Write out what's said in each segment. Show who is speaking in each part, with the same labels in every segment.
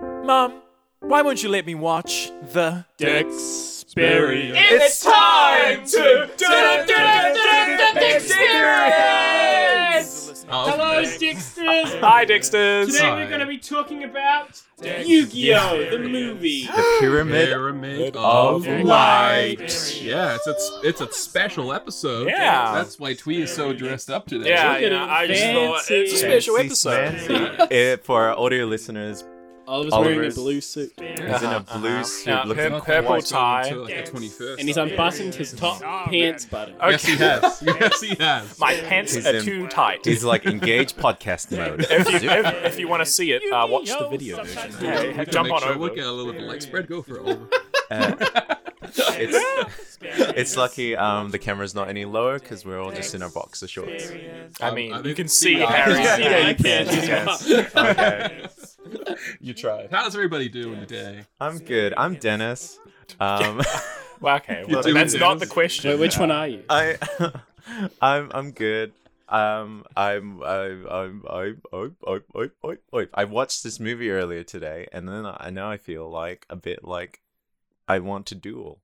Speaker 1: Mom, why won't you let me watch the
Speaker 2: Dexperience.
Speaker 3: It's time to do the Dexterous! Hello, Dexterous!
Speaker 1: Hi, Dexters!
Speaker 3: Today we're going to be talking about Yu-Gi-Oh! the movie.
Speaker 4: Pyramid.
Speaker 2: Pyramid
Speaker 4: of
Speaker 2: of
Speaker 3: Light.
Speaker 2: Light. Yeah, it's a, s- it's a special episode.
Speaker 1: Yeah.
Speaker 2: That's why Twee is so dressed up today.
Speaker 1: Yeah,
Speaker 3: Look at
Speaker 1: yeah,
Speaker 3: him,
Speaker 1: I just thought
Speaker 3: fancy.
Speaker 1: it's a special
Speaker 4: Fancy
Speaker 1: episode.
Speaker 4: schmancy. Eh, for our audio listeners,
Speaker 3: Oliver's
Speaker 4: Oliver's-
Speaker 3: wearing a blue suit.
Speaker 4: he's in a
Speaker 1: Uh-huh,
Speaker 4: blue
Speaker 1: uh-huh.
Speaker 4: suit
Speaker 1: Now,
Speaker 4: looking
Speaker 1: purple-
Speaker 4: quite-
Speaker 1: purple tie.
Speaker 2: Until, like, the 25th.
Speaker 3: And he's unbuttoned his top pants button.
Speaker 2: Yes, he has. Yes, he has.
Speaker 1: My pants
Speaker 4: He's
Speaker 1: are
Speaker 4: in-
Speaker 1: too tight.
Speaker 4: He's like engaged podcast mode.
Speaker 1: if, you, if, if you want to see it, uh, watch the video version.
Speaker 3: Yeah,
Speaker 1: Hey,
Speaker 2: Gotta
Speaker 1: jump
Speaker 2: make
Speaker 1: on
Speaker 2: sure
Speaker 1: over.
Speaker 2: Look at a little bit like spread. Go for it. Oliver.
Speaker 4: Uh, it's it's lucky um, the camera's not any lower because we're all just in our boxer shorts.
Speaker 1: I
Speaker 2: Um,
Speaker 1: mean,
Speaker 2: I
Speaker 1: you
Speaker 2: think-
Speaker 1: can see
Speaker 2: Yeah,
Speaker 1: Harry's
Speaker 2: yeah,
Speaker 3: yeah, you can.
Speaker 4: Okay. you tried.
Speaker 2: How does everybody doing today?
Speaker 4: I'm good. I'm Dennis. Um,
Speaker 1: Well, okay, well,
Speaker 2: doing
Speaker 1: that's
Speaker 2: this.
Speaker 1: not the question.
Speaker 3: Wait, which one are you?
Speaker 4: I, I'm I'm good. Um, I'm I'm I'm I'm I'm I'm I'm I'm I'm. I watched this movie earlier today, and then I now I feel like a bit like I want to duel.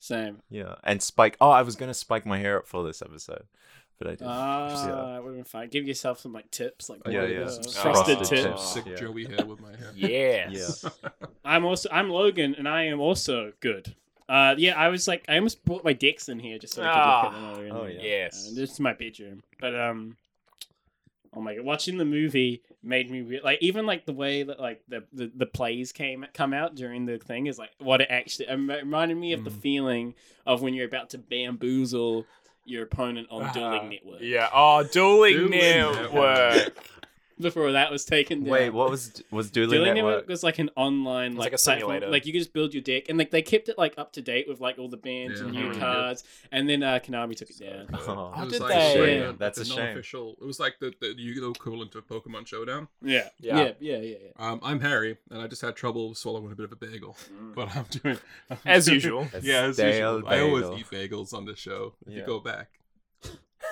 Speaker 3: Same.
Speaker 4: Yeah, and spike. Oh, I was gonna spike my hair up for this episode, but I didn't.
Speaker 1: Uh,
Speaker 3: Ah, that would have been fine. Give yourself some like tips, like
Speaker 4: Oh, Yeah,
Speaker 3: uh,
Speaker 4: yeah.
Speaker 3: frosted
Speaker 1: Frosted
Speaker 3: tips.
Speaker 1: tips.
Speaker 2: Sick
Speaker 4: Yeah.
Speaker 2: Joey hair with my hair.
Speaker 1: Yes.
Speaker 3: I'm also I'm Logan, and I am also good. Uh, yeah, I was like, I almost brought my decks in here just so I could look at them.
Speaker 4: Ah,
Speaker 3: Over
Speaker 4: oh,
Speaker 3: and,
Speaker 4: yeah.
Speaker 1: Yes.
Speaker 3: Uh, this is my bedroom, but um, oh my god, watching the movie made me re- like even like the way that like the, the the plays came come out during the thing is like what it actually it remi- reminded me of the
Speaker 2: Mm.
Speaker 3: feeling of when you're about to bamboozle your opponent on Dueling Network.
Speaker 1: Ah, Uh, Yeah. Oh, dueling
Speaker 2: Dueling
Speaker 1: network.
Speaker 3: Before that was taken down.
Speaker 4: Wait, what was was dueling,
Speaker 3: Dueling
Speaker 4: network?
Speaker 3: Network was like an online
Speaker 1: It's
Speaker 3: like,
Speaker 1: like a
Speaker 3: platform.
Speaker 1: simulator.
Speaker 3: Like you could just build your deck, and like they kept it like up to date with like all the bands
Speaker 2: Yeah.
Speaker 3: and new
Speaker 1: Mhm.
Speaker 3: cards. And then uh, Konami took it down.
Speaker 4: Oh.
Speaker 1: How
Speaker 2: It was
Speaker 1: did
Speaker 2: like
Speaker 1: they-
Speaker 2: showdown,
Speaker 3: Yeah,
Speaker 4: that's
Speaker 2: but
Speaker 4: a
Speaker 2: the
Speaker 4: shame.
Speaker 2: non-official- It was like the, the Yu-Gi-Oh equivalent of Pokemon Showdown.
Speaker 3: Yeah,
Speaker 1: Yeah.
Speaker 3: yeah, yeah, yeah. yeah.
Speaker 2: Um, I'm Harry, and I just had trouble swallowing a bit of a bagel,
Speaker 1: Mm.
Speaker 2: but I'm doing I'm
Speaker 1: As
Speaker 2: doing-
Speaker 1: usual.
Speaker 4: A
Speaker 2: Yeah, as
Speaker 4: stale
Speaker 2: usual. I always
Speaker 4: bagel.
Speaker 2: eat bagels on this show. If
Speaker 4: Yeah.
Speaker 2: you go back,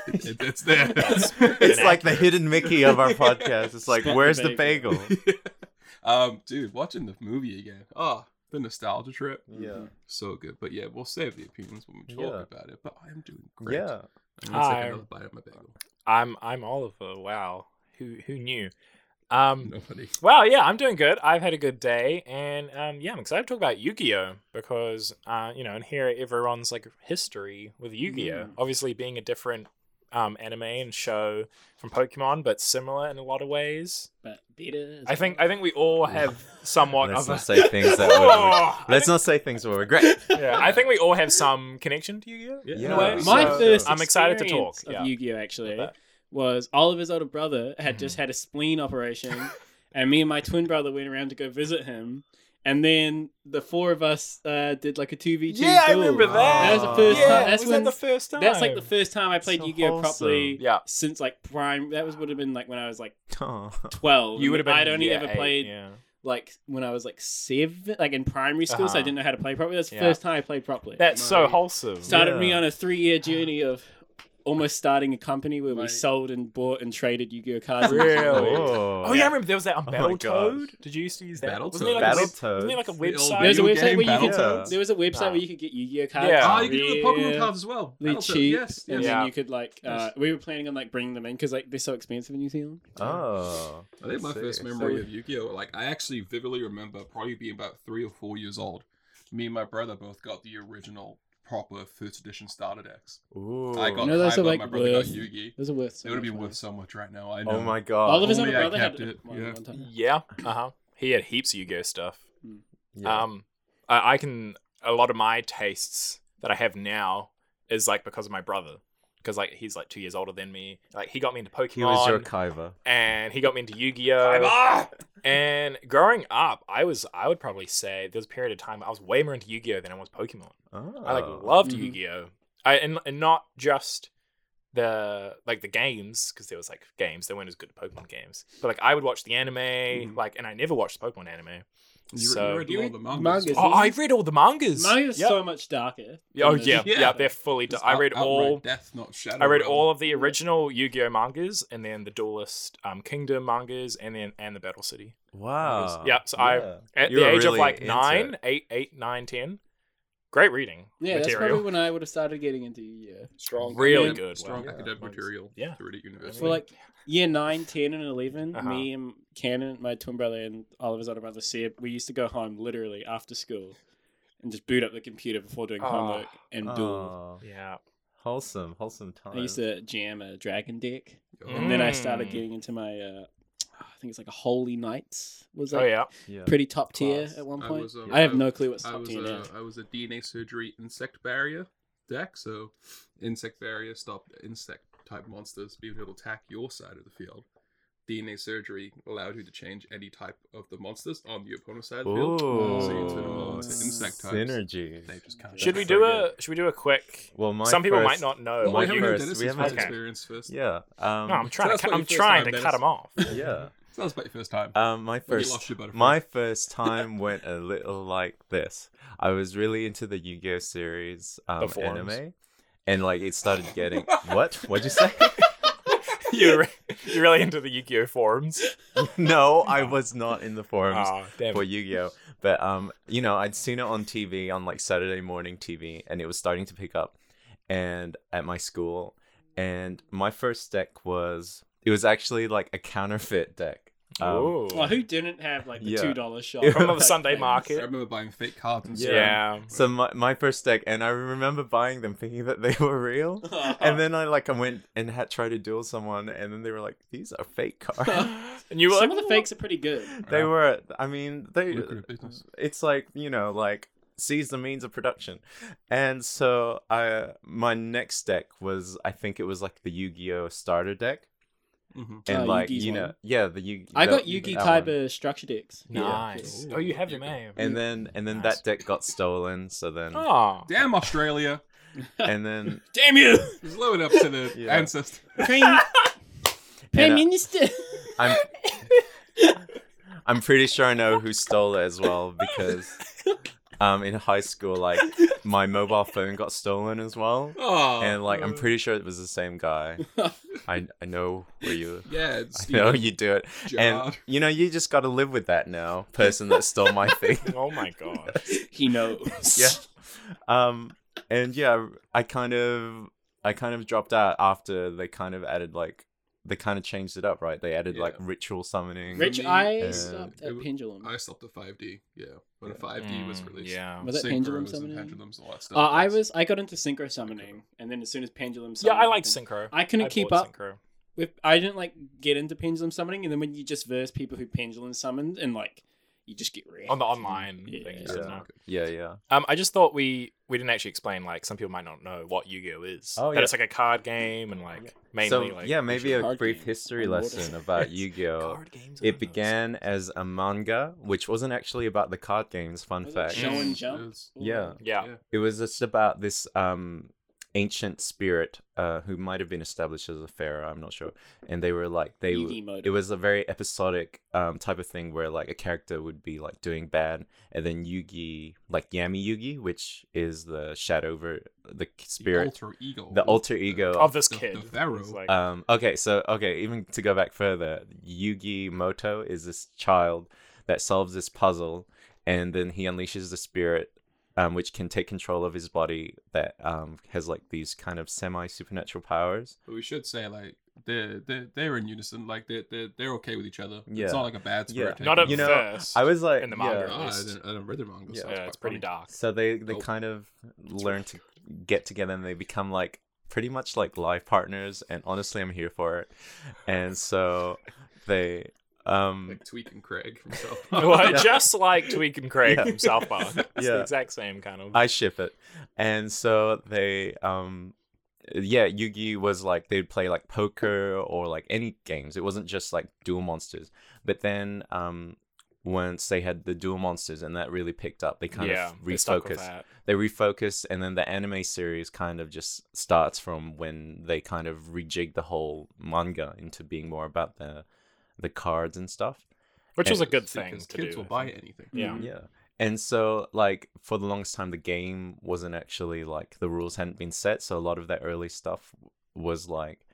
Speaker 2: it, it's there.
Speaker 4: It's like the hidden Mickey of our podcast. It's like,
Speaker 3: Spot the
Speaker 4: where's the
Speaker 3: bagel.
Speaker 4: bagel?
Speaker 2: um, dude, watching the movie again. Oh, the nostalgia trip,
Speaker 4: Yeah,
Speaker 2: so good. But yeah, we'll save the opinions when we talk
Speaker 4: Yeah.
Speaker 2: about it. But I'm doing great.
Speaker 4: yeah.
Speaker 2: I'm gonna take
Speaker 1: Hi.
Speaker 2: another bite of my bagel.
Speaker 1: I'm I'm Oliver. Wow. Who who knew? Um.
Speaker 2: Nobody.
Speaker 1: Well, yeah, I'm doing good. I've had a good day, and um, yeah, I'm excited to talk about Yu-Gi-Oh because uh, you know, and hear everyone's like history with Yu-Gi-Oh.
Speaker 3: Mm.
Speaker 1: Obviously, being a different um, anime and show from Pokemon, but similar in a lot of ways.
Speaker 3: But better.
Speaker 1: I think I think we all have somewhat
Speaker 4: Let's
Speaker 1: of
Speaker 4: not
Speaker 1: a.
Speaker 4: say things that will.
Speaker 1: Oh, I
Speaker 4: Let's not say things we'll regret.
Speaker 1: think- yeah, I think we all have some connection to Yu-Gi-Oh.
Speaker 4: Yeah.
Speaker 1: a way,
Speaker 3: my
Speaker 1: so-
Speaker 3: first.
Speaker 1: I'm excited to
Speaker 3: experience
Speaker 1: talk,
Speaker 3: of
Speaker 1: yeah.
Speaker 3: Yu-Gi-Oh! Actually,
Speaker 1: About
Speaker 3: was Oliver's older brother had
Speaker 1: Mm-hmm.
Speaker 3: just had a spleen operation, and me and my twin brother went around to go visit him. And then the four of us uh, did like a two v two.
Speaker 1: Yeah, I remember that.
Speaker 3: That was the first
Speaker 1: yeah,
Speaker 3: time. That's
Speaker 1: was
Speaker 3: when
Speaker 1: that the first time.
Speaker 3: That's like the first time I played
Speaker 4: So
Speaker 3: Yu-Gi-Oh properly.
Speaker 4: wholesome.
Speaker 1: Yeah.
Speaker 3: Since like prime, that was would have been like when I was like
Speaker 4: Oh.
Speaker 3: twelve.
Speaker 1: You would have been.
Speaker 3: I'd only
Speaker 1: yeah,
Speaker 3: ever
Speaker 1: eight,
Speaker 3: played
Speaker 1: Yeah.
Speaker 3: like when I was like seven, like in primary school, so I
Speaker 1: Uh-huh.
Speaker 3: didn't know how to play properly. That's the
Speaker 1: Yeah.
Speaker 3: first time I played properly.
Speaker 1: That's so
Speaker 2: My-
Speaker 1: wholesome.
Speaker 3: started me
Speaker 4: Yeah.
Speaker 3: on a three-year journey of almost starting a company where we
Speaker 2: Right.
Speaker 3: sold and bought and traded Yu-Gi-Oh cards.
Speaker 1: Really?
Speaker 4: Oh.
Speaker 1: Oh yeah, I remember there was that on
Speaker 4: Oh my
Speaker 1: Battletoad. Did you used to use that? Wasn't there like a web-
Speaker 4: Battletoad?
Speaker 1: Wasn't there like a
Speaker 2: The old
Speaker 1: website?
Speaker 3: There's a
Speaker 2: Video
Speaker 3: website
Speaker 2: game
Speaker 3: where you could
Speaker 4: Battletoads?
Speaker 3: there was a website
Speaker 1: Nah.
Speaker 3: where you could get Yu-Gi-Oh cards.
Speaker 1: Yeah.
Speaker 2: Ah,
Speaker 1: Oh,
Speaker 2: you can do it with Pokemon
Speaker 3: real-
Speaker 2: cards as well.
Speaker 3: Really
Speaker 2: That'll do-
Speaker 3: cheap,
Speaker 2: Yes, yes.
Speaker 3: and
Speaker 1: Yeah.
Speaker 3: then you could like uh, we were planning on like bringing them in because like they're so expensive in New Zealand.
Speaker 4: Oh.
Speaker 2: I think my
Speaker 4: Sick.
Speaker 2: first memory of Yu-Gi-Oh, like I actually vividly remember probably being about three or four years old. Me and my brother both got the original proper first edition starter decks.
Speaker 4: Ooh.
Speaker 2: I got
Speaker 3: You know, those are,
Speaker 2: Kaiba,
Speaker 3: like,
Speaker 2: my brother got
Speaker 3: worth-
Speaker 2: Yugi.
Speaker 3: Those are worth. so
Speaker 2: It would
Speaker 3: much
Speaker 2: be
Speaker 3: money.
Speaker 2: worth so much right now. I know.
Speaker 4: Oh my god.
Speaker 3: Oliver's
Speaker 2: Only
Speaker 3: older
Speaker 2: I
Speaker 3: brother had
Speaker 2: kept it,
Speaker 3: one,
Speaker 2: yeah.
Speaker 3: one time.
Speaker 1: Yeah. Uh huh. He had heaps of Yu-Gi-Oh stuff.
Speaker 4: Yeah.
Speaker 1: Um, I, I can a lot of my tastes that I have now is like because of my brother, because like he's like two years older than me. Like he got me into Pokemon,
Speaker 4: he was your ah! Kaiba.
Speaker 1: and he got me into Yu-Gi-Oh. And growing up, I was I would probably say there was a period of time I was way more into Yu-Gi-Oh than I was Pokemon.
Speaker 4: Oh.
Speaker 1: I like loved
Speaker 3: Mhm.
Speaker 1: Yu-Gi-Oh. I and, and not just the like the games because there was like games they weren't as good at Pokemon games. But like I would watch the anime,
Speaker 4: Mm-hmm.
Speaker 2: Mhm.
Speaker 1: like, and I never watched Pokemon anime.
Speaker 2: You,
Speaker 1: So-
Speaker 2: you read a lot of the manga.
Speaker 3: Mangas.
Speaker 1: Oh, I read all the mangas.
Speaker 3: Manga's
Speaker 1: Yep.
Speaker 3: so much darker.
Speaker 1: Oh
Speaker 3: than the-
Speaker 1: yeah, yeah,
Speaker 2: Yeah.
Speaker 1: they're fully. d- I read all.
Speaker 2: Death, not Shadow.
Speaker 1: I read
Speaker 2: Realm.
Speaker 1: all of the original Yu-Gi-Oh mangas, and then the Duelist um, Kingdom mangas, and then and the Battle City.
Speaker 4: Wow.
Speaker 1: Yeah, so I- At
Speaker 4: You
Speaker 1: the
Speaker 4: were
Speaker 1: age of
Speaker 4: really
Speaker 1: like
Speaker 4: into
Speaker 1: nine,
Speaker 4: it.
Speaker 1: eight, eight, nine, ten, great reading
Speaker 3: Yeah, that's
Speaker 1: material.
Speaker 3: probably when I would have started getting into yeah strong.
Speaker 1: Really
Speaker 2: Yeah,
Speaker 1: good one.
Speaker 2: strong
Speaker 1: Yeah,
Speaker 2: academic
Speaker 1: mine's-
Speaker 2: material.
Speaker 1: yeah.
Speaker 2: to read at university.
Speaker 3: Well, like year nine, ten, and 11
Speaker 1: Uh-huh.
Speaker 3: me and Cannon, my twin brother, and Oliver's other brother Seb, we used to go home literally after school and just boot up the computer before doing
Speaker 1: Ah.
Speaker 3: homework and duel.
Speaker 4: Aw,
Speaker 1: Yeah,
Speaker 4: wholesome, wholesome time.
Speaker 3: I used to jam a dragon deck,
Speaker 1: Mm.
Speaker 3: and then I started getting into my. Uh, I think it's like a Holy Knights was
Speaker 1: oh
Speaker 3: like
Speaker 1: yeah.
Speaker 4: yeah.
Speaker 3: pretty top tier
Speaker 4: Class.
Speaker 3: at one
Speaker 2: I
Speaker 3: point. I,
Speaker 2: was, um,
Speaker 3: have
Speaker 2: I-
Speaker 3: no clue what's
Speaker 2: I
Speaker 3: top
Speaker 2: was
Speaker 3: tier now.
Speaker 2: a, I was a DNA surgery insect barrier deck, so insect barrier stopped insect type monsters being able to attack your side of the field. DNA surgery allowed you to change any type of the monsters on the opponent's side of the field. So you turn them all
Speaker 4: Ooh,
Speaker 2: into insect types.
Speaker 4: synergies.
Speaker 2: They just kinda-
Speaker 1: Should we
Speaker 4: so
Speaker 1: do a?
Speaker 4: good.
Speaker 1: Should we do a quick?
Speaker 4: Well, my
Speaker 1: Some people might
Speaker 4: first-
Speaker 1: not know.
Speaker 2: Well,
Speaker 1: what
Speaker 2: we
Speaker 4: my
Speaker 1: you-
Speaker 2: haven't
Speaker 4: first-
Speaker 2: heard Dennis's
Speaker 4: we haven't
Speaker 2: first
Speaker 1: had-
Speaker 2: experience first.
Speaker 4: Yeah. Um,
Speaker 1: No, I'm trying
Speaker 2: Tell
Speaker 1: to.
Speaker 2: us
Speaker 1: Cut,
Speaker 2: about
Speaker 1: I'm
Speaker 2: your first
Speaker 1: trying
Speaker 2: time,
Speaker 1: to cut
Speaker 2: Dennis.
Speaker 1: them off.
Speaker 4: yeah.
Speaker 2: Tell us about your first
Speaker 1: Uh,
Speaker 2: time.
Speaker 4: Um, my
Speaker 2: When you
Speaker 4: first
Speaker 2: lost your butterfly.
Speaker 4: My first time went a little like this. I was really into the Yu-Gi-Oh series um,
Speaker 1: forums.
Speaker 4: anime, and like it started getting what? What'd you say?
Speaker 1: you're re- you're really into the Yu-Gi-Oh forums.
Speaker 4: no, I was not in the forums
Speaker 1: Ah, damn.
Speaker 4: for Yu-Gi-Oh. But um, you know, I'd seen it on TV on like Saturday morning TV, and it was starting to pick up, and at my school, and my first deck was it was actually like a counterfeit deck. Um,
Speaker 1: Ooh.
Speaker 3: Well, Oh, who didn't have like the
Speaker 4: Yeah.
Speaker 3: two dollar shop
Speaker 1: From the
Speaker 3: type
Speaker 1: Sunday
Speaker 3: things?
Speaker 2: I
Speaker 1: market.
Speaker 2: remember buying fake cards and stuff.
Speaker 1: yeah.
Speaker 4: so my, my first deck, and I remember buying them thinking that they were real. and then I like I went and had tried to duel someone, and then they were like, "These are fake cards."
Speaker 1: and you were
Speaker 3: some
Speaker 1: like,
Speaker 3: of the fakes are pretty good.
Speaker 4: they
Speaker 2: Yeah.
Speaker 4: were. I mean, they.
Speaker 2: Lucrative business.
Speaker 4: It's like you know, like seize the means of production, and so I my next deck was I think it was like the Yu Gi Oh starter deck,
Speaker 2: Mhm.
Speaker 4: and
Speaker 3: Oh,
Speaker 4: like
Speaker 3: Yugi's
Speaker 4: you know,
Speaker 3: one.
Speaker 4: yeah, the Yu.
Speaker 3: I
Speaker 4: the-
Speaker 3: got Yugi
Speaker 4: that one.
Speaker 3: Kaiba structure decks.
Speaker 4: Yeah.
Speaker 1: Nice.
Speaker 2: Ooh.
Speaker 1: Oh, you have them, eh?
Speaker 4: and then and then
Speaker 1: Nice.
Speaker 4: that deck got stolen. So then
Speaker 1: oh,
Speaker 2: Damn Australia!
Speaker 4: and then
Speaker 3: Damn you,
Speaker 2: Just living up to the
Speaker 4: Yeah.
Speaker 2: ancestors.
Speaker 3: Prime, Prime
Speaker 4: and, uh,
Speaker 3: Minister.
Speaker 4: I'm I'm pretty sure I know who stole it as well because um in high school like my mobile phone got stolen as well.
Speaker 2: Oh,
Speaker 4: And like
Speaker 3: Uh.
Speaker 4: I'm pretty sure it was the same guy. I I know where you
Speaker 2: yeah, it's
Speaker 4: I know you do it. And
Speaker 2: Gerard.
Speaker 4: you know, you just gotta live with that now, person that stole my thing.
Speaker 1: oh my god.
Speaker 3: he knows.
Speaker 4: yeah. Um and yeah, I kind of I kind of dropped out after they kind of added like they kind of changed it up, right? They added
Speaker 2: Yeah.
Speaker 4: like ritual summoning.
Speaker 3: Rich,
Speaker 2: Me,
Speaker 3: I
Speaker 4: uh,
Speaker 3: stopped
Speaker 2: it
Speaker 3: at
Speaker 2: was-
Speaker 3: Pendulum.
Speaker 2: I stopped at 5D. Yeah, when a 5D was
Speaker 1: Mm,
Speaker 2: released.
Speaker 1: Yeah.
Speaker 3: Was that
Speaker 2: Synchros
Speaker 3: Pendulum
Speaker 2: and
Speaker 3: summoning?
Speaker 2: Pendulums and all that stuff.
Speaker 3: Uh, I
Speaker 2: That's-
Speaker 3: was I got into synchro summoning, and then as soon as
Speaker 1: Yeah,
Speaker 3: pendulum summoning
Speaker 1: I liked
Speaker 3: happened-
Speaker 1: synchro.
Speaker 3: I couldn't
Speaker 1: I
Speaker 3: keep
Speaker 1: bought
Speaker 3: up
Speaker 1: Synchro.
Speaker 3: with. I didn't like get into pendulum summoning, and then when you just verse people who pendulum summoned, and like you just get wrecked
Speaker 1: on the online
Speaker 3: Yeah.
Speaker 1: thing.
Speaker 4: Yeah.
Speaker 1: Yeah.
Speaker 4: Yeah, yeah.
Speaker 1: Um, I just thought we we didn't actually explain like some people might not know what Yu-Gi-Oh is.
Speaker 4: Oh,
Speaker 1: that
Speaker 4: yeah.
Speaker 1: it's like a card game and like mainly
Speaker 4: so,
Speaker 1: like
Speaker 4: yeah, maybe
Speaker 1: visual-
Speaker 4: a
Speaker 3: card
Speaker 4: brief
Speaker 3: game
Speaker 4: history
Speaker 3: on water.
Speaker 4: lesson about
Speaker 1: Yes.
Speaker 4: Yu-Gi-Oh.
Speaker 1: card games. are
Speaker 4: It
Speaker 1: those.
Speaker 4: began as a manga, which wasn't actually about the card games. Fun
Speaker 3: Was it
Speaker 4: fact:
Speaker 3: Show and
Speaker 2: Mm.
Speaker 3: jump.
Speaker 2: It was-
Speaker 4: Yeah.
Speaker 1: Yeah.
Speaker 4: it was just about this um, ancient spirit uh, who might have been established as a pharaoh. I'm not sure, and they were like they. w-
Speaker 3: mode.
Speaker 4: It was a very episodic um, type of thing where like a character would be like doing bad, and then Yugi, like Yami Yugi, which is the shadow ver- the
Speaker 2: The
Speaker 4: spirit,
Speaker 2: alter ego.
Speaker 4: the alter ego
Speaker 1: of this
Speaker 2: The-
Speaker 1: kid.
Speaker 2: the Pharaoh.
Speaker 1: It's like-
Speaker 4: Um, okay, so okay, even to go back further, Yugi Moto is this child that solves this puzzle, and then he unleashes the spirit, um, which can take control of his body that um, has like these kind of semi supernatural powers.
Speaker 2: But we should say like they're they're they're in unison. Like they're they're, they're okay with each other.
Speaker 4: Yeah.
Speaker 2: It's not like a bad
Speaker 4: Yeah.
Speaker 2: spirit. taking
Speaker 1: not at
Speaker 4: You know,
Speaker 1: first.
Speaker 4: I was like,
Speaker 1: In the
Speaker 4: yeah.
Speaker 1: manga.
Speaker 2: Oh, I didn't, I didn't read the manga. so
Speaker 4: Yeah.
Speaker 1: yeah, it's pretty dark.
Speaker 4: So they they
Speaker 2: Oh.
Speaker 4: kind of learn to get together, and they become like pretty much like life partners. And honestly, I'm here for it. And so they um
Speaker 2: Like Tweak and Craig from South Park.
Speaker 1: well,
Speaker 4: Yeah.
Speaker 1: just like Tweak and Craig
Speaker 4: Yeah.
Speaker 1: from South Park. It's the
Speaker 4: Yeah.
Speaker 1: exact same kind of.
Speaker 4: I ship it. And so they um yeah, Yugi was like they'd play like poker or like any games. It wasn't just like dual monsters. But then um once they had the dual monsters and that really picked up. They kind
Speaker 1: yeah,
Speaker 4: of
Speaker 1: they're stuck with
Speaker 4: refocused.
Speaker 1: that.
Speaker 4: They refocused, and then the anime series kind of just starts from when they kind of rejig the whole manga into being more about the the cards and stuff.
Speaker 1: which
Speaker 4: And-
Speaker 1: was a good
Speaker 2: Because
Speaker 1: thing to
Speaker 2: kids
Speaker 1: do.
Speaker 2: will
Speaker 1: I
Speaker 2: buy
Speaker 1: think.
Speaker 2: anything.
Speaker 1: Yeah.
Speaker 3: Mhm.
Speaker 4: Yeah. And so, like, for the longest time, the game wasn't actually like the rules hadn't been set. So a lot of that early stuff was like,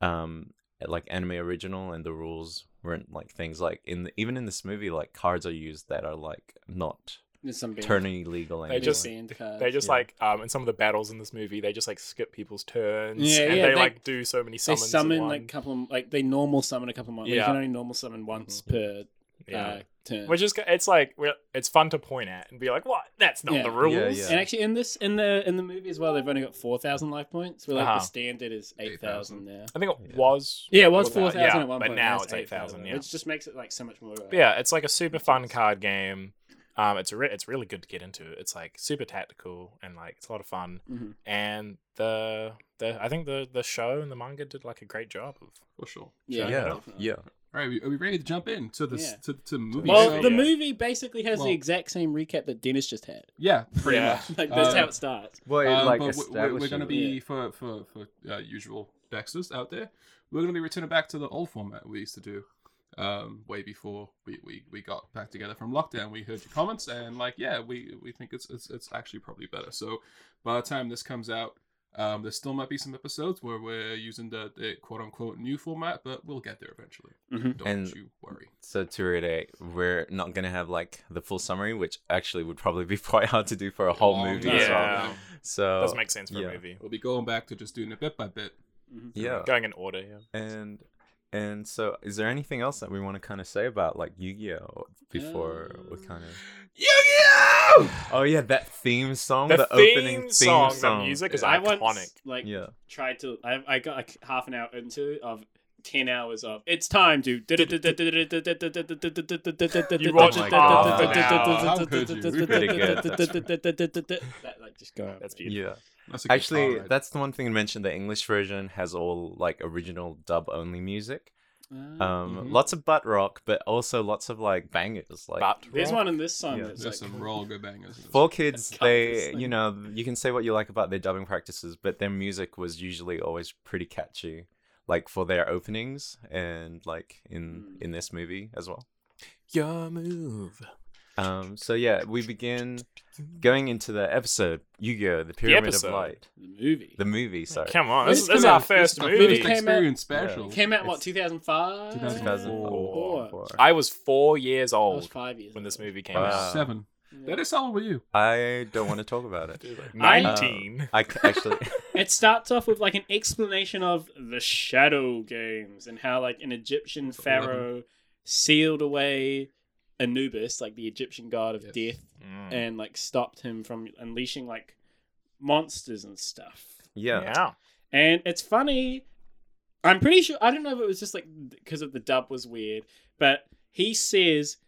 Speaker 4: um, like anime original, and the rules weren't like things like in the, even in this movie, like cards are used that are like not
Speaker 3: There's some band.
Speaker 4: turning legal.
Speaker 1: They just
Speaker 4: anymore.
Speaker 3: band cards.
Speaker 1: They just
Speaker 4: Yeah.
Speaker 1: like um in some of the battles in this movie, they just like skip people's turns.
Speaker 3: Yeah,
Speaker 1: and
Speaker 3: yeah,
Speaker 1: they,
Speaker 3: they-
Speaker 1: like do so many
Speaker 3: they
Speaker 1: summons. in
Speaker 3: summon
Speaker 1: one.
Speaker 3: like a couple of like they normal summon a couple of monsters.
Speaker 1: Yeah.
Speaker 3: You can only normal summon once per
Speaker 1: yeah.
Speaker 3: uh, turn.
Speaker 1: which is g- it's like we're- it's fun to point at and be like, what? That's not
Speaker 3: Yeah.
Speaker 1: the
Speaker 3: Yeah,
Speaker 1: rules.
Speaker 4: yeah.
Speaker 3: and actually, in this, in the in the movie as well, they've only got four thousand life points. Where like
Speaker 1: Uh-huh.
Speaker 3: the standard is eight thousand now.
Speaker 1: I think it
Speaker 4: Yeah.
Speaker 1: was.
Speaker 3: Yeah, it was
Speaker 1: Without-
Speaker 3: four thousand
Speaker 1: yeah,
Speaker 3: at one
Speaker 1: but
Speaker 3: point.
Speaker 1: now
Speaker 3: it's
Speaker 1: it's 8,000, yeah.
Speaker 3: which just makes it like so much more. Uh,
Speaker 1: But yeah, it's like a super fun card game. Um, it's a re- it's really good to get into. It's like super tactical and like it's a lot of fun.
Speaker 3: Mhm.
Speaker 1: And the the I think the the show and the manga did like a great job of.
Speaker 2: For sure.
Speaker 3: Yeah,
Speaker 1: Yeah.
Speaker 3: definitely.
Speaker 4: yeah.
Speaker 2: All right, are we- are we ready to jump in to the s
Speaker 3: Yeah.
Speaker 2: to, to movie?
Speaker 3: Well,
Speaker 1: Yeah.
Speaker 3: the
Speaker 2: itself?
Speaker 3: movie basically has
Speaker 2: Well-
Speaker 3: the exact same recap that Dennis just had.
Speaker 2: yeah, pretty
Speaker 1: Yeah.
Speaker 2: much.
Speaker 3: Like that's
Speaker 2: Uh,
Speaker 3: how it starts.
Speaker 4: Well, it,
Speaker 2: Um,
Speaker 4: like
Speaker 2: but we- we're, we're going to
Speaker 4: establishes-
Speaker 2: be
Speaker 3: Yeah.
Speaker 2: for for for uh, usual Dexters out there. We're going to be returning back to the old format we used to do, um, way before we, we, we got back together from lockdown. We heard your comments and like yeah, we we think it's it's, it's actually probably better. So by the time this comes out, um, there still might be some episodes where we're using the, the quote unquote new format, but we'll get there eventually.
Speaker 3: Mhm.
Speaker 2: Don't
Speaker 4: Mm-hmm. And-
Speaker 2: you worry.
Speaker 4: So to reiterate, we're not gonna have like the full summary, which actually would probably be quite hard to do for a whole
Speaker 2: Long
Speaker 4: movie.
Speaker 2: time.
Speaker 4: as well.
Speaker 1: Yeah,
Speaker 4: So
Speaker 1: doesn't make sense for
Speaker 4: Oh, yeah.
Speaker 1: a movie.
Speaker 2: We'll be going back to just doing it bit by bit.
Speaker 3: Mhm.
Speaker 4: yeah.
Speaker 1: Going in order. Yeah.
Speaker 4: And and so, is there anything else that we want to kind of say about like Yu-Gi-Oh before we
Speaker 1: Uh,
Speaker 4: kind of?
Speaker 2: Yu-Gi-Oh!
Speaker 4: Oh yeah, that theme song,
Speaker 1: The,
Speaker 4: the,
Speaker 1: theme
Speaker 4: opening theme
Speaker 1: song,
Speaker 4: song,
Speaker 1: the music is
Speaker 2: Yeah.
Speaker 3: I
Speaker 1: iconic.
Speaker 3: once like
Speaker 4: Yeah,
Speaker 3: tried to. I, I got like half an hour into it of ten hours of. It's time to. You
Speaker 1: watch
Speaker 4: it
Speaker 3: That like just go.
Speaker 1: That's beautiful.
Speaker 4: yeah.
Speaker 2: That's a good
Speaker 4: Actually,
Speaker 2: call, right?
Speaker 4: that's the one thing to mention. The English version has all like original dub only music.
Speaker 1: Mm-hmm.
Speaker 3: Uh,
Speaker 4: Um,
Speaker 3: mm-hmm.
Speaker 2: Mhm.
Speaker 4: lots of butt rock, but also lots of like bangers. Like
Speaker 1: But
Speaker 3: There's one in this song
Speaker 4: Yeah.
Speaker 3: that's
Speaker 2: there's
Speaker 3: like
Speaker 2: some real good bangers. in this.
Speaker 4: for kids,
Speaker 3: Cut this
Speaker 4: they
Speaker 3: thing.
Speaker 4: you know you can say what you like about their dubbing practices, but their music was usually always pretty catchy. Like for their openings and like in in this movie as well.
Speaker 1: your move.
Speaker 4: Um, so yeah, we begin going into the episode Yu-Gi-Oh! The Pyramid
Speaker 1: episode.
Speaker 4: of Light,
Speaker 3: the movie.
Speaker 4: the movie. Sorry,
Speaker 1: Come on, this,
Speaker 3: This is
Speaker 1: this is
Speaker 3: coming
Speaker 1: our
Speaker 3: out-
Speaker 1: first
Speaker 2: The
Speaker 1: movie.
Speaker 2: first
Speaker 3: came out-
Speaker 2: experience special.
Speaker 4: Yeah.
Speaker 3: Came out what
Speaker 4: It's-
Speaker 3: 2005.
Speaker 1: 2004.
Speaker 4: 2004.
Speaker 1: I was four years
Speaker 3: I was
Speaker 1: old
Speaker 3: five years
Speaker 1: when this
Speaker 3: old.
Speaker 1: movie came
Speaker 4: Wow.
Speaker 1: out.
Speaker 2: Seven.
Speaker 3: Yeah.
Speaker 2: That is how old were you?
Speaker 4: I don't want to talk about it.
Speaker 1: Nineteen.
Speaker 4: I c- actually,
Speaker 3: It starts off with like an explanation of the shadow games and how like an Egyptian pharaoh sealed away Anubis, like the Egyptian god of
Speaker 2: Yes.
Speaker 3: death,
Speaker 1: Mm.
Speaker 3: and like stopped him from unleashing like monsters and stuff.
Speaker 4: yeah,
Speaker 1: Yeah.
Speaker 3: And it's funny. I'm pretty sure I don't know if it was just like because of the dub was weird, but he says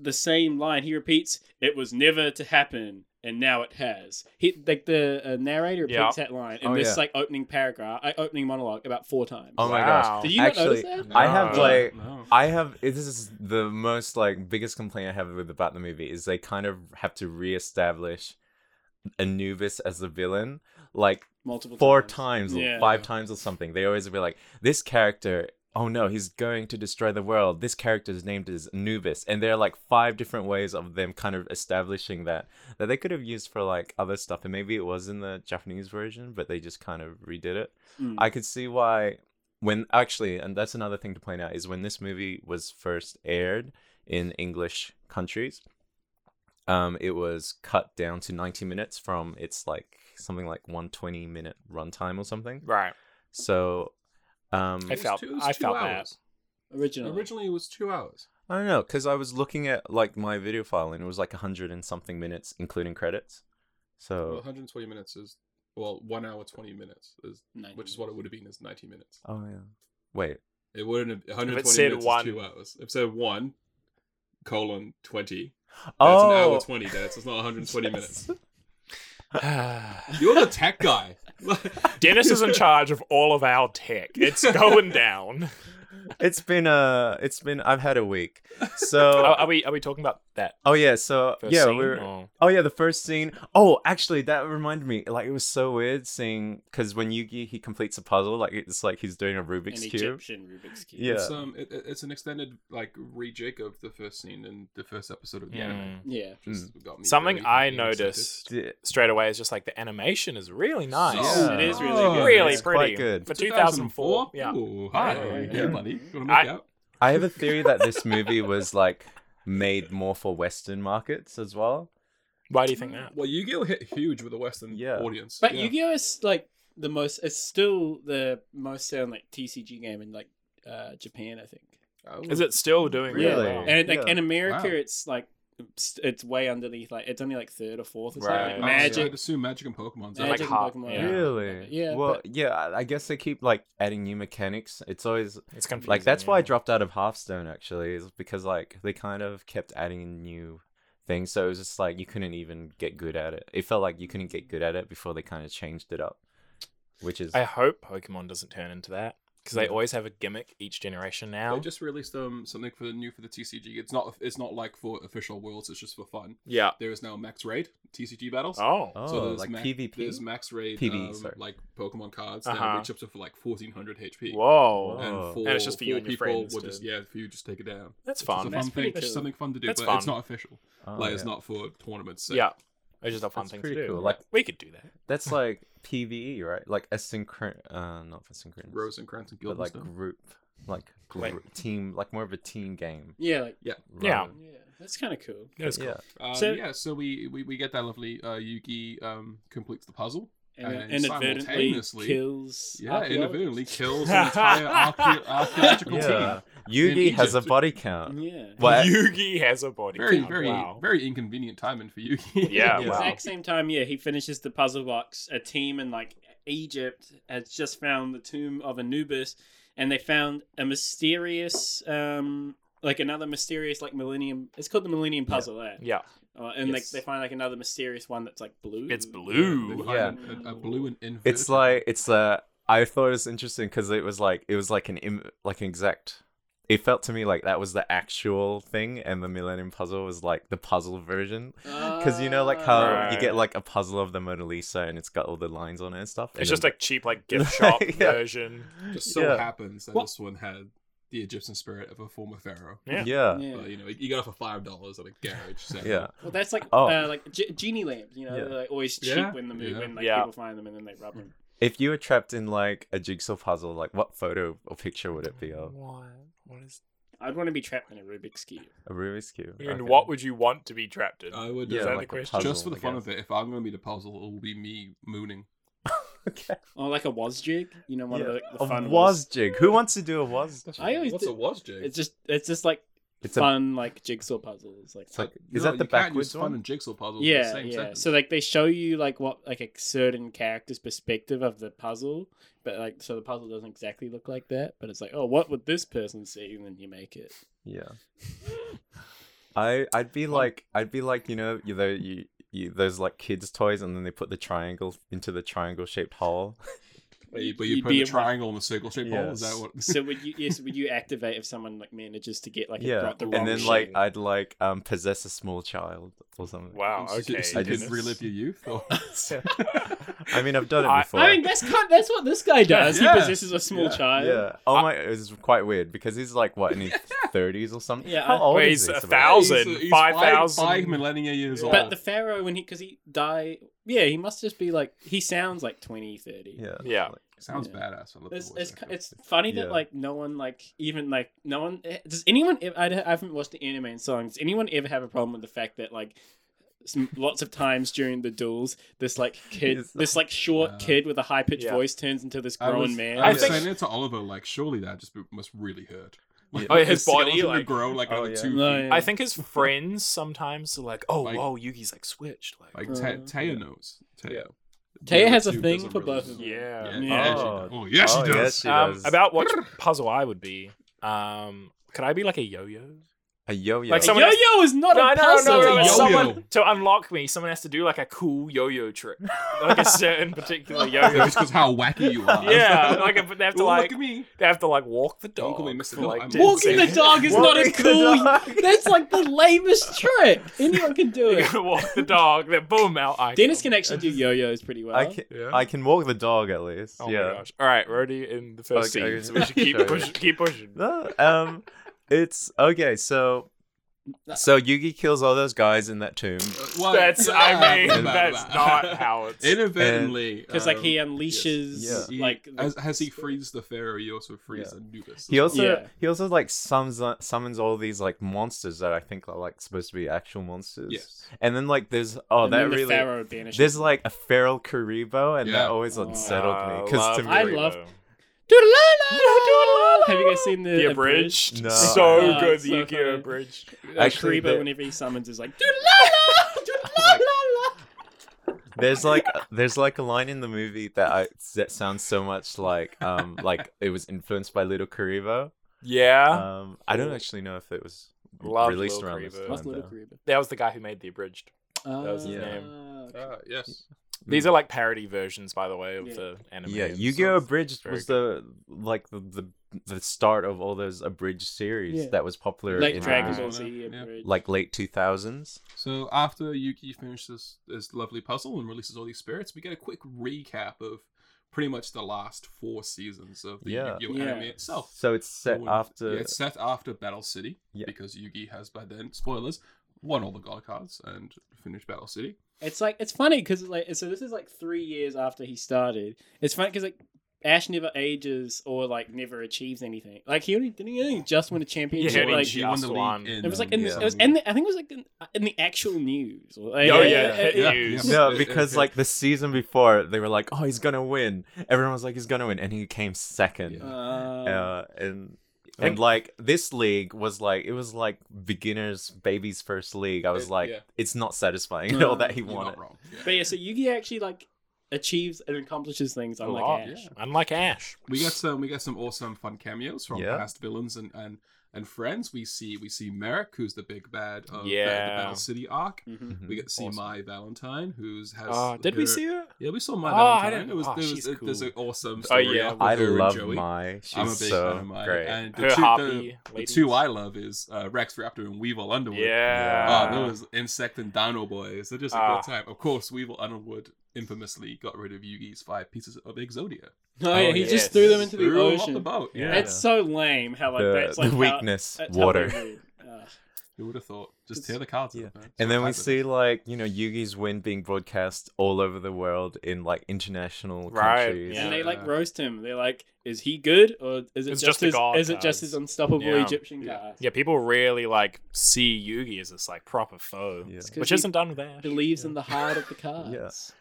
Speaker 3: the same line. He repeats, "It was never to happen, and now it has." He like the uh, narrator repeats
Speaker 1: Yeah.
Speaker 3: that line in
Speaker 4: Oh,
Speaker 3: this
Speaker 4: yeah.
Speaker 3: like opening paragraph, uh, opening monologue about four times.
Speaker 4: Oh my
Speaker 1: Wow.
Speaker 4: gosh!
Speaker 3: Did you not
Speaker 4: actually,
Speaker 3: notice that?
Speaker 4: I have
Speaker 1: No.
Speaker 4: like
Speaker 2: No.
Speaker 4: I have this is the most like biggest complaint I have with about the movie is they kind of have to reestablish Anubis as the villain like
Speaker 3: multiple
Speaker 4: four times or
Speaker 3: Yeah.
Speaker 4: five times or something. They always be like, this character, oh no, he's going to destroy the world. This character is named as Anubis, and there are like five different ways of them kind of establishing that that they could have used for like other stuff, and maybe it was in the Japanese version, but they just kind of redid it.
Speaker 3: Mm.
Speaker 4: I could see why when actually, and that's another thing to point out is when this movie was first aired in English countries, um, it was cut down to 90 minutes from its like something like 120 minute runtime or something.
Speaker 1: Right.
Speaker 4: So, um,
Speaker 1: I
Speaker 2: It was
Speaker 1: felt-
Speaker 2: two- it was
Speaker 1: I
Speaker 2: two
Speaker 1: felt that.
Speaker 2: hours.
Speaker 3: original.
Speaker 2: Originally, it was two hours.
Speaker 4: I don't know because I was looking at like my video file and it was like 100 and something minutes including credits.
Speaker 2: Well,
Speaker 4: So,
Speaker 2: 120 minutes is well, one hour 20 minutes is,
Speaker 3: Nineteen
Speaker 2: which is what it would have been is 90 minutes.
Speaker 4: oh yeah, wait,
Speaker 2: It wouldn't have 120
Speaker 1: said
Speaker 2: minutes
Speaker 1: one-
Speaker 2: is two hours. If it said one colon 20, that's
Speaker 4: oh,
Speaker 2: an hour 20. That's it's not 120 minutes.
Speaker 1: Dennis
Speaker 2: You're the tech guy.
Speaker 1: is in charge of all of our tech. It's going down.
Speaker 4: it's been a. It's been. I've had a week. So.
Speaker 1: Are, are we are we talking about that?
Speaker 4: oh yeah. So
Speaker 1: First
Speaker 4: yeah.
Speaker 1: scene,
Speaker 4: we're,
Speaker 1: or-
Speaker 4: Oh yeah, the first scene. Oh, actually, that reminded me. Like, it was so weird seeing because when Yugi he completes a puzzle, like it's like he's doing a
Speaker 3: An
Speaker 4: Rubik's cube.
Speaker 3: Egyptian Rubik's cube.
Speaker 4: Yeah.
Speaker 2: It's um, it, it- it's an extended like rejig of the first scene in the first episode of the anime.
Speaker 1: Mm.
Speaker 3: Yeah.
Speaker 2: Just got me
Speaker 1: Something
Speaker 2: really
Speaker 1: I
Speaker 2: fucking excited.
Speaker 1: noticed
Speaker 4: D-
Speaker 1: straight away is just like the animation is really nice.
Speaker 4: Yeah. It is
Speaker 3: really good.
Speaker 1: Really
Speaker 4: It's
Speaker 1: pretty.
Speaker 4: quite good.
Speaker 1: For 2004. Yeah.
Speaker 2: Ooh, hi,
Speaker 1: Yeah,
Speaker 3: yeah,
Speaker 2: hey,
Speaker 3: yeah.
Speaker 2: buddy. You wanna make
Speaker 1: I-
Speaker 2: out?
Speaker 4: I have a theory that this movie was like made more for Western markets as well.
Speaker 1: Why do you think that?
Speaker 2: Well, Yu-Gi-Oh hit huge with the Western
Speaker 4: Yeah.
Speaker 2: audience.
Speaker 3: But
Speaker 2: yeah.
Speaker 3: Yu-Gi-Oh is like the most. It's still the most selling like TCG game in like uh, Japan, I think.
Speaker 2: Oh.
Speaker 1: Is it still doing really?
Speaker 4: Really?
Speaker 1: well?
Speaker 3: And it, like
Speaker 4: Yeah.
Speaker 3: in America,
Speaker 2: Wow.
Speaker 3: it's like it's- it's way underneath. Like it's only like third or fourth. It's
Speaker 1: Right.
Speaker 3: like,
Speaker 2: Oh, so I'd
Speaker 3: magic.
Speaker 2: assume Magic and
Speaker 1: Magic
Speaker 2: Pokemon's
Speaker 1: and
Speaker 2: like,
Speaker 3: Magic
Speaker 1: hot,
Speaker 3: Pokemon.
Speaker 1: yeah.
Speaker 4: Really?
Speaker 3: Yeah,
Speaker 4: Well,
Speaker 3: but-
Speaker 4: yeah. I- I guess they keep like adding new mechanics. It's always
Speaker 1: It's confusing.
Speaker 4: like that's why I
Speaker 1: yeah.
Speaker 4: dropped out of Hearthstone actually is because like they kind of kept adding new things, so it was just like you couldn't even get good at it. It felt like you couldn't get good at it before they kind of changed it up, which is
Speaker 1: I hope Pokemon doesn't turn into that because they
Speaker 4: Yeah.
Speaker 1: always have a gimmick each generation now.
Speaker 2: They just released um something for the new for the TCG. It's not it's not like for official worlds. It's just for fun.
Speaker 1: yeah.
Speaker 2: There is now Max Raid TCG battles.
Speaker 1: Oh.
Speaker 4: oh
Speaker 2: so there's
Speaker 4: like
Speaker 2: Mac-
Speaker 4: PvP.
Speaker 2: There's Max Raid
Speaker 4: PB,
Speaker 2: um,
Speaker 4: sorry.
Speaker 2: like Pokemon cards
Speaker 1: Uh-huh.
Speaker 2: that reach up to for like 1400 HP.
Speaker 1: Whoa.
Speaker 4: Wow. Oh.
Speaker 2: And, four,
Speaker 1: And it's just for you
Speaker 2: four
Speaker 1: and your
Speaker 2: people
Speaker 1: friends
Speaker 2: Would
Speaker 1: to-
Speaker 2: just, yeah, for you just take it down.
Speaker 1: That's
Speaker 2: It's a
Speaker 1: fun.
Speaker 2: fun
Speaker 3: pretty
Speaker 2: thing. It's
Speaker 3: cool.
Speaker 2: something fun to do,
Speaker 1: That's
Speaker 2: but it's
Speaker 1: fun.
Speaker 2: not official.
Speaker 4: Oh,
Speaker 2: like it's
Speaker 4: yeah.
Speaker 2: not for tournaments. So
Speaker 1: yeah. It's just a fun
Speaker 4: That's
Speaker 1: thing to
Speaker 4: pretty
Speaker 1: do.
Speaker 4: cool. Like-
Speaker 1: we could do that.
Speaker 4: That's like PVE, right? Like asynchron, uh, not for synchronous,
Speaker 2: Rosencrantz and
Speaker 4: but like
Speaker 2: Guildenstern.
Speaker 4: group, like group,
Speaker 1: Wait.
Speaker 4: team, like more of a team game.
Speaker 3: Yeah, like
Speaker 2: yeah.
Speaker 1: Yeah.
Speaker 4: rather-
Speaker 3: yeah, that's kind of cool.
Speaker 1: That's cool.
Speaker 4: yeah.
Speaker 2: Uh,
Speaker 3: So-
Speaker 2: yeah, so we, we, we get that lovely uh, Yugi um, completes the puzzle.
Speaker 3: And,
Speaker 2: And
Speaker 3: inadvertently
Speaker 2: simultaneously-
Speaker 3: kills.
Speaker 2: Yeah,
Speaker 3: Archaeo.
Speaker 2: inadvertently kills an entire archae- archaeological
Speaker 4: Yeah.
Speaker 2: team.
Speaker 4: Yugi has a
Speaker 2: Egypt.
Speaker 4: body count.
Speaker 3: Yeah.
Speaker 4: What?
Speaker 1: Yugi has a body
Speaker 2: Very,
Speaker 1: count.
Speaker 2: very,
Speaker 1: wow.
Speaker 2: very inconvenient timing for Yugi.
Speaker 1: Yeah,
Speaker 3: At the
Speaker 4: wow.
Speaker 3: exact same time, yeah, he finishes the puzzle box. A team in like Egypt has just found the tomb of Anubis, and they found a mysterious, um, like another mysterious, like Millennium. It's called the Millennium Puzzle, there.
Speaker 1: yeah.
Speaker 3: Uh, and
Speaker 1: Yes.
Speaker 3: like they find like another mysterious one that's like blue.
Speaker 1: It's
Speaker 2: They
Speaker 1: blue.
Speaker 2: find
Speaker 4: Yeah.
Speaker 2: an- A, a blue and inverted.
Speaker 4: It's like it's uh I thought it was interesting because it was like it was like an Im- like an exact. It felt to me like that was the actual thing, and the Millennium Puzzle was like the puzzle version.
Speaker 3: Uh,
Speaker 4: Because you know, like how you
Speaker 1: Right.
Speaker 4: get like a puzzle of the Mona Lisa, and it's got all the lines on it and stuff.
Speaker 1: It's just a cheap like gift shop
Speaker 4: Yeah.
Speaker 1: version.
Speaker 2: Just so
Speaker 4: yeah.
Speaker 2: happens that
Speaker 3: What-
Speaker 2: this one had the Egyptian spirit of a former pharaoh.
Speaker 1: Yeah.
Speaker 4: yeah.
Speaker 3: Yeah.
Speaker 2: But, you know, you got it for five dollars at a garage. So.
Speaker 4: yeah.
Speaker 3: Well, that's like
Speaker 4: Oh.
Speaker 3: uh, like ge- genie lamps. You know,
Speaker 4: Yeah.
Speaker 3: they're like always cheap
Speaker 2: Yeah.
Speaker 3: when the move
Speaker 2: Yeah. Hmm.
Speaker 3: when like
Speaker 1: Yeah.
Speaker 3: people find them and then they rub them.
Speaker 4: If you were trapped in like a jigsaw puzzle, like what photo or picture would it be of?
Speaker 1: What? What is?
Speaker 3: I'd want to be trapped in a Rubik's cube.
Speaker 4: A Rubik's cube.
Speaker 1: And
Speaker 4: okay.
Speaker 1: what would you want to be trapped in?
Speaker 2: I would
Speaker 1: Is
Speaker 4: Yeah,
Speaker 2: uh,
Speaker 1: that
Speaker 4: like
Speaker 1: the
Speaker 4: a
Speaker 1: question?
Speaker 4: puzzle,
Speaker 2: just for the
Speaker 4: I
Speaker 2: fun
Speaker 4: guess.
Speaker 2: of it. If I'm going to be the puzzle, it will be me mooning.
Speaker 4: okay.
Speaker 3: Or Oh, like a was jig, you know, one of
Speaker 4: Yeah.
Speaker 3: the, the fun
Speaker 4: a
Speaker 3: ones.
Speaker 4: was jig. Who wants to do a was?
Speaker 2: That's
Speaker 3: I always
Speaker 2: what's
Speaker 3: did-
Speaker 2: a was jig?
Speaker 3: It's just it's just like
Speaker 4: It's a.
Speaker 3: fun like jigsaw puzzles. Like,
Speaker 4: It's like
Speaker 2: Uh,
Speaker 4: is
Speaker 2: no,
Speaker 4: that the
Speaker 2: you can't
Speaker 4: backwards
Speaker 2: use fun
Speaker 4: one?
Speaker 2: and jigsaw puzzles? in
Speaker 3: yeah,
Speaker 2: the same
Speaker 3: yeah.
Speaker 2: sentence.
Speaker 3: So like they show you like what like a certain character's perspective of the puzzle, but like so the puzzle doesn't exactly look like that. But it's like oh, what would this person see? And then you make it.
Speaker 4: Yeah. I I'd be like I'd be like you know you know you. You, those like kids toys and then they put the triangle into the triangle shaped hole
Speaker 2: Wait, but
Speaker 3: you'd
Speaker 2: you put
Speaker 3: be
Speaker 2: a
Speaker 3: in one-
Speaker 2: triangle in the circle shape hole. Is that
Speaker 4: Yes.
Speaker 2: what?
Speaker 3: So would you yes would you activate if someone like manages to get like a-
Speaker 4: yeah
Speaker 3: like, the wrong
Speaker 4: and then like
Speaker 2: uh,
Speaker 3: shape?
Speaker 4: i'd like um possess a small child or something
Speaker 1: Wow.
Speaker 2: So-
Speaker 1: Oh, Okay.
Speaker 2: so you
Speaker 4: I
Speaker 2: can
Speaker 4: just-
Speaker 2: relive your youth. Or...
Speaker 4: i mean i've done
Speaker 1: I-
Speaker 4: it before
Speaker 3: I mean that's kind that's what this guy does.
Speaker 2: Yeah.
Speaker 3: He possesses a small
Speaker 2: Yeah.
Speaker 1: uh,
Speaker 3: child.
Speaker 4: yeah oh my it was quite weird because he's like what in his 30s or something
Speaker 3: Yeah,
Speaker 4: how
Speaker 3: I-
Speaker 4: old
Speaker 1: Wait,
Speaker 4: is
Speaker 1: he's
Speaker 4: he
Speaker 1: a
Speaker 4: Sebastian?
Speaker 1: thousand,
Speaker 2: He's- he's
Speaker 1: five
Speaker 2: five-
Speaker 1: thousand.
Speaker 2: five millennia years
Speaker 1: Yeah.
Speaker 2: old.
Speaker 3: But the pharaoh when he because he die yeah he must just be like he sounds like 20, 30.
Speaker 4: yeah
Speaker 1: Yeah.
Speaker 2: Sounds
Speaker 3: Yeah.
Speaker 2: badass. I love the
Speaker 3: It's
Speaker 2: voice
Speaker 3: it's,
Speaker 2: actor.
Speaker 3: it's funny
Speaker 4: Yeah.
Speaker 3: that like no one like even like no one eh, does anyone ev- I, I haven't watched the anime in so long. Does anyone ever have a problem with the fact that like some, lots of times during the duels this like kid
Speaker 4: Yes.
Speaker 3: this like short
Speaker 2: Yeah.
Speaker 3: kid with a high pitched
Speaker 1: Yeah.
Speaker 3: voice turns into this
Speaker 2: I
Speaker 3: grown
Speaker 2: was,
Speaker 3: man.
Speaker 2: I
Speaker 1: I
Speaker 2: was
Speaker 1: think-
Speaker 2: saying it to Oliver, like, surely that just be- must really hurt. Like,
Speaker 1: Oh, yeah, his
Speaker 2: skeleton
Speaker 1: body,
Speaker 2: would
Speaker 1: like-
Speaker 2: grow like
Speaker 4: Oh,
Speaker 2: another
Speaker 4: yeah.
Speaker 2: two
Speaker 3: No,
Speaker 2: feet.
Speaker 3: yeah.
Speaker 1: I think his friends sometimes are like, "Oh,
Speaker 2: Like-
Speaker 1: whoa, Yugi's like switched." Like,
Speaker 2: Like
Speaker 3: Uh,
Speaker 2: Te-
Speaker 4: yeah.
Speaker 2: Taya knows. Taya.
Speaker 1: Yeah.
Speaker 3: Taya has a
Speaker 2: tube
Speaker 3: thing
Speaker 2: doesn't
Speaker 3: for
Speaker 2: really
Speaker 3: both of
Speaker 2: know.
Speaker 3: them.
Speaker 1: yeah.
Speaker 2: Yeah.
Speaker 3: Yeah.
Speaker 2: Oh, oh, yeah, she
Speaker 4: oh,
Speaker 2: does.
Speaker 4: yes, she
Speaker 1: Um,
Speaker 4: does.
Speaker 1: about what puzzle I would be. Um, could I be like a yo-yo?
Speaker 4: A yo-yo.
Speaker 1: Like someone
Speaker 3: yo
Speaker 1: has-
Speaker 3: yo is not
Speaker 1: no,
Speaker 3: a
Speaker 1: no,
Speaker 3: person.
Speaker 1: no, no,
Speaker 2: It's a yo-yo.
Speaker 1: Someone to unlock me, someone has to do like a cool yo-yo trick, like a certain particular yo-yo.
Speaker 2: just because how wacky you are.
Speaker 1: yeah, like a, but they have to
Speaker 2: Ooh,
Speaker 1: like
Speaker 2: look at me.
Speaker 1: they have to like walk the
Speaker 2: Don't
Speaker 1: dog.
Speaker 2: call me
Speaker 1: for,
Speaker 2: Mr. Phil,
Speaker 1: like,
Speaker 2: I'm
Speaker 1: 10
Speaker 3: Walking the
Speaker 1: seconds.
Speaker 3: dog is not a
Speaker 4: Walking the
Speaker 3: cool.
Speaker 4: dog.
Speaker 3: That's like the lamest trick. Anyone can do
Speaker 1: You
Speaker 3: it.
Speaker 1: gotta walk the dog. Then boom out. I
Speaker 3: Dennis can actually do yo-yos pretty well.
Speaker 4: I can,
Speaker 2: Yeah.
Speaker 4: I can walk the dog at least.
Speaker 1: Oh
Speaker 4: yeah.
Speaker 1: my gosh! All right, we're already in the first
Speaker 4: Okay,
Speaker 1: scene, so we should
Speaker 4: okay.
Speaker 1: keep
Speaker 4: Sorry.
Speaker 1: pushing. Keep pushing.
Speaker 4: No, um, it's okay. So,
Speaker 3: Uh,
Speaker 4: so Yugi kills all those guys in that tomb.
Speaker 2: Uh, well,
Speaker 1: That's
Speaker 2: yeah,
Speaker 1: I mean,
Speaker 2: blah, blah,
Speaker 1: that's
Speaker 2: blah.
Speaker 1: not how it's.
Speaker 2: Inadvertently,
Speaker 3: Because like he
Speaker 2: um,
Speaker 3: unleashes
Speaker 4: yes.
Speaker 2: he-
Speaker 3: like
Speaker 2: as, as he frees the fairy, he also frees
Speaker 4: Yeah.
Speaker 2: Anubis.
Speaker 4: He also
Speaker 3: Yeah.
Speaker 4: he also like summons uh, summons all these like monsters that I think are like supposed to be actual monsters.
Speaker 2: Yes.
Speaker 4: And then like there's oh
Speaker 3: and
Speaker 4: that
Speaker 3: then the
Speaker 4: really
Speaker 3: pharaoh banishes.
Speaker 4: there's like a feral Karibo and
Speaker 2: Yeah.
Speaker 4: that always
Speaker 3: Oh.
Speaker 4: unsettled me
Speaker 1: Ah,
Speaker 4: because to me
Speaker 3: I
Speaker 1: Dorito.
Speaker 3: love- Doodle-la-la-la. Have you guys seen the,
Speaker 1: the abridged.
Speaker 4: No.
Speaker 1: So
Speaker 3: Oh,
Speaker 1: good,
Speaker 3: it's
Speaker 1: the
Speaker 3: so
Speaker 1: Yu-Gi-Oh!
Speaker 3: funny.
Speaker 1: abridged.
Speaker 4: Actually,
Speaker 3: Actually,
Speaker 4: the-
Speaker 3: whenever he summons, is like doodle-la-la, doodle-la-la-la.
Speaker 4: there's like there's like a line in the movie that I that sounds so much like um like it was influenced by Little Karibo.
Speaker 2: Uh-huh.
Speaker 1: Yeah,
Speaker 4: Um, I don't
Speaker 1: Cool.
Speaker 4: actually know if it was
Speaker 1: Love
Speaker 4: released
Speaker 1: Little
Speaker 4: around this
Speaker 1: Karibo.
Speaker 4: time.
Speaker 3: What's little
Speaker 4: though.
Speaker 3: Kariba?
Speaker 1: that was the guy who made the abridged.
Speaker 3: That
Speaker 1: was his name.
Speaker 2: Ah, yes.
Speaker 1: These
Speaker 4: Mm.
Speaker 1: are like parody versions, by the way, of
Speaker 3: Yeah.
Speaker 1: the anime.
Speaker 4: Yeah,
Speaker 1: and
Speaker 4: Yu-Gi-Oh!
Speaker 1: stuff.
Speaker 4: Abridged
Speaker 1: Very
Speaker 4: was the like the, the the start of all those abridged series
Speaker 3: Yeah.
Speaker 4: that was popular
Speaker 3: Like
Speaker 4: in
Speaker 3: Dragon
Speaker 4: the-
Speaker 3: Ball
Speaker 2: Yeah.
Speaker 3: Z.
Speaker 2: Yeah.
Speaker 3: abridged.
Speaker 4: like late two thousands.
Speaker 2: So after Yuki finishes this lovely puzzle and releases all these spirits, we get a quick recap of pretty much the last four seasons of the
Speaker 4: Yeah.
Speaker 2: Yu-Gi-Oh
Speaker 3: Yeah.
Speaker 2: anime itself.
Speaker 4: So it's set
Speaker 2: So,
Speaker 4: after.
Speaker 2: yeah, it's set after Battle City
Speaker 4: Yeah.
Speaker 2: because Yugi has by then spoilers won all the god cards and finished Battle City.
Speaker 3: It's like it's funny because like so this is like three years after he started. It's funny because like Ash never ages or like never achieves anything. Like he only didn't he only just win a
Speaker 1: Yeah,
Speaker 3: championship.
Speaker 1: and he
Speaker 3: like
Speaker 1: just won.
Speaker 3: it was like in
Speaker 4: Yeah.
Speaker 3: the, it was in the I think it was like in, in the actual news. Oh
Speaker 1: yeah,
Speaker 2: yeah, yeah.
Speaker 1: news.
Speaker 2: Yeah.
Speaker 4: no, because like the season before, they were like, "Oh, he's gonna win." Everyone was like, "He's gonna win," and he came second.
Speaker 2: Yeah.
Speaker 3: Um,
Speaker 4: Uh, and and like this league was like it was like beginners' baby's first league. I was
Speaker 2: It-
Speaker 4: like,
Speaker 2: Uh, yeah.
Speaker 4: "It's not satisfying at all
Speaker 3: No,
Speaker 4: that he
Speaker 2: You're
Speaker 4: won
Speaker 2: not
Speaker 4: it."
Speaker 2: wrong. Yeah.
Speaker 3: But yeah, so Yugi actually like achieves and accomplishes things
Speaker 1: A
Speaker 3: unlike
Speaker 1: lot.
Speaker 3: Ash.
Speaker 1: Unlike Ash.
Speaker 2: We got some we got some awesome fun cameos from
Speaker 4: Yeah.
Speaker 2: past villains and, and and friends. We see we see Merrick, who's the big bad of the- the
Speaker 1: Yeah.
Speaker 2: Battle City arc.
Speaker 3: Mhm.
Speaker 4: Mm-hmm.
Speaker 2: We get to see
Speaker 1: Awesome.
Speaker 2: My Valentine, who's has.
Speaker 1: Uh, did we
Speaker 2: her-
Speaker 1: see her?
Speaker 2: Yeah, we saw My
Speaker 1: Oh, I
Speaker 2: Valentine.
Speaker 1: didn't-
Speaker 2: It was,
Speaker 1: oh,
Speaker 2: there was
Speaker 1: she's
Speaker 2: a- there's
Speaker 1: cool.
Speaker 2: an awesome.
Speaker 1: Oh,
Speaker 2: Story
Speaker 1: yeah.
Speaker 2: arc with
Speaker 4: I
Speaker 2: her and
Speaker 4: love
Speaker 2: Joey.
Speaker 4: my. She's
Speaker 2: I'm a big fan
Speaker 4: so
Speaker 2: of Mai.
Speaker 4: great.
Speaker 2: And the
Speaker 1: Her
Speaker 2: two,
Speaker 1: harpy.
Speaker 2: the, the
Speaker 1: ladies.
Speaker 2: two I love is uh, Rex Raptor and Weevil Underwood.
Speaker 1: Yeah.
Speaker 2: Uh, those insect and dino boys. They're just a
Speaker 1: Ah.
Speaker 2: good time. Of course, Weevil Underwood infamously got rid of Yugi's five pieces of Exodia.
Speaker 3: Oh, yeah, he
Speaker 1: yes.
Speaker 3: just threw them into the
Speaker 2: Threw 'em off the
Speaker 3: ocean.
Speaker 2: boat. Yeah.
Speaker 4: Yeah.
Speaker 3: It's so lame how like
Speaker 4: the,
Speaker 3: that's like
Speaker 4: the
Speaker 3: how-
Speaker 4: weakness,
Speaker 3: that's how
Speaker 4: water.
Speaker 3: they do it. Uh, Ugh.
Speaker 2: Who would have thought? Just
Speaker 4: It's-
Speaker 2: tear the cards
Speaker 4: yeah.
Speaker 2: up. man. It's
Speaker 4: And then we
Speaker 2: fantastic.
Speaker 4: see like you know Yugi's win being broadcast all over the world in like international
Speaker 1: Right,
Speaker 4: countries.
Speaker 1: yeah.
Speaker 3: And they like roast him. They're like, "Is he good or is it
Speaker 1: It's
Speaker 3: just,
Speaker 1: just the
Speaker 3: his,
Speaker 1: god
Speaker 3: is it
Speaker 1: cards.
Speaker 3: just his unstoppable
Speaker 1: Yeah.
Speaker 3: Egyptian
Speaker 2: Yeah.
Speaker 3: cast?
Speaker 1: Yeah, people really like see Yugi as this like proper foe,
Speaker 4: Yeah.
Speaker 3: Because
Speaker 1: which
Speaker 3: he
Speaker 1: isn't done with Ash.
Speaker 3: Believes in the heart of the cards.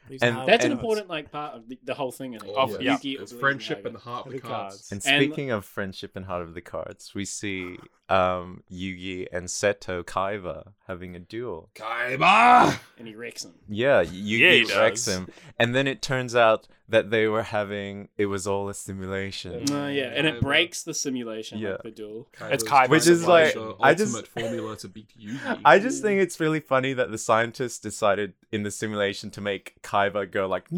Speaker 1: Believes
Speaker 4: And-
Speaker 1: in how-
Speaker 3: That's an
Speaker 4: And-
Speaker 3: important like part of the, the whole thing. I think.
Speaker 1: Of-
Speaker 3: Yugi
Speaker 1: yeah.
Speaker 3: believes
Speaker 2: It's
Speaker 3: in
Speaker 2: friendship
Speaker 3: Hagrid.
Speaker 2: and the heart of the cards.
Speaker 4: And
Speaker 3: And-
Speaker 4: speaking of friendship and heart of the cards, we see um Yugi and Seto Kaiba having a duel.
Speaker 2: Kaiba!
Speaker 3: and he wrecks him.
Speaker 4: Yeah,
Speaker 1: Yeah, he
Speaker 4: Yugi wrecks
Speaker 1: does.
Speaker 4: him, and then it turns out that they were having it was all a simulation.
Speaker 3: Uh, yeah, and
Speaker 2: Kaiba.
Speaker 3: it breaks the simulation.
Speaker 4: Yeah.
Speaker 3: Like, the duel.
Speaker 1: It's Kaiba.
Speaker 4: Which is like-
Speaker 2: the
Speaker 4: I just-
Speaker 2: ultimate formula to beat Yugi.
Speaker 4: I just think it's really funny that the scientists decided in the simulation to make Kaiba go like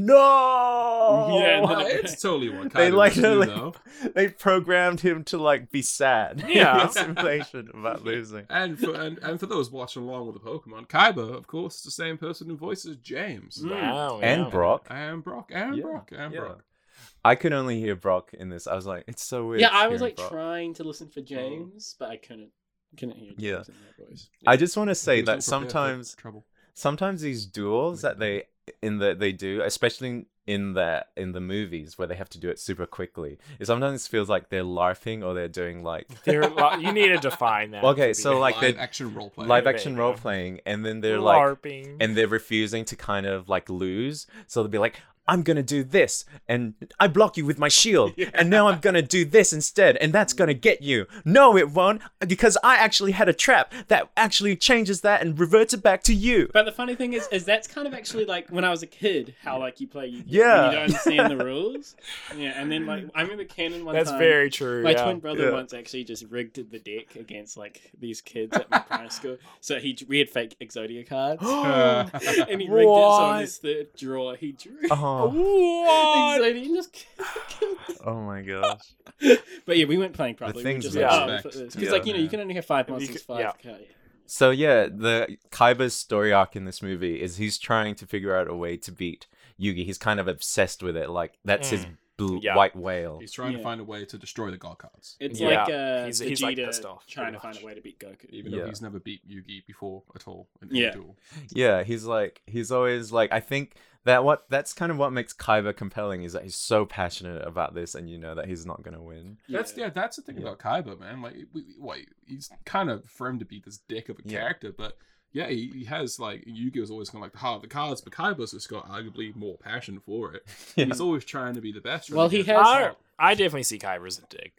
Speaker 4: no.
Speaker 3: Yeah, and then
Speaker 2: Well, it's totally what Kaiba
Speaker 4: they like,
Speaker 2: would do,
Speaker 4: like-
Speaker 2: though.
Speaker 4: they programmed him to like be sad.
Speaker 1: Yeah.
Speaker 4: in simulation about losing.
Speaker 2: And for and, and for those watching along with the Pokemon, Kaiba, of course, is the same person who voices James.
Speaker 3: Mm.
Speaker 1: Wow, yeah.
Speaker 4: And Brock,
Speaker 2: I am Brock. I am
Speaker 4: Yeah,
Speaker 2: Brock. I am
Speaker 4: yeah.
Speaker 2: Brock.
Speaker 4: I could only hear Brock in this. I was like, it's so weird.
Speaker 3: yeah, I was
Speaker 4: hearing
Speaker 3: like
Speaker 4: Brock.
Speaker 3: trying to listen for James, but I couldn't. Couldn't hear.
Speaker 4: Yeah.
Speaker 3: James in that voice.
Speaker 4: I just want to say
Speaker 2: He was
Speaker 4: that
Speaker 2: not prepared for
Speaker 4: sometimes,
Speaker 2: trouble.
Speaker 4: sometimes these duels that they in that they do, especially in the in the movies where they have to do it super quickly, it sometimes feels like they're larping or they're doing like
Speaker 1: They're li- you need to define that.
Speaker 4: Okay,
Speaker 1: to be-
Speaker 4: so, like,
Speaker 2: live
Speaker 4: the-
Speaker 2: action role play.
Speaker 4: live
Speaker 1: there
Speaker 4: action
Speaker 1: you
Speaker 4: role
Speaker 1: go.
Speaker 4: playing, and then they're like
Speaker 1: LARPing.
Speaker 4: and they're refusing to kind of like lose. So they'll be like, I'm gonna do this, and I block you with my shield, and now I'm gonna do this instead, and that's gonna get you. No, it won't, because I actually had a trap that actually changes that and reverts it back to you.
Speaker 3: But the funny thing is, is that's kind of actually like when I was a kid, how like you play, you,
Speaker 4: Yeah.
Speaker 3: you don't understand the rules, yeah. And then like I remember Canon one
Speaker 1: That's
Speaker 3: time,
Speaker 1: very true.
Speaker 3: My
Speaker 1: yeah.
Speaker 3: twin brother
Speaker 4: Yeah.
Speaker 3: once actually just rigged the deck against like these kids at my primary school. So he we had fake Exodia cards,
Speaker 4: oh.
Speaker 3: and he rigged it. So on
Speaker 4: What?
Speaker 3: his third draw, he
Speaker 4: Uh-huh.
Speaker 3: drew
Speaker 1: Oh. What?
Speaker 3: Exodia and just killed
Speaker 4: oh my gosh.
Speaker 3: it. But yeah, we weren't playing properly. we were
Speaker 4: things
Speaker 3: just
Speaker 1: we
Speaker 3: like, oh,
Speaker 2: expect.
Speaker 3: because
Speaker 4: Yeah.
Speaker 3: like you know you can only have five
Speaker 1: You
Speaker 3: monsters,
Speaker 1: could-
Speaker 3: five
Speaker 1: yeah.
Speaker 3: cards.
Speaker 4: So yeah, the Kaiba's story arc in this movie is he's trying to figure out a way to beat Yugi. He's kind of obsessed with it. Like that's his
Speaker 1: Mm.
Speaker 4: blue
Speaker 1: Yeah.
Speaker 4: white whale.
Speaker 2: He's trying
Speaker 3: Yeah.
Speaker 2: to find a way to destroy the god cards,
Speaker 3: It's
Speaker 1: Yeah.
Speaker 3: like uh,
Speaker 1: He's-
Speaker 3: Vegeta
Speaker 1: he's, like, pissed off,
Speaker 3: trying to
Speaker 1: pretty
Speaker 3: find
Speaker 1: much.
Speaker 3: a way to beat Goku.
Speaker 2: even
Speaker 4: Yeah.
Speaker 2: though he's never beat Yugi before at all. in
Speaker 3: Yeah.
Speaker 2: any duel.
Speaker 4: Yeah, he's like he's always like I think that what that's kind of what makes Kaiba compelling is that he's so passionate about this and you know that he's not gonna win.
Speaker 2: That's yeah. That's the thing
Speaker 4: Yeah.
Speaker 2: about Kaiba, man. Like, we, we- wait, he's kind of for him to be this dick of a
Speaker 4: Yeah.
Speaker 2: character, but yeah, he, he has like Yugi was always kind of like the heart of the cards, but Kaiba's just got arguably more passion for it.
Speaker 4: Yeah.
Speaker 2: He's always trying to be the best.
Speaker 3: Well, he
Speaker 2: trying to
Speaker 1: I,
Speaker 2: get
Speaker 1: I definitely see Kyber as a dick.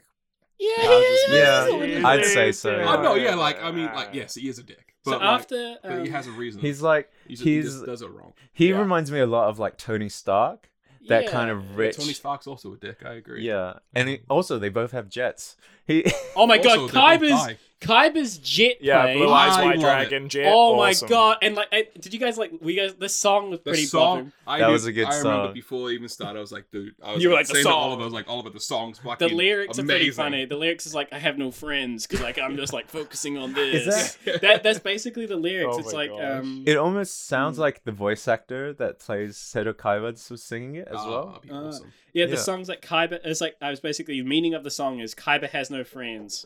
Speaker 3: Yeah,
Speaker 1: I'll just-
Speaker 4: Yeah,
Speaker 1: Yeah.
Speaker 4: I'd say so.
Speaker 2: the
Speaker 4: Yeah.
Speaker 2: top. Oh no, yeah, like I mean, like yes, he is a dick, but
Speaker 3: so
Speaker 2: like,
Speaker 3: after um,
Speaker 2: but he has a reason.
Speaker 4: He's like
Speaker 2: He just, he
Speaker 4: he's-
Speaker 2: just does it wrong.
Speaker 4: he
Speaker 1: Yeah.
Speaker 4: reminds me a lot of like Tony Stark. That kind
Speaker 3: um, yeah.
Speaker 4: of
Speaker 2: Yeah,
Speaker 4: rich
Speaker 2: Tony Stark's also a dick. I agree.
Speaker 4: Yeah. And he, also they both have jets. He
Speaker 3: Oh my
Speaker 2: Also,
Speaker 3: god,
Speaker 2: they both
Speaker 3: Kaiba's
Speaker 2: die.
Speaker 3: Kaiba's jet
Speaker 1: Yeah,
Speaker 3: plane.
Speaker 1: blue eyes,
Speaker 2: I
Speaker 1: white
Speaker 2: love
Speaker 1: dragon, jet.
Speaker 3: oh my
Speaker 1: awesome.
Speaker 3: god! And like, I, did you guys like? We guys, this song was
Speaker 2: The
Speaker 3: pretty
Speaker 2: song,
Speaker 3: bopping.
Speaker 2: I
Speaker 4: That
Speaker 2: knew-
Speaker 4: was a good
Speaker 2: I remember
Speaker 4: song.
Speaker 2: before it even started, I was like, dude, I was
Speaker 1: You were
Speaker 2: like,
Speaker 1: like, the
Speaker 2: saying to
Speaker 1: song.
Speaker 2: Oliver, I was like, Oliver, the song's
Speaker 3: The
Speaker 2: fucking
Speaker 3: lyrics are pretty
Speaker 2: amazing.
Speaker 3: funny. The lyrics is like, I have no friends because like I'm just like focusing on this.
Speaker 4: Is that-
Speaker 3: That- that's basically the lyrics.
Speaker 1: Oh
Speaker 3: it's
Speaker 1: my
Speaker 3: like
Speaker 1: gosh.
Speaker 3: um,
Speaker 4: it almost sounds
Speaker 3: Hmm.
Speaker 4: like the voice actor that plays Seto Kaiba was singing it as
Speaker 2: Ah,
Speaker 4: well.
Speaker 2: that'd be
Speaker 3: Uh,
Speaker 2: awesome.
Speaker 3: yeah, the
Speaker 4: yeah.
Speaker 3: song's like Kaiba. It's like I was basically the meaning of the song is Kaiba has no friends,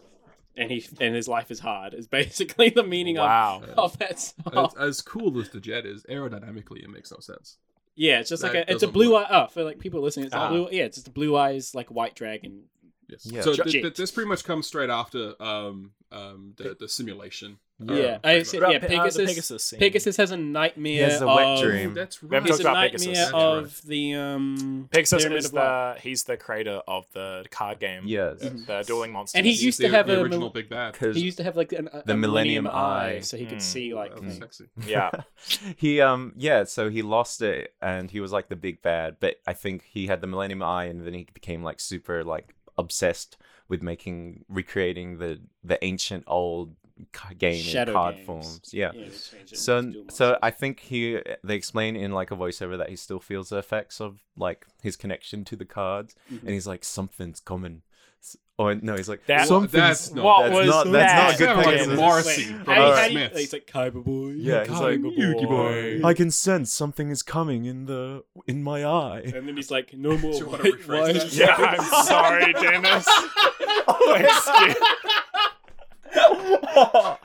Speaker 3: and he and his life is hard. Is basically the meaning
Speaker 1: Wow.
Speaker 3: of, of that song.
Speaker 2: as, as cool as the jet is, aerodynamically it makes no sense.
Speaker 3: Yeah, it's just like
Speaker 2: That
Speaker 3: a, it's a
Speaker 2: doesn't
Speaker 3: blue eye. Oh, for like people listening, it's a
Speaker 1: Ah.
Speaker 3: blue. Yeah, it's just a blue eyes like white dragon.
Speaker 2: Yes.
Speaker 4: Yeah.
Speaker 2: So
Speaker 3: Jet.
Speaker 2: th- th- this pretty much comes straight after um um the, the simulation.
Speaker 4: Yeah.
Speaker 2: Um,
Speaker 3: Yeah, I see-
Speaker 1: What about
Speaker 3: yeah,
Speaker 1: Pe- uh, the
Speaker 3: Pegasus-
Speaker 1: Pegasus. scene?
Speaker 3: Pegasus has a nightmare.
Speaker 4: He has a wet
Speaker 3: of-
Speaker 4: dream.
Speaker 2: that's
Speaker 1: We
Speaker 2: right.
Speaker 1: haven't
Speaker 3: He's
Speaker 1: talked
Speaker 3: a
Speaker 1: about
Speaker 3: nightmare
Speaker 1: Pegasus.
Speaker 2: That's
Speaker 3: of the um
Speaker 1: Pegasus
Speaker 3: Pyramid
Speaker 1: is
Speaker 3: of Light.
Speaker 1: the he's the creator of the card game.
Speaker 4: Yes.
Speaker 1: uh, the dueling monsters.
Speaker 3: Mhm. And he
Speaker 2: He's
Speaker 3: used
Speaker 2: the,
Speaker 3: to have
Speaker 2: the
Speaker 3: a
Speaker 2: original
Speaker 3: mil-
Speaker 2: big bad.
Speaker 4: Because
Speaker 3: he used to have like an, a,
Speaker 4: The
Speaker 3: a
Speaker 4: Millennium Eye.
Speaker 3: so he could
Speaker 1: Mm.
Speaker 3: see like
Speaker 4: Mm-hmm.
Speaker 2: That was
Speaker 3: things.
Speaker 2: sexy.
Speaker 1: yeah,
Speaker 4: he um yeah, so he lost it and he was like the big bad, but I think he had the Millennium Eye and then he became like super like obsessed with making recreating the the ancient old ca- game
Speaker 3: Shadow
Speaker 4: in card
Speaker 3: games.
Speaker 4: forms. Yeah.
Speaker 3: Yeah, they changed it into
Speaker 4: So
Speaker 3: dual
Speaker 4: so
Speaker 3: monsters.
Speaker 4: I think he uh, they explain in like a voiceover that he still feels the effects of like his connection to the cards
Speaker 3: Mhm.
Speaker 4: and he's like something's common. S- Or no, he's like
Speaker 1: That-
Speaker 4: something's
Speaker 2: that's not-
Speaker 1: What
Speaker 4: that's
Speaker 1: was
Speaker 4: not-
Speaker 1: that?
Speaker 4: that's not
Speaker 2: Sounds
Speaker 4: good
Speaker 2: like
Speaker 4: Pegasus.
Speaker 2: a Morrissey
Speaker 3: Wait,
Speaker 2: from
Speaker 3: how do you-
Speaker 4: the
Speaker 3: how do you-
Speaker 2: Smiths.
Speaker 3: He's like Kaiba boy.
Speaker 4: Yeah, he's like,
Speaker 2: Yugi boy.
Speaker 4: I can sense something is coming in the in my eye.
Speaker 3: And then he's like, no more.
Speaker 2: you wanna
Speaker 3: white
Speaker 2: rephrase
Speaker 3: wines.
Speaker 1: yeah. I'm sorry, Dennis. Oh, excuse-
Speaker 4: oh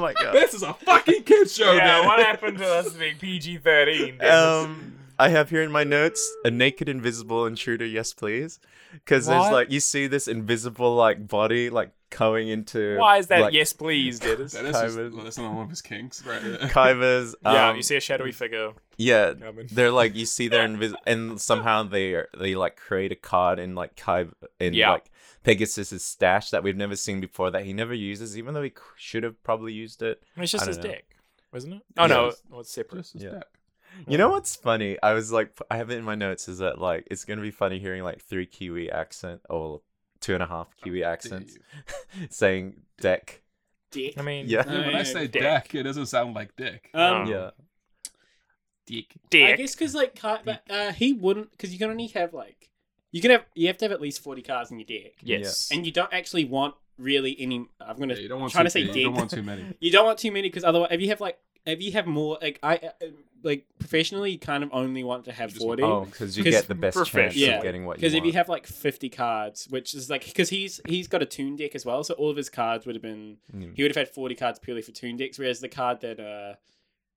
Speaker 4: my god.
Speaker 2: This is a fucking kid show.
Speaker 1: yeah,
Speaker 2: man.
Speaker 1: what happened to us being PG thirteen?
Speaker 4: Um I have here in my notes a naked invisible intruder, yes please. Cuz there's
Speaker 1: What?
Speaker 4: like you see this invisible like body like going into
Speaker 1: Why is that?
Speaker 4: like,
Speaker 1: yes, please, Dennis.
Speaker 2: That is just,
Speaker 4: Kaiba.
Speaker 2: that's not one of his kinks, right? there.
Speaker 4: Kaiba's um,
Speaker 1: yeah, you see a shadowy figure
Speaker 4: yeah
Speaker 1: coming.
Speaker 4: they're like you see they're invis and somehow they are they like create a card in like Kai in
Speaker 1: Yeah.
Speaker 4: like Pegasus's stash that we've never seen before that he never uses even though he c- should have probably used it.
Speaker 1: It's just
Speaker 4: I
Speaker 1: his
Speaker 4: don't know.
Speaker 1: dick, wasn't it? Oh no,
Speaker 2: Yes.
Speaker 1: well, it's separate.
Speaker 2: Just his
Speaker 4: Yeah.
Speaker 2: dick.
Speaker 4: You know what's funny? I was like I have it in my notes is that like it's gonna be funny hearing like three Kiwi accent or two and a
Speaker 3: Oh,
Speaker 4: half
Speaker 2: Oh,
Speaker 4: Kiwi accents saying deck.
Speaker 3: Dick.
Speaker 1: I mean,
Speaker 4: Yeah.
Speaker 2: No, when I
Speaker 3: Yeah,
Speaker 2: say
Speaker 1: dick.
Speaker 2: deck, it doesn't sound like dick.
Speaker 3: Um,
Speaker 4: Yeah.
Speaker 2: dick.
Speaker 3: I
Speaker 1: dick.
Speaker 3: guess because like Kai, but, uh, he wouldn't because you can only have like you can have you have to have at least forty cards in your deck,
Speaker 1: yes.
Speaker 3: and you don't actually want really any. I'm gonna
Speaker 2: Yeah, you don't want
Speaker 3: trying
Speaker 2: too,
Speaker 3: to say
Speaker 2: you don't
Speaker 3: dick.
Speaker 2: want too many.
Speaker 3: You don't want too many because otherwise, if you have like if you have more like I uh, like professionally, you kind of only want to have
Speaker 2: You just want-
Speaker 3: forty.
Speaker 4: Oh, because you
Speaker 3: 'Cause
Speaker 4: get the best chance
Speaker 3: Yeah.
Speaker 4: of getting what you
Speaker 3: Because if you
Speaker 4: want.
Speaker 3: have like fifty cards, which is like because he's he's got a tune deck as well, so all of his cards would have been
Speaker 4: Mm.
Speaker 3: he would have had forty cards purely for tune decks, whereas the card that uh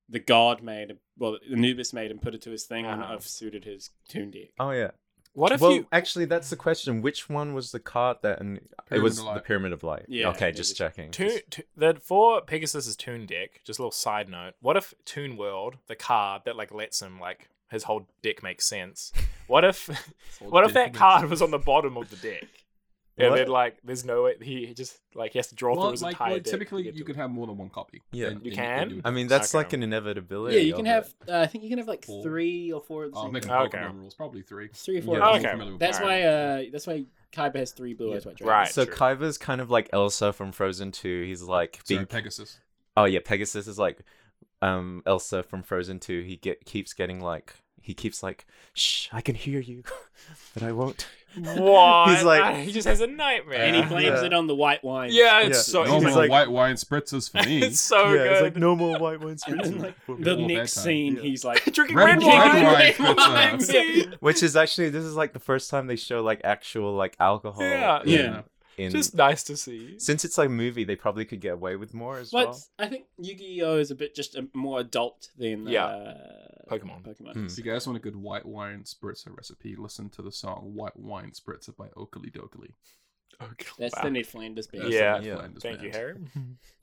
Speaker 3: the god made, well Anubis made and put it to his thing would
Speaker 1: Uh-huh.
Speaker 3: have suited his tune deck.
Speaker 4: Oh yeah.
Speaker 1: What if
Speaker 4: well,
Speaker 1: you?
Speaker 4: actually, that's the question. Which one was the card that? And it
Speaker 2: Pyramid
Speaker 4: was
Speaker 2: of
Speaker 4: the
Speaker 2: Light.
Speaker 4: Pyramid of Light.
Speaker 3: Yeah,
Speaker 4: Okay,
Speaker 3: it
Speaker 4: just
Speaker 3: is.
Speaker 4: checking.
Speaker 1: Toon, to, the for Pegasus's Toon deck, just a little side note. What if Toon World, the card that like lets him like his whole deck makes sense. What if what if that card was on the bottom of the deck? And
Speaker 4: What?
Speaker 1: then like there's no way he he just like he has to draw
Speaker 2: Well,
Speaker 1: through his
Speaker 2: like,
Speaker 1: entire
Speaker 2: well,
Speaker 1: deck. to
Speaker 2: typically
Speaker 1: get
Speaker 2: you
Speaker 1: to
Speaker 2: can
Speaker 1: it.
Speaker 2: have more than one copy.
Speaker 4: Yeah.
Speaker 1: You
Speaker 2: do
Speaker 1: can?
Speaker 2: it.
Speaker 4: I mean, that's
Speaker 1: Okay.
Speaker 4: like an
Speaker 3: Yeah,
Speaker 4: inevitability.
Speaker 3: you can
Speaker 4: of it.
Speaker 3: have. Uh, I think you can have like
Speaker 2: Four.
Speaker 3: three or four. At the
Speaker 2: I'll
Speaker 3: same
Speaker 2: make
Speaker 3: time.
Speaker 2: a copy
Speaker 1: Okay.
Speaker 2: of the rules. Probably three.
Speaker 3: Three or four.
Speaker 4: Yeah.
Speaker 3: at the
Speaker 2: I'm
Speaker 1: Okay.
Speaker 3: same time.
Speaker 2: familiar with
Speaker 3: That's
Speaker 2: that.
Speaker 3: why. Uh, that's why Kaiba has three blue eyes white dragons.
Speaker 1: Right.
Speaker 4: So
Speaker 1: true.
Speaker 4: Kaiba's kind of like Elsa from Frozen 2. He's like
Speaker 2: Sorry,
Speaker 4: being
Speaker 2: uh, Pegasus.
Speaker 4: Oh yeah, Pegasus is like um Elsa from Frozen 2. He get keeps getting like he keeps like, "Shh, I can hear you, but I won't."
Speaker 1: What?
Speaker 4: He's like-
Speaker 1: he just has a nightmare.
Speaker 3: And he
Speaker 4: Yeah.
Speaker 3: blames it on the white wine.
Speaker 1: Yeah, it's
Speaker 4: Yeah.
Speaker 1: so
Speaker 2: No
Speaker 4: he's
Speaker 2: more
Speaker 1: it's,
Speaker 4: like-
Speaker 2: white wine spritzers for me.
Speaker 1: it's so
Speaker 4: yeah, it's
Speaker 1: good.
Speaker 4: like no more white wine
Speaker 3: Oh, And then,
Speaker 4: spritzes
Speaker 3: like,
Speaker 4: for me."
Speaker 3: the
Speaker 2: Well,
Speaker 3: next
Speaker 2: bedtime,
Speaker 3: scene,
Speaker 4: yeah.
Speaker 3: he's like,
Speaker 1: Drinking
Speaker 2: Red
Speaker 1: red,
Speaker 2: wine.
Speaker 1: wine.
Speaker 2: Red wine.
Speaker 1: Yeah.
Speaker 4: Which is actually this is like the first time they show like actual like alcohol.
Speaker 1: Yeah.
Speaker 4: in-
Speaker 3: yeah.
Speaker 4: in-
Speaker 1: Just nice to see.
Speaker 4: since it's like a movie, they probably could get away with more as
Speaker 3: What
Speaker 4: well.
Speaker 3: I think Yu-Gi-Oh is a bit just a, more adult than
Speaker 1: Yeah.
Speaker 3: uh,
Speaker 1: Pokemon.
Speaker 3: Pokemon.
Speaker 4: Hmm.
Speaker 2: If you guys want a good white wine spritzer recipe, listen to the song White Wine Spritzer by Oakley Dokley.
Speaker 1: Okay.
Speaker 3: That's
Speaker 1: Wow.
Speaker 3: the Ned Flanders bit.
Speaker 2: That's
Speaker 1: Yeah.
Speaker 2: the
Speaker 4: Yeah.
Speaker 2: Flanders
Speaker 1: Thank you,
Speaker 2: band.
Speaker 1: Harry.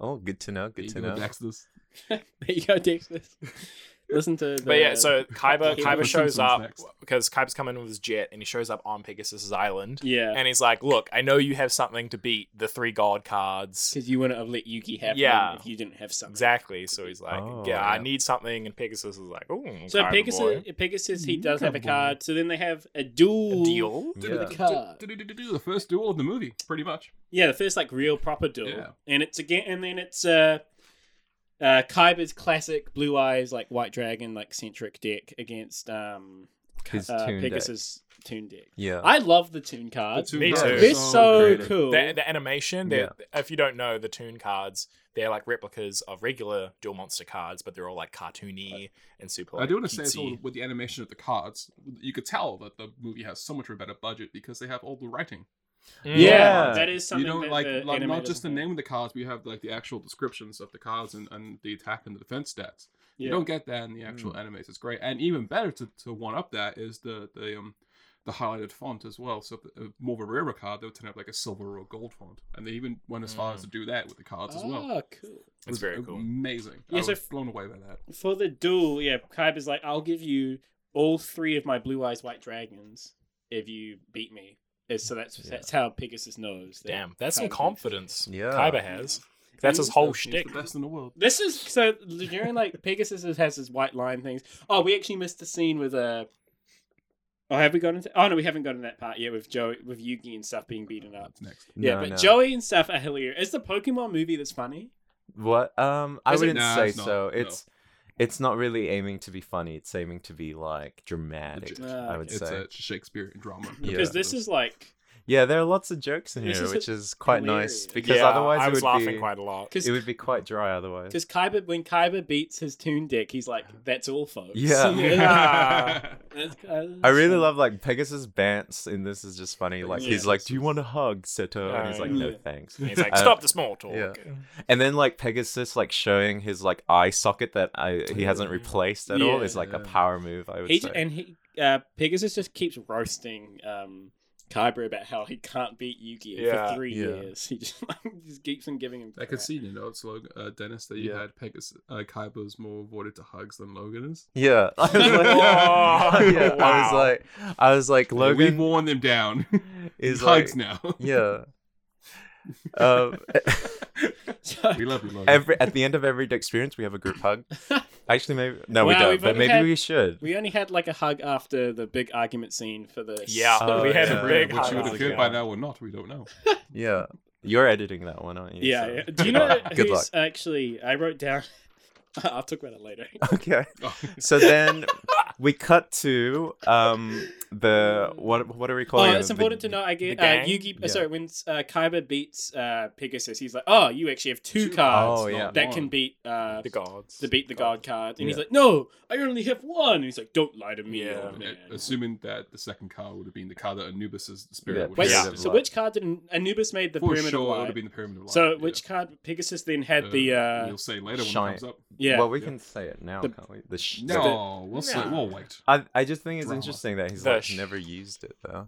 Speaker 4: Oh, good to know. Good
Speaker 2: There
Speaker 4: to
Speaker 2: you go,
Speaker 4: know.
Speaker 2: Dexter's.
Speaker 3: there you go, Dexter. Listen to. The,
Speaker 1: But yeah, so Kaiba
Speaker 3: Yeah.
Speaker 1: Kaiba shows
Speaker 2: Simpsons
Speaker 1: up
Speaker 2: next.
Speaker 1: because Kaiba's coming with his jet, and he shows up on Pegasus Island,
Speaker 3: yeah,
Speaker 1: and he's like, "Look, I know you have something to beat the three god cards."
Speaker 3: because you wouldn't have let Yuki have yeah.
Speaker 1: Yeah.
Speaker 3: if you didn't have something.
Speaker 1: Exactly. So he's like,
Speaker 4: Oh,
Speaker 1: "Yeah, I
Speaker 4: yeah.
Speaker 1: need something," and Pegasus is like, "Oh,
Speaker 3: So
Speaker 1: Kaiba
Speaker 3: Pegasus,
Speaker 1: boy."
Speaker 3: Pegasus, he
Speaker 2: Mm,
Speaker 3: does have a
Speaker 2: cowboy.
Speaker 3: card. So then they have a duel.
Speaker 1: deal."
Speaker 3: With
Speaker 4: Yeah.
Speaker 3: the card.
Speaker 2: Do-do-do-do-do, The first duel of the movie, pretty much.
Speaker 3: Yeah, the first like real proper duel,
Speaker 2: Yeah.
Speaker 3: and it's again, and then it's uh, uh, Kaiba's classic blue eyes like white dragon like centric deck against um
Speaker 4: His
Speaker 3: uh,
Speaker 4: tune deck.
Speaker 3: Pegasus Toon deck.
Speaker 4: Yeah.
Speaker 3: I love the Toon card.
Speaker 1: Me
Speaker 2: cards.
Speaker 1: too.
Speaker 3: They're
Speaker 1: It's
Speaker 3: so,
Speaker 4: creative.
Speaker 3: cool.
Speaker 1: The, the animation, they're- if you don't know, the Toon cards, they're like replicas of regular Duel Monster cards, but they're all like cartoony and super.
Speaker 2: I
Speaker 1: like,
Speaker 2: do want to say as well
Speaker 1: cutesy.
Speaker 2: with the animation of the cards, you could tell that the movie has so much of a better budget because they have all the writing.
Speaker 1: Mm.
Speaker 3: yeah,
Speaker 4: Yeah.
Speaker 3: that is something
Speaker 2: you know,
Speaker 3: that
Speaker 2: like,
Speaker 3: the
Speaker 2: like
Speaker 3: anime
Speaker 2: not just the
Speaker 3: doesn't have.
Speaker 2: name of the cards, but you have like the actual descriptions of the cards and, and the attack and the defense stats.
Speaker 3: Yeah.
Speaker 2: You don't get that in the actual
Speaker 1: Hmm.
Speaker 2: animes. It's great, and even better to, to one up that is the the um the highlighted font as well. So if, uh, more of a rarer card, they would turn up like a silver or gold font, and they even went as far as to do that with the cards as well.
Speaker 3: Ah, cool.
Speaker 2: It was
Speaker 1: Hmm. very cool.
Speaker 2: amazing.
Speaker 3: Yeah,
Speaker 2: I
Speaker 3: so
Speaker 2: was
Speaker 3: f-
Speaker 2: blown away by that.
Speaker 3: For the duel, yeah, Kaiba's like, I'll give you all three of my blue eyes white dragons if you beat me. And so that's
Speaker 4: Yeah.
Speaker 3: that's how Pegasus knows. that
Speaker 1: Damn, that's some
Speaker 3: Kaiba-
Speaker 1: confidence
Speaker 4: Yeah.
Speaker 1: Kaiba has. That's his whole
Speaker 2: He's the
Speaker 1: shtick.
Speaker 2: best in the world.
Speaker 3: This is so during like Pegasus has his white line things. Oh, we actually missed a scene with Uh, Oh, have we gotten? To, oh no, we haven't gotten to that part yet with Joey, with Yugi and stuff being beaten up.
Speaker 2: That's next.
Speaker 3: Yeah,
Speaker 4: No,
Speaker 3: but
Speaker 4: no.
Speaker 3: Joey and stuff are hilarious. It's the Pokemon movie that's funny.
Speaker 4: What? Um, I
Speaker 3: Is it-
Speaker 4: wouldn't
Speaker 2: Nah,
Speaker 4: say
Speaker 2: it's not.
Speaker 4: so.
Speaker 2: No.
Speaker 4: It's it's not really aiming to be funny. It's aiming to be like dramatic.
Speaker 2: Legit.
Speaker 3: Ah,
Speaker 4: I would
Speaker 2: It's
Speaker 4: say.
Speaker 2: a Shakespearean drama.
Speaker 4: Yeah.
Speaker 3: Because this is like
Speaker 4: Yeah, there are lots of jokes in
Speaker 3: This
Speaker 4: here,
Speaker 3: is
Speaker 4: which is quite
Speaker 3: hilarious.
Speaker 4: nice because
Speaker 1: Yeah,
Speaker 4: otherwise
Speaker 1: I
Speaker 4: it
Speaker 1: was
Speaker 4: would
Speaker 1: laughing
Speaker 4: be
Speaker 1: quite a lot.
Speaker 3: because
Speaker 4: it would be quite dry otherwise.
Speaker 3: because Kaiba when Kaiba beats his Toon Deck, he's like, "That's all, folks."
Speaker 4: Yeah.
Speaker 1: Yeah.
Speaker 3: That's- uh,
Speaker 4: I really
Speaker 3: so-
Speaker 4: love like Pegasus Bants in this is just funny. Like he's
Speaker 3: Yeah.
Speaker 4: like, "Do you want a hug, Seto?" And he's like, "No,
Speaker 3: Yeah.
Speaker 4: thanks."
Speaker 1: And he's like,
Speaker 4: Uh,
Speaker 1: "Stop the small talk."
Speaker 4: yeah. And then like Pegasus like showing his like eye socket that I, he hasn't replaced at all is like a
Speaker 2: Yeah.
Speaker 4: power move. I would
Speaker 3: He
Speaker 4: say.
Speaker 3: j- and he uh, Pegasus just keeps roasting um, Kaiba about how he can't beat Yuki
Speaker 1: Yeah.
Speaker 3: for three
Speaker 4: Yeah.
Speaker 3: years. He just, like, just keeps on giving him.
Speaker 2: I
Speaker 3: crap.
Speaker 2: could see in your notes, Logan, uh, Dennis, that you
Speaker 4: Yeah.
Speaker 2: had Pegasus, uh, Kaiba's more avoided to hugs than Logan is.
Speaker 4: yeah, I was like,
Speaker 1: Whoa,
Speaker 4: yeah, I was
Speaker 1: wow.
Speaker 4: like, I was like,
Speaker 2: We've
Speaker 4: Logan
Speaker 2: worn them down.
Speaker 4: is like,
Speaker 2: hugs now.
Speaker 4: yeah. Um,
Speaker 3: So-
Speaker 2: we love you, Logan.
Speaker 4: every at the end of every experience, we have a group hug. Actually, maybe
Speaker 3: Wow,
Speaker 4: no, we
Speaker 3: we've
Speaker 4: don't. But
Speaker 3: only
Speaker 4: maybe
Speaker 3: had-
Speaker 4: we should.
Speaker 3: we only had like a hug after the big argument scene for the
Speaker 1: Yeah,
Speaker 4: Oh,
Speaker 1: we had
Speaker 4: yeah.
Speaker 1: a big
Speaker 2: Which you would
Speaker 1: hug.
Speaker 2: have heard by now or not, we don't know.
Speaker 4: Yeah, you're editing that one, aren't you?
Speaker 3: Yeah,
Speaker 4: So-
Speaker 3: yeah. Do you
Speaker 4: good
Speaker 3: know
Speaker 4: luck.
Speaker 3: who's
Speaker 4: Good luck.
Speaker 3: actually? I wrote down. I'll talk about it later.
Speaker 4: Okay.
Speaker 2: Oh,
Speaker 4: So then we cut to um the what what are we
Speaker 3: Oh,
Speaker 4: calling it?
Speaker 3: it's important to know. I get
Speaker 1: the
Speaker 3: uh,
Speaker 1: gang?
Speaker 3: Yugi. uh,
Speaker 4: Yeah.
Speaker 3: Sorry, when uh, Kaiba beats uh, Pegasus, he's like, "Oh, you actually have two
Speaker 2: two
Speaker 3: cards
Speaker 4: Oh,
Speaker 2: not
Speaker 4: yeah.
Speaker 3: that
Speaker 2: one.
Speaker 3: can beat uh,
Speaker 1: The gods. Oh.
Speaker 3: to beat the god card. And he's
Speaker 4: Yeah.
Speaker 3: like, no, I only have one. And he's like, don't lie to me.
Speaker 1: Yeah.
Speaker 3: old
Speaker 2: Uh,
Speaker 3: man."
Speaker 2: Assuming that the second card would have been the card that Anubis's spirit
Speaker 4: Yeah,
Speaker 2: would
Speaker 3: Wait,
Speaker 2: have
Speaker 1: Yeah.
Speaker 2: been.
Speaker 4: of
Speaker 3: so
Speaker 4: Light.
Speaker 3: which card did An- Anubis made the
Speaker 2: For
Speaker 3: pyramid
Speaker 2: sure,
Speaker 3: of
Speaker 2: it would
Speaker 3: light?
Speaker 2: have been the Pyramid of Light.
Speaker 3: So
Speaker 2: yeah.
Speaker 3: which card? Pegasus then had the
Speaker 2: Uh,
Speaker 3: uh,
Speaker 2: We'll say later when
Speaker 4: Shine.
Speaker 2: it comes up.
Speaker 3: yeah.
Speaker 4: Well, we
Speaker 2: Yeah.
Speaker 4: can say it now,
Speaker 3: The-
Speaker 4: can't we? The sh-
Speaker 2: No, we'll say.
Speaker 1: No.
Speaker 2: We'll wait.
Speaker 4: I I just think it's
Speaker 2: Drama.
Speaker 4: interesting that he's
Speaker 1: The
Speaker 4: like
Speaker 1: sh-
Speaker 4: never used it though.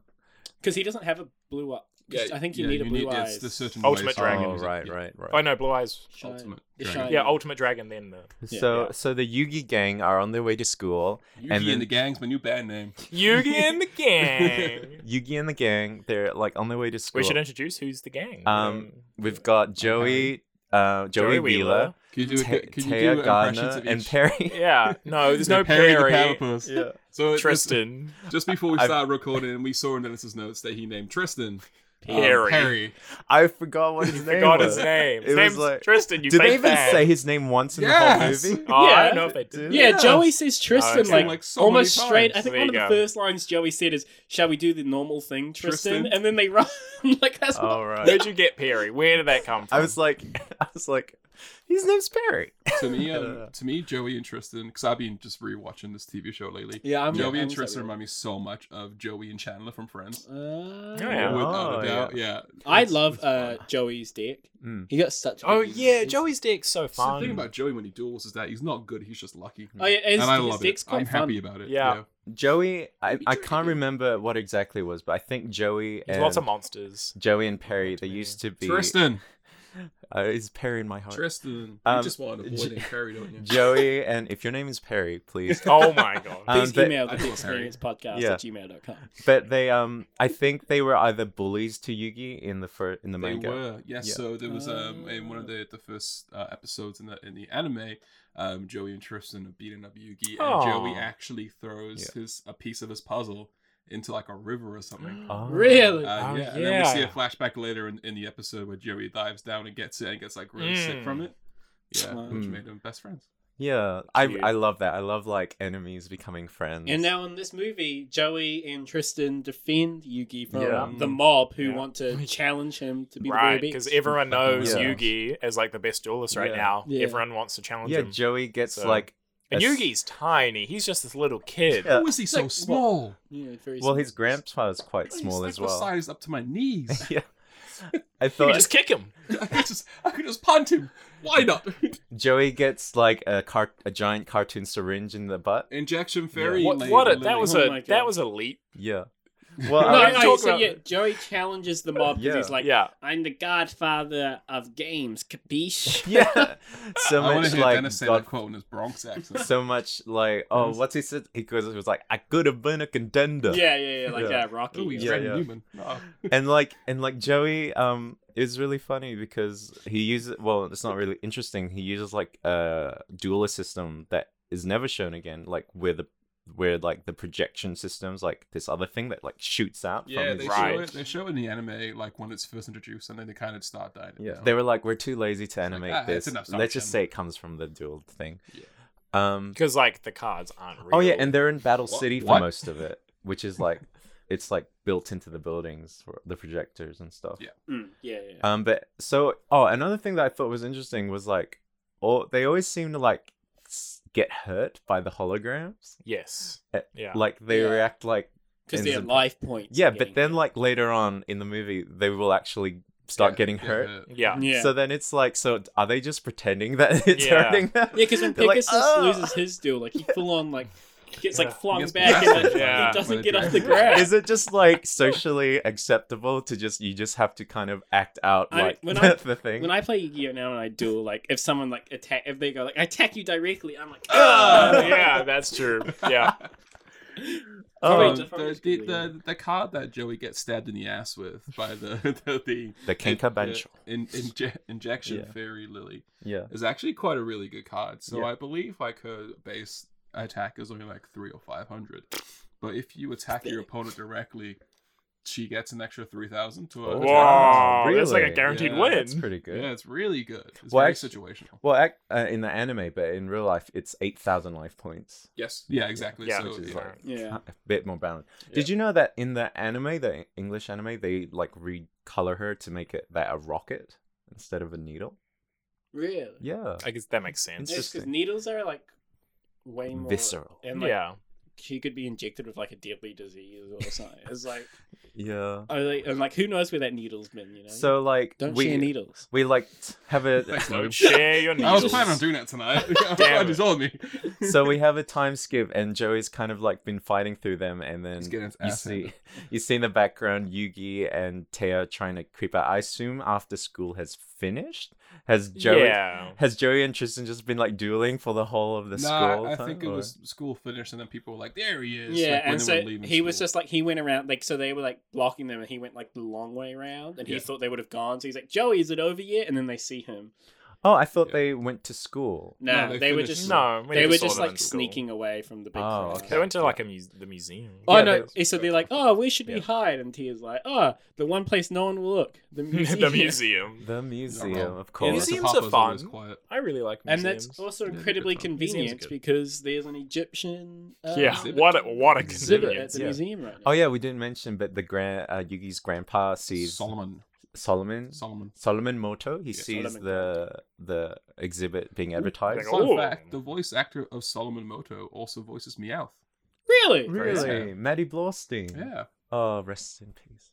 Speaker 3: because he doesn't have a blue up
Speaker 1: Yeah,
Speaker 3: I think you
Speaker 2: Yeah,
Speaker 3: need a blue
Speaker 2: it's
Speaker 3: eyes.
Speaker 2: the certain
Speaker 1: Ultimate
Speaker 2: ways to
Speaker 1: Dragon.
Speaker 4: Oh,
Speaker 2: use it,
Speaker 4: right,
Speaker 2: yeah.
Speaker 4: right, right.
Speaker 1: Oh no, Blue Eyes.
Speaker 3: Shine-
Speaker 2: Ultimate
Speaker 3: the
Speaker 2: Dragon.
Speaker 3: shine.
Speaker 1: Yeah, Ultimate Dragon. Then the
Speaker 3: Yeah,
Speaker 4: so,
Speaker 3: yeah.
Speaker 4: so the Yugi gang are on their way to school.
Speaker 2: Yugi
Speaker 4: And
Speaker 2: and,
Speaker 4: then-
Speaker 2: the Gang's my new band name.
Speaker 1: Yugi and the gang.
Speaker 4: Yugi and the gang, they're like on their way to school.
Speaker 1: We should introduce who's the gang.
Speaker 4: Um, We've got Joey, uh, Joey, Wheeler,
Speaker 2: Can you do,
Speaker 4: Ta-
Speaker 2: a, can you do
Speaker 4: Taya
Speaker 2: impressions
Speaker 4: Gardner,
Speaker 2: of each?
Speaker 4: and Perry.
Speaker 1: Yeah.
Speaker 3: Oh,
Speaker 1: No, there's no
Speaker 2: Perry,
Speaker 1: Perry.
Speaker 2: the Platypus.
Speaker 4: yeah.
Speaker 2: So it-
Speaker 1: Tristan.
Speaker 2: Just, just before we
Speaker 4: I've-
Speaker 2: started recording, we saw in Dennis's notes that he named Tristan um,
Speaker 1: Perry.
Speaker 2: Perry.
Speaker 4: I forgot what his name
Speaker 1: Forgot
Speaker 4: was.
Speaker 1: his name.
Speaker 4: It
Speaker 1: His
Speaker 4: was
Speaker 1: name's
Speaker 4: like-
Speaker 1: Tristan. You
Speaker 4: Did they
Speaker 1: fake
Speaker 4: even
Speaker 1: fan.
Speaker 4: say his name once in
Speaker 2: Yes!
Speaker 4: the whole movie?
Speaker 1: Oh, I
Speaker 3: Yeah.
Speaker 1: don't know if they did.
Speaker 3: Yeah,
Speaker 4: Yeah.
Speaker 3: Joey says Tristan
Speaker 1: Okay.
Speaker 3: like,
Speaker 2: Like, so
Speaker 3: almost
Speaker 2: many
Speaker 3: straight. I
Speaker 2: times.
Speaker 3: think
Speaker 1: There
Speaker 3: one of
Speaker 1: you
Speaker 3: the
Speaker 1: go.
Speaker 3: first lines Joey said is, "Shall we do the normal thing, Tristan?"
Speaker 2: Tristan?
Speaker 3: And then they run like that's
Speaker 4: All
Speaker 3: not.
Speaker 4: right.
Speaker 1: Where'd you get Perry? Where did that come from?
Speaker 4: I was like, I was like, his name's Perry.
Speaker 2: To me,
Speaker 4: I don't know.
Speaker 2: um, to me, Joey and Tristan, because I've been just rewatching this TV show lately.
Speaker 3: Yeah, I'm
Speaker 2: Joey
Speaker 3: I'm
Speaker 2: and
Speaker 3: sorry.
Speaker 2: Tristan remind me so much of Joey and Chandler from Friends.
Speaker 3: Uh,
Speaker 1: Oh, yeah.
Speaker 2: Without
Speaker 4: Oh,
Speaker 2: a doubt, yeah.
Speaker 3: I
Speaker 2: It's-
Speaker 3: love
Speaker 2: it's
Speaker 3: uh,
Speaker 2: fun.
Speaker 3: Joey's dick.
Speaker 4: Mm.
Speaker 3: He got such.
Speaker 1: oh
Speaker 3: good-
Speaker 1: yeah,
Speaker 3: he's-
Speaker 1: Joey's dick's so
Speaker 2: So the
Speaker 1: fun.
Speaker 2: thing about Joey when he duels is that he's not good; he's just lucky.
Speaker 3: Oh yeah, his,
Speaker 2: and I
Speaker 3: his
Speaker 2: love
Speaker 3: dick's
Speaker 2: it.
Speaker 3: quite
Speaker 2: I'm
Speaker 3: fun.
Speaker 2: happy about it.
Speaker 1: Yeah.
Speaker 4: Joey, I,
Speaker 2: Maybe
Speaker 4: I
Speaker 2: Joey.
Speaker 4: can't remember what exactly it was, but I think Joey
Speaker 1: There's
Speaker 4: and
Speaker 1: lots of monsters.
Speaker 4: Joey and Perry, they
Speaker 1: Multimedia.
Speaker 4: used to be.
Speaker 2: Tristan,
Speaker 4: Uh, is Perry in my heart?
Speaker 2: Tristan,
Speaker 4: Um,
Speaker 2: you just want to
Speaker 4: J-
Speaker 2: avoid Perry, don't you?
Speaker 4: Joey and if your name is Perry, please.
Speaker 1: Oh my god.
Speaker 4: Um,
Speaker 3: Please
Speaker 4: but-
Speaker 3: email the
Speaker 2: I love Harry.
Speaker 3: experience podcast
Speaker 4: Yeah.
Speaker 3: at gmail.com.
Speaker 4: But they, um, I think they were either bullies to Yugi in the fir- in the
Speaker 2: They
Speaker 4: manga.
Speaker 2: were, yes.
Speaker 4: Yeah.
Speaker 2: So there was um in one
Speaker 3: Ah.
Speaker 2: of the the first uh, episodes in the in the anime, um Joey and Tristan are beating up Yugi, and
Speaker 1: Aw.
Speaker 2: Joey actually throws his a piece of his puzzle into like a river or something.
Speaker 4: Oh.
Speaker 2: Uh,
Speaker 3: Really?
Speaker 1: Oh,
Speaker 2: yeah, and then we see
Speaker 1: yeah.
Speaker 2: a flashback later in, in the episode where Joey dives down and gets it and gets like really sick from
Speaker 1: Mm.
Speaker 2: it. Yeah,
Speaker 1: Hmm.
Speaker 2: which
Speaker 4: Mm.
Speaker 2: made them best friends.
Speaker 4: Yeah, I
Speaker 1: Cute.
Speaker 4: I love that. I love like enemies becoming friends.
Speaker 3: And now in this movie, Joey and Tristan defend Yugi from
Speaker 4: Yeah.
Speaker 3: the mob who
Speaker 1: Yeah.
Speaker 3: want to challenge him to be
Speaker 1: right,
Speaker 3: the very best.
Speaker 1: because everyone knows
Speaker 4: Yeah.
Speaker 1: Yugi as like the best duelist right
Speaker 4: Yeah.
Speaker 1: now.
Speaker 3: Yeah.
Speaker 1: Everyone wants to challenge
Speaker 4: yeah,
Speaker 1: him.
Speaker 4: Joey gets
Speaker 1: So-
Speaker 4: like
Speaker 1: and
Speaker 4: Yes.
Speaker 1: Yugi's tiny. He's just this little kid.
Speaker 4: Yeah.
Speaker 2: Who is he so
Speaker 3: like, what-
Speaker 2: small?
Speaker 3: Yeah, very
Speaker 4: well,
Speaker 3: small.
Speaker 4: his grandpa's quite
Speaker 2: Oh, He's
Speaker 4: small
Speaker 2: like
Speaker 4: as
Speaker 2: the
Speaker 4: well.
Speaker 2: size up to my knees.
Speaker 4: yeah, I
Speaker 1: You
Speaker 4: thought
Speaker 1: just kick him.
Speaker 2: I could just I could just punt him. Why not?
Speaker 4: Joey gets like a car- a giant cartoon syringe in the butt.
Speaker 2: Injection fairy.
Speaker 1: What,
Speaker 2: lady,
Speaker 1: what a, that
Speaker 2: Lily.
Speaker 1: was
Speaker 3: Oh
Speaker 1: a
Speaker 3: my
Speaker 1: that
Speaker 3: God.
Speaker 1: was elite.
Speaker 4: Yeah. Well,
Speaker 3: No,
Speaker 1: I was
Speaker 4: I
Speaker 3: no,
Speaker 1: talking
Speaker 3: so
Speaker 1: about-
Speaker 3: yeah, Joey challenges the mob because
Speaker 4: Yeah.
Speaker 3: he's like,
Speaker 1: yeah.
Speaker 3: I'm the godfather of games, capiche?
Speaker 4: yeah. So
Speaker 2: I want
Speaker 4: much
Speaker 2: to hear
Speaker 4: like
Speaker 2: Dennis say
Speaker 4: God-
Speaker 2: that quote in his Bronx accent.
Speaker 4: so much like oh,
Speaker 2: Yes.
Speaker 4: what's he said? He goes, it was like I could have been a contender.
Speaker 3: Yeah, yeah, yeah, like
Speaker 4: Yeah.
Speaker 3: yeah. Rocky.
Speaker 2: Ooh, he's
Speaker 4: Yeah,
Speaker 2: Randy
Speaker 4: yeah.
Speaker 2: Newman. Oh.
Speaker 4: and like and like Joey um is really funny because he uses well it's not really interesting he uses like a dualist system that is never shown again like where the where like the projection systems like this other thing that like shoots out
Speaker 2: Yeah,
Speaker 4: from
Speaker 2: they
Speaker 4: his
Speaker 1: Right.
Speaker 2: show it. They show it in the anime, like when it's first introduced, and then they kind of start dying. it
Speaker 4: yeah
Speaker 2: down.
Speaker 4: they were like we're too lazy to animate
Speaker 2: "Ah, it's
Speaker 4: this
Speaker 2: an
Speaker 4: let's just
Speaker 2: assumption."
Speaker 4: say it comes from the dual thing
Speaker 2: Yeah.
Speaker 4: um
Speaker 1: Because like the cards aren't real.
Speaker 4: oh yeah and they're in Battle
Speaker 2: What?
Speaker 4: City for
Speaker 2: What?
Speaker 4: most of it which is like it's like built into the buildings for the projectors and stuff
Speaker 2: Yeah.
Speaker 3: Mm, yeah, yeah.
Speaker 4: Um, but so oh, another thing that I thought was interesting was like, all they always seem to like s- get hurt by the holograms.
Speaker 1: yes.
Speaker 4: Uh,
Speaker 1: Yeah.
Speaker 4: Like they
Speaker 3: Yeah.
Speaker 4: react like
Speaker 3: Because
Speaker 4: and
Speaker 3: they're
Speaker 4: Zab-
Speaker 3: life points.
Speaker 4: yeah,
Speaker 3: are
Speaker 4: but
Speaker 3: getting-
Speaker 4: then like later on in the movie they will actually start
Speaker 2: Yeah,
Speaker 4: getting
Speaker 2: yeah,
Speaker 4: hurt.
Speaker 2: uh,
Speaker 1: yeah.
Speaker 3: Yeah.
Speaker 4: So then it's like, so are they just pretending that it's
Speaker 1: Yeah.
Speaker 4: hurting them?
Speaker 3: yeah, because when
Speaker 4: They're like,
Speaker 3: Pegasus
Speaker 4: "Ah!"
Speaker 3: loses his duel, like, he full on, like, gets, like,
Speaker 1: Yeah.
Speaker 3: flung
Speaker 2: He gets
Speaker 3: back and like,
Speaker 1: blasted. Yeah.
Speaker 3: he doesn't
Speaker 2: When
Speaker 3: get
Speaker 2: it
Speaker 3: off the
Speaker 2: drags.
Speaker 3: ground.
Speaker 4: Is it just like socially acceptable to just you just have to kind of act out
Speaker 3: I-
Speaker 4: like
Speaker 3: when
Speaker 4: the,
Speaker 3: I-
Speaker 4: thing?
Speaker 3: When I play Yu-Gi-Oh now and I duel, like if someone like attack, if they go like I attack you directly, I'm like,
Speaker 1: Uh,
Speaker 3: ah,
Speaker 1: yeah, that's true. Yeah.
Speaker 4: oh,
Speaker 2: Um, the, the, the, the card that Joey gets stabbed in the ass with by the the, the,
Speaker 4: the Kenka bench.
Speaker 2: in, inje- injection
Speaker 4: Yeah.
Speaker 2: fairy lily
Speaker 4: Yeah.
Speaker 2: is actually quite a really good card. So
Speaker 4: Yeah.
Speaker 2: I believe like her base attack is only like three or five hundred, but if you attack your opponent directly, she gets an extra three thousand to her.
Speaker 4: Oh,
Speaker 2: attack.
Speaker 1: Wow. That's like a
Speaker 4: really?
Speaker 1: guaranteed
Speaker 2: Yeah,
Speaker 1: win.
Speaker 4: That's pretty good.
Speaker 2: Yeah, it's really good. It's
Speaker 4: Well,
Speaker 2: very
Speaker 4: actu-
Speaker 2: situational.
Speaker 4: Well, ac- uh, in the anime, but in real life, it's 8,000 life points.
Speaker 2: Yes. Yeah, exactly.
Speaker 1: Yeah,
Speaker 2: so,
Speaker 4: which is
Speaker 2: yeah.
Speaker 4: like
Speaker 3: yeah.
Speaker 4: a bit more balanced. Did you know that in the anime, the English anime, they like recolor her to make it that a rocket instead of a needle?
Speaker 3: really.
Speaker 4: Yeah.
Speaker 1: I guess that makes sense.
Speaker 3: It's because
Speaker 4: Interesting.
Speaker 3: needles are like way more
Speaker 4: Visceral.
Speaker 3: and like
Speaker 1: yeah.
Speaker 3: she could be injected with like a deadly disease or something. It's like,
Speaker 4: Yeah.
Speaker 3: I like, and like, who knows where that needle's been? You know,
Speaker 4: So like
Speaker 3: don't
Speaker 4: we
Speaker 3: share needles.
Speaker 4: we like t- have a
Speaker 2: Thanks, Logan.
Speaker 1: Don't share your
Speaker 2: I
Speaker 1: needles.
Speaker 2: was planning on doing that tonight.
Speaker 1: Damn
Speaker 2: I just on me.
Speaker 4: so we have a time skip and Joey's kind of like been fighting through them and then
Speaker 2: He's getting his
Speaker 4: you
Speaker 2: ass
Speaker 4: see
Speaker 2: handed.
Speaker 4: you see in the background Yugi and Teo trying to creep out. I assume after school has finished. Has Joey
Speaker 1: Yeah.
Speaker 4: has Joey and Tristan just been like dueling for the whole of the
Speaker 2: nah,
Speaker 4: school?
Speaker 2: I
Speaker 4: time,
Speaker 2: think it
Speaker 4: or-
Speaker 2: was school finished, and then people were like, "There he is."
Speaker 3: Yeah,
Speaker 2: like, when
Speaker 3: and
Speaker 2: they
Speaker 3: so
Speaker 2: were leaving
Speaker 3: he was
Speaker 2: school.
Speaker 3: just like he went around like so they were like blocking them and he went like the long way around and he
Speaker 2: Yeah.
Speaker 3: thought they would have gone so he's like Joey is it over yet and then they see him
Speaker 4: Oh, I thought
Speaker 2: Yeah.
Speaker 4: they went to school.
Speaker 3: no,
Speaker 2: No,
Speaker 3: they,
Speaker 2: they
Speaker 3: were
Speaker 2: finished
Speaker 3: just
Speaker 1: No, we
Speaker 3: they
Speaker 1: never
Speaker 3: were
Speaker 1: saw
Speaker 3: just
Speaker 1: them in
Speaker 3: like
Speaker 1: school.
Speaker 3: sneaking away from the big
Speaker 4: Oh,
Speaker 3: crowd.
Speaker 4: okay.
Speaker 1: They went to like a muse- the museum.
Speaker 3: Oh
Speaker 4: Yeah,
Speaker 3: no!
Speaker 4: they-
Speaker 3: They, so they're like, "Oh, where should we
Speaker 4: Yeah.
Speaker 3: hide?" And Tia's like, "Oh, the one place no one will look, the museum."
Speaker 1: the museum.
Speaker 4: The museum,
Speaker 2: wrong.
Speaker 4: of
Speaker 1: Yeah,
Speaker 4: course.
Speaker 1: museums
Speaker 2: Papa's
Speaker 1: are
Speaker 2: always
Speaker 1: fun.
Speaker 2: Quiet.
Speaker 1: I really like
Speaker 3: And
Speaker 1: museums.
Speaker 3: that's also
Speaker 2: Yeah, they're
Speaker 3: incredibly
Speaker 2: good fun.
Speaker 1: Museums
Speaker 3: convenient
Speaker 1: are good.
Speaker 3: because there's an Egyptian uh,
Speaker 1: yeah,
Speaker 2: Exhibit.
Speaker 1: what a, what a
Speaker 4: Exhibit.
Speaker 3: exhibit
Speaker 1: convenience.
Speaker 3: at the
Speaker 4: yeah.
Speaker 3: museum right now.
Speaker 4: Oh yeah, we didn't mention, but the grand uh, Yugi's grandpa sees
Speaker 2: Solomon.
Speaker 4: Solomon
Speaker 2: Solomon.
Speaker 4: Solomon Moto. He
Speaker 2: Yeah,
Speaker 4: sees
Speaker 3: Solomon
Speaker 4: the the exhibit being
Speaker 1: Like,
Speaker 4: advertised.
Speaker 1: oh,
Speaker 2: Fun
Speaker 1: Ooh.
Speaker 2: fact: the voice actor of Solomon Moto also voices Meowth.
Speaker 3: Really?
Speaker 4: really,
Speaker 2: Yeah.
Speaker 4: Maddie Blaustein.
Speaker 2: Yeah.
Speaker 4: Oh, rest in peace.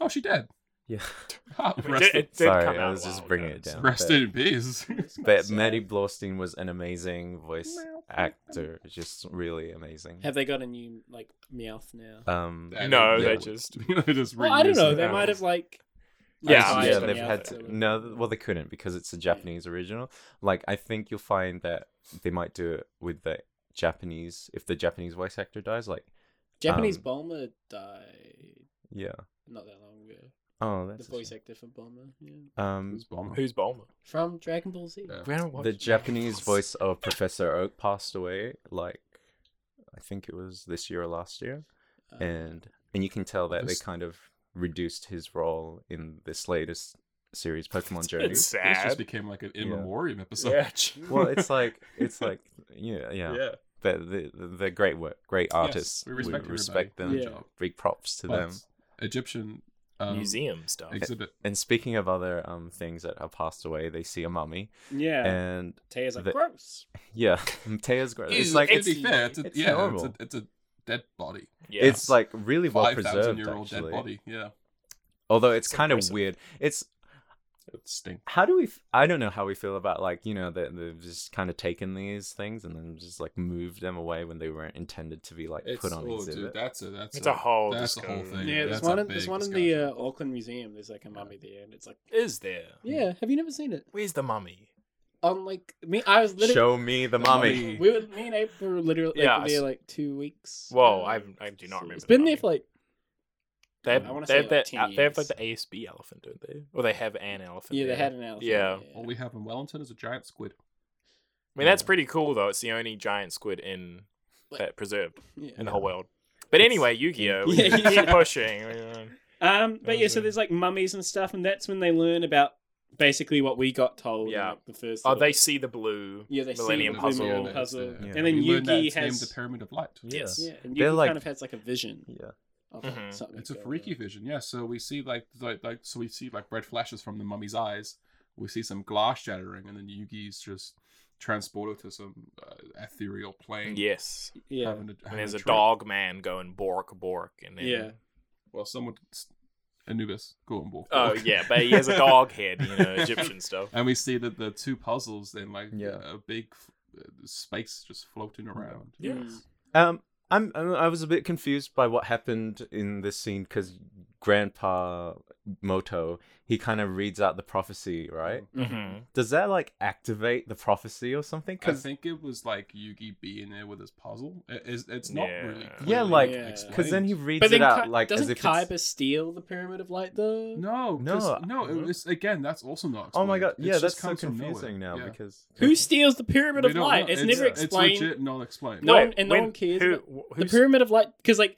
Speaker 2: Oh, she dead.
Speaker 4: Yeah.
Speaker 2: Ha,
Speaker 1: It
Speaker 2: rest
Speaker 1: did-
Speaker 2: in,
Speaker 1: it did
Speaker 4: Sorry,
Speaker 1: come
Speaker 4: I
Speaker 1: out
Speaker 4: was
Speaker 1: a
Speaker 4: just
Speaker 1: while
Speaker 4: bringing
Speaker 1: ago.
Speaker 4: it down.
Speaker 2: rest
Speaker 4: but,
Speaker 2: in peace.
Speaker 4: But Maddie Blaustein was an amazing voice
Speaker 2: Meow.
Speaker 4: actor, just really amazing.
Speaker 3: Have they got a new like Meowth now?
Speaker 4: Um,
Speaker 2: That-
Speaker 1: No,
Speaker 2: Yeah.
Speaker 1: they just
Speaker 2: They just
Speaker 3: well, I don't
Speaker 2: reused
Speaker 3: know.
Speaker 2: it.
Speaker 3: They
Speaker 1: Yeah.
Speaker 3: might have like
Speaker 1: Yeah,
Speaker 3: I
Speaker 4: yeah,
Speaker 3: just
Speaker 4: they've
Speaker 3: don't
Speaker 4: had
Speaker 3: know.
Speaker 4: to, no. th- Well, they couldn't because it's a Japanese original. Like, I think you'll find that they might do it with the Japanese if the Japanese voice actor dies. Like,
Speaker 3: Japanese
Speaker 4: Um,
Speaker 3: Bulma died
Speaker 4: yeah.
Speaker 3: not that long ago.
Speaker 4: Oh,
Speaker 3: The
Speaker 4: that's a
Speaker 3: voice
Speaker 4: shame.
Speaker 3: actor for Bulma, yeah,
Speaker 4: um
Speaker 2: Who's Bomber?
Speaker 1: Who's Bulma?
Speaker 3: from Dragon Ball Z.
Speaker 2: Yeah.
Speaker 1: We don't watch
Speaker 4: the
Speaker 1: Dragon Ball
Speaker 4: Japanese
Speaker 1: Z.
Speaker 4: voice of Professor Oak passed away. Like, I think it was this year or last year,
Speaker 3: Um,
Speaker 4: and and you can tell that they
Speaker 2: This-
Speaker 4: kind of reduced his role in this latest series, Pokemon Journey.
Speaker 1: It's
Speaker 2: This just
Speaker 1: sad.
Speaker 2: became like an in
Speaker 4: Yeah.
Speaker 2: memoriam episode.
Speaker 1: Yeah.
Speaker 4: well, it's like it's like yeah, yeah.
Speaker 2: Yeah.
Speaker 4: But the, the, they're great work, great artists.
Speaker 2: Yes, we respect,
Speaker 4: we respect them.
Speaker 2: everybody. Good
Speaker 3: Yeah.
Speaker 2: job.
Speaker 4: Big props to them.
Speaker 2: But Egyptian um,
Speaker 1: museum stuff.
Speaker 2: exhibit.
Speaker 4: And speaking of other um things that have passed away, they see a mummy,
Speaker 3: yeah,
Speaker 4: and
Speaker 3: Taya's like
Speaker 4: the-
Speaker 3: gross.
Speaker 4: yeah, Taya's great. It's
Speaker 1: Ew,
Speaker 4: like
Speaker 2: it's,
Speaker 4: it's,
Speaker 2: to be fair, it's a,
Speaker 4: it's
Speaker 2: yeah,
Speaker 4: normal.
Speaker 2: It's, a, it's a dead body.
Speaker 1: Yeah.
Speaker 4: it's like really well
Speaker 2: Five thousand
Speaker 4: preserved
Speaker 2: year old dead
Speaker 4: actually.
Speaker 2: body. Yeah,
Speaker 4: Although it's
Speaker 1: It's
Speaker 4: kind of
Speaker 1: impressive.
Speaker 4: weird. It's
Speaker 2: it stinks.
Speaker 4: how do we? F- I don't know how we feel about like you know that they've just kind of taken these things and then just like moved them away when they weren't intended to be like
Speaker 2: It's,
Speaker 4: put on
Speaker 2: oh,
Speaker 4: exhibit.
Speaker 2: dude, that's a that's
Speaker 1: it's a whole.
Speaker 2: that's a whole
Speaker 1: disco-
Speaker 2: thing.
Speaker 3: Yeah, there's
Speaker 2: that's
Speaker 3: one.
Speaker 2: a
Speaker 3: In, there's
Speaker 2: big
Speaker 3: one in the uh, Auckland Museum. There's like a mummy there, and it's like,
Speaker 1: Is there?
Speaker 3: yeah, have you never seen it?
Speaker 1: Where's the mummy?
Speaker 3: On like me, I was literally.
Speaker 4: Show me the mummy.
Speaker 2: mummy.
Speaker 3: We were me and April were literally like,
Speaker 1: Yeah, I
Speaker 3: there
Speaker 1: s-
Speaker 3: like two weeks.
Speaker 1: Whoa,
Speaker 3: uh,
Speaker 1: I I do not
Speaker 3: so
Speaker 1: remember.
Speaker 3: It's been
Speaker 1: the
Speaker 3: there for like
Speaker 1: They have,
Speaker 3: I wanna
Speaker 1: they,
Speaker 3: say
Speaker 1: have
Speaker 3: like
Speaker 1: that, uh,
Speaker 3: 10
Speaker 1: they have like
Speaker 3: years.
Speaker 1: the ASB elephant, don't they? Or they have an elephant.
Speaker 3: yeah, they
Speaker 1: there.
Speaker 3: had an elephant.
Speaker 1: Yeah.
Speaker 2: all we have in Wellington is a giant squid.
Speaker 1: I mean, that's
Speaker 4: Yeah.
Speaker 1: pretty cool though. It's the only giant squid in
Speaker 3: Like-
Speaker 1: that preserved
Speaker 3: yeah.
Speaker 1: in the whole world. But
Speaker 4: It's-
Speaker 1: anyway, Yu-Gi-Oh. We
Speaker 3: Yeah,
Speaker 1: keep
Speaker 3: yeah.
Speaker 1: pushing. uh,
Speaker 3: Um, but yeah, so
Speaker 1: Okay.
Speaker 3: there's like mummies and stuff, and that's when they learn about basically what we got told. in,
Speaker 1: Yeah.
Speaker 3: like, the first.
Speaker 1: Oh,
Speaker 3: little-
Speaker 1: they see the blue.
Speaker 3: Yeah, they
Speaker 1: Millennium
Speaker 3: see the
Speaker 1: Puzzle.
Speaker 3: Millennium puzzle.
Speaker 4: Yeah.
Speaker 3: and then
Speaker 2: We learned that
Speaker 3: Yugi
Speaker 2: it's named
Speaker 3: has.
Speaker 2: the Pyramid of Light.
Speaker 4: Yes.
Speaker 3: yeah, and
Speaker 4: They're
Speaker 3: Yugi
Speaker 4: like-
Speaker 3: kind of has like a vision.
Speaker 4: Yeah.
Speaker 3: Of, like,
Speaker 1: Mhm.
Speaker 3: something
Speaker 2: It's a
Speaker 3: going
Speaker 2: freaky
Speaker 3: on.
Speaker 2: vision, yeah. So we see like, like like so we see like red flashes from the mummy's eyes. We see some glass shattering, and then Yugi's just transported to some uh, ethereal plane.
Speaker 1: Yes.
Speaker 3: Yeah.
Speaker 2: having a,
Speaker 1: And
Speaker 2: having
Speaker 1: there's a
Speaker 2: trip.
Speaker 1: dog man going bork bork, and then
Speaker 3: Yeah.
Speaker 2: Well, someone Anubis, go and walk.
Speaker 1: oh
Speaker 2: walk.
Speaker 1: yeah, but he has a dog head, you know, Egyptian stuff.
Speaker 2: and we see that the two puzzles then like
Speaker 4: Yeah.
Speaker 2: a big uh, space just floating around.
Speaker 1: Yes.
Speaker 3: Mm.
Speaker 4: Um, I'm, I'm I was a bit confused by what happened in this scene because Grandpa Moto he kind of reads out the prophecy,
Speaker 2: Mm.
Speaker 4: right?
Speaker 3: Mm-hmm.
Speaker 1: hmm
Speaker 4: Does that like activate the prophecy or something?
Speaker 2: I
Speaker 4: Because
Speaker 2: think it was like Yugi being there with his puzzle. It- it's, it's not
Speaker 1: Yeah.
Speaker 2: really.
Speaker 1: Yeah,
Speaker 2: clearly
Speaker 4: like,
Speaker 3: Yeah.
Speaker 4: then he reads
Speaker 3: But then
Speaker 4: it out
Speaker 3: Ki-
Speaker 4: like as
Speaker 3: doesn't
Speaker 4: if it's-
Speaker 3: Kyber steal the Pyramid of Light though?
Speaker 2: No,
Speaker 4: No,
Speaker 2: 'cause- no,
Speaker 1: uh-huh.
Speaker 2: it was again. That's also not.
Speaker 4: Oh my god!
Speaker 2: explained. It
Speaker 4: Yeah,
Speaker 2: just
Speaker 4: that's so
Speaker 2: comes from nowhere.
Speaker 4: confusing now
Speaker 2: Yeah.
Speaker 4: because
Speaker 3: Who steals the Pyramid
Speaker 2: We
Speaker 3: of
Speaker 2: don't
Speaker 3: Light?
Speaker 2: know.
Speaker 3: It's, never
Speaker 2: it's
Speaker 3: explained.
Speaker 2: legit not explained.
Speaker 3: No one- and no one cares
Speaker 1: Who,
Speaker 3: about-
Speaker 1: wh-
Speaker 3: the
Speaker 1: who's,
Speaker 3: Pyramid of Light, because like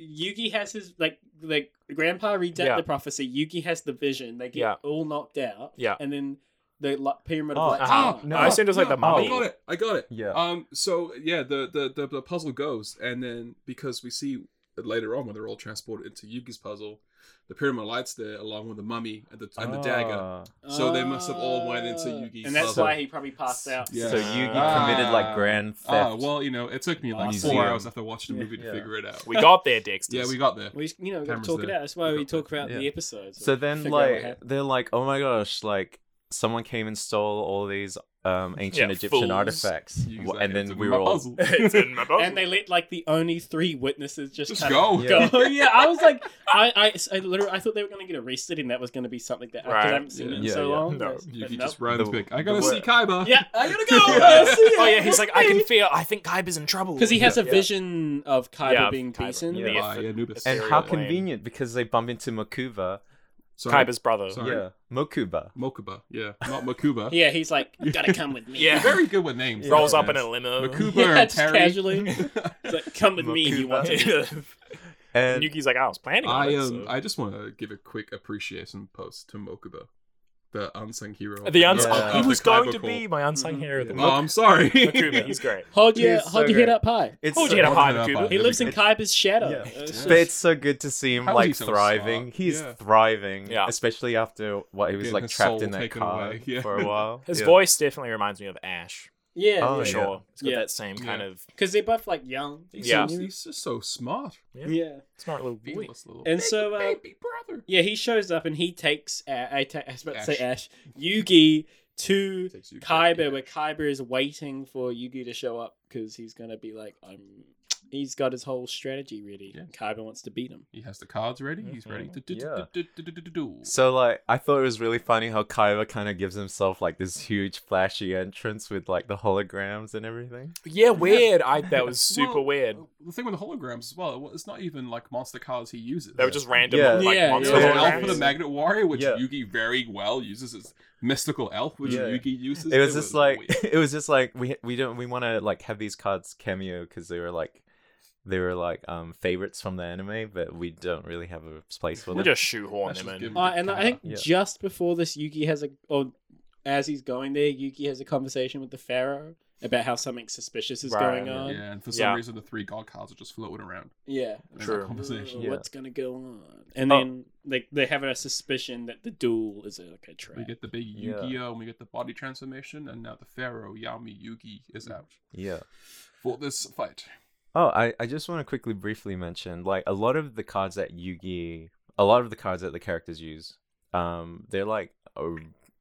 Speaker 3: Yugi has his like like Grandpa reads out
Speaker 1: Yeah.
Speaker 3: the prophecy. Yugi has the vision. They get
Speaker 1: Yeah.
Speaker 3: all knocked out.
Speaker 1: Yeah.
Speaker 3: and then the li- Pyramid
Speaker 4: Oh,
Speaker 3: of Light.
Speaker 2: ah,
Speaker 1: uh-huh.
Speaker 3: comes
Speaker 4: No.
Speaker 3: out.
Speaker 1: I assumed it was like the mummy.
Speaker 2: I got it. I got it.
Speaker 4: Yeah.
Speaker 2: Um. So yeah, the the the, the puzzle goes, and then because we see later on when they're all transported into Yugi's puzzle, the pyramid of lights there, along with the mummy and the, and the
Speaker 4: Ah,
Speaker 2: dagger. So they must have all went into
Speaker 3: Ah.
Speaker 2: Yugi's
Speaker 3: And that's
Speaker 4: closet.
Speaker 3: why he probably passed out.
Speaker 2: Yeah.
Speaker 4: So Yugi
Speaker 1: Ah.
Speaker 4: committed like grand theft.
Speaker 2: Ah, well, you know, it took me like
Speaker 4: Museum.
Speaker 2: four hours after watching the
Speaker 3: Yeah.
Speaker 2: movie to
Speaker 4: Yeah.
Speaker 2: figure it out.
Speaker 1: We got there, Dexter.
Speaker 2: yeah, we got there.
Speaker 3: We, you know, we gotta
Speaker 2: Cameras
Speaker 3: talk it
Speaker 2: there.
Speaker 3: out. That's why
Speaker 2: We
Speaker 3: we
Speaker 2: got that.
Speaker 3: talk about
Speaker 4: Yeah.
Speaker 3: the episodes.
Speaker 4: so then
Speaker 3: figure out what
Speaker 4: like
Speaker 3: happened.
Speaker 4: they're like, oh my gosh, like someone came and stole all these um ancient
Speaker 1: Yeah,
Speaker 4: Egyptian
Speaker 1: fools.
Speaker 4: artifacts,
Speaker 2: Yugi's
Speaker 4: W-
Speaker 2: like,
Speaker 4: and
Speaker 2: "It's
Speaker 4: then
Speaker 2: in
Speaker 4: we
Speaker 2: my
Speaker 4: were all
Speaker 2: puzzle."
Speaker 1: it's in my book.
Speaker 3: and they let like the only three witnesses just,
Speaker 2: Just
Speaker 3: kinda
Speaker 2: go.
Speaker 4: Yeah.
Speaker 3: go. yeah, I was like, I, I, I literally, I thought they were gonna get arrested, and that was gonna be something that because I
Speaker 1: Right.
Speaker 3: haven't seen it in
Speaker 4: Yeah,
Speaker 3: so
Speaker 4: yeah.
Speaker 3: long.
Speaker 1: No.
Speaker 3: but-
Speaker 2: Yugi
Speaker 3: but
Speaker 2: just
Speaker 3: nope.
Speaker 2: runs
Speaker 4: The-
Speaker 2: big. I
Speaker 4: the
Speaker 2: gotta
Speaker 4: wor-
Speaker 2: see Kaiba.
Speaker 3: Yeah, I gotta go. uh, see ya.
Speaker 1: oh yeah, he's like, I can feel. I think Kaiba's in trouble
Speaker 3: because he has a
Speaker 1: Yeah.
Speaker 3: vision of Kaiba
Speaker 1: Yeah, of
Speaker 3: being
Speaker 1: Kaiba.
Speaker 3: beaten.
Speaker 1: Yeah.
Speaker 2: Ah, yeah, Anubis.
Speaker 4: and
Speaker 1: Serial
Speaker 4: how
Speaker 1: blame.
Speaker 4: convenient because they bump into Makuba.
Speaker 2: Sorry.
Speaker 1: Kaiba's brother.
Speaker 2: Sorry.
Speaker 4: Yeah, Mokuba.
Speaker 2: Mokuba. Yeah, not Makuba.
Speaker 3: Yeah, he's like, you gotta come with me.
Speaker 1: Yeah.
Speaker 2: Very good with names.
Speaker 4: Yeah.
Speaker 1: Rolls
Speaker 2: though,
Speaker 1: up in
Speaker 2: man.
Speaker 1: a limo.
Speaker 2: Makuba
Speaker 3: Yeah,
Speaker 2: and
Speaker 3: just
Speaker 2: Terry.
Speaker 3: casually. He's like, come with me if you want to. be-
Speaker 1: and
Speaker 4: And
Speaker 1: Yuki's like, I was planning on
Speaker 2: I
Speaker 1: it.
Speaker 2: um,
Speaker 1: so-
Speaker 2: I just want to give a quick appreciation post to Mokuba, the unsung hero.
Speaker 1: the
Speaker 2: of
Speaker 1: uns-
Speaker 4: Yeah.
Speaker 1: he
Speaker 2: of
Speaker 1: was
Speaker 2: the
Speaker 1: going
Speaker 2: Kaiba
Speaker 1: to
Speaker 2: cult.
Speaker 1: be my unsung hero. of the
Speaker 2: Oh, I'm sorry.
Speaker 1: book. Makuba, he's great.
Speaker 3: Hold your,
Speaker 4: He's so
Speaker 3: hold your head
Speaker 4: great.
Speaker 3: up high.
Speaker 4: it's
Speaker 1: Hold
Speaker 4: so-
Speaker 1: your head up high,
Speaker 2: Hold it up
Speaker 1: Makuba.
Speaker 3: He lives in
Speaker 2: It-
Speaker 3: Kaiba's shadow.
Speaker 4: Yeah.
Speaker 3: It's just-
Speaker 4: But it's so good to see him
Speaker 2: How is he
Speaker 4: like
Speaker 2: so
Speaker 4: thriving.
Speaker 2: smart?
Speaker 4: He's
Speaker 2: Yeah.
Speaker 4: thriving,
Speaker 1: Yeah.
Speaker 4: especially after what he was
Speaker 2: Getting
Speaker 4: like
Speaker 2: his
Speaker 4: trapped
Speaker 2: soul
Speaker 4: in that
Speaker 2: taken
Speaker 4: car
Speaker 2: away, yeah.
Speaker 4: for a while.
Speaker 1: His
Speaker 4: Yeah.
Speaker 1: voice definitely reminds me of Ash.
Speaker 3: yeah,
Speaker 4: Oh,
Speaker 1: For
Speaker 4: yeah.
Speaker 1: sure. It's got
Speaker 3: Yeah.
Speaker 1: that same kind
Speaker 2: Yeah.
Speaker 1: of
Speaker 3: because they're both like young.
Speaker 2: He's,
Speaker 1: Yeah.
Speaker 2: so, he's just so smart.
Speaker 1: Yeah.
Speaker 3: yeah.
Speaker 1: smart little boy.
Speaker 2: Fearless little
Speaker 3: And
Speaker 2: baby,
Speaker 3: so, uh,
Speaker 2: baby brother.
Speaker 3: Yeah, he shows up and he takes. Uh, I, ta- I was about to say
Speaker 2: Ash.
Speaker 3: Ash, Yugi to
Speaker 2: Takes you-
Speaker 3: Kaiba, where Kaiba is waiting for Yugi to show up because he's gonna be like, I'm. He's got his whole strategy ready.
Speaker 2: Yeah.
Speaker 3: Kaiba wants to beat him.
Speaker 2: He has the cards ready. He's ready to do
Speaker 4: Yeah.
Speaker 2: do- do- do- do- do- do.
Speaker 4: So like I thought it was really funny how Kaiba kind of gives himself like this huge flashy entrance with like the holograms and everything.
Speaker 1: Yeah, weird. I that was super
Speaker 2: Well,
Speaker 1: weird.
Speaker 2: Oh, The thing with the holograms as well, well, it's not even like monster cards he uses.
Speaker 1: They were just random
Speaker 4: Yeah.
Speaker 1: like
Speaker 3: Yeah,
Speaker 1: monster
Speaker 2: So
Speaker 3: yeah.
Speaker 2: an
Speaker 1: holograms.
Speaker 2: elf with a magnet warrior, which
Speaker 4: Yeah.
Speaker 2: Yugi very well uses as mystical elf, which
Speaker 4: Yeah.
Speaker 2: Yugi uses.
Speaker 4: It was just like
Speaker 2: weird.
Speaker 4: it was just like we we don't we want to like have these cards cameo because they were like they were like um favorites from the anime, but we don't really have a place for
Speaker 1: We'll
Speaker 4: them.
Speaker 1: just shoehorn
Speaker 2: Let's
Speaker 1: them
Speaker 2: just
Speaker 1: in.
Speaker 2: give
Speaker 3: Uh, and I think
Speaker 4: Yeah.
Speaker 3: just before this, Yugi has a, or as he's going there, Yugi has a conversation with the Pharaoh about how something suspicious is
Speaker 1: Right,
Speaker 3: going
Speaker 1: yeah.
Speaker 3: on. Yeah,
Speaker 2: Yeah, and for
Speaker 1: Yeah.
Speaker 2: some reason the three god cards are just floating around in that
Speaker 1: True.
Speaker 2: conversation.
Speaker 3: Uh,
Speaker 4: Yeah.
Speaker 3: What's gonna go on? And
Speaker 4: Oh.
Speaker 3: then they they have a suspicion that the duel is a, like a trap.
Speaker 2: We get the big
Speaker 4: Yeah.
Speaker 2: Yu-Gi-Oh, and we get the body transformation, and now the Pharaoh Yami Yugi is
Speaker 3: Mm.
Speaker 2: out
Speaker 4: Yeah.
Speaker 2: for this fight.
Speaker 4: Oh, I, I just want to quickly briefly mention like a lot of the cards that Yugi, a lot of the cards that the characters use, um, they're like o-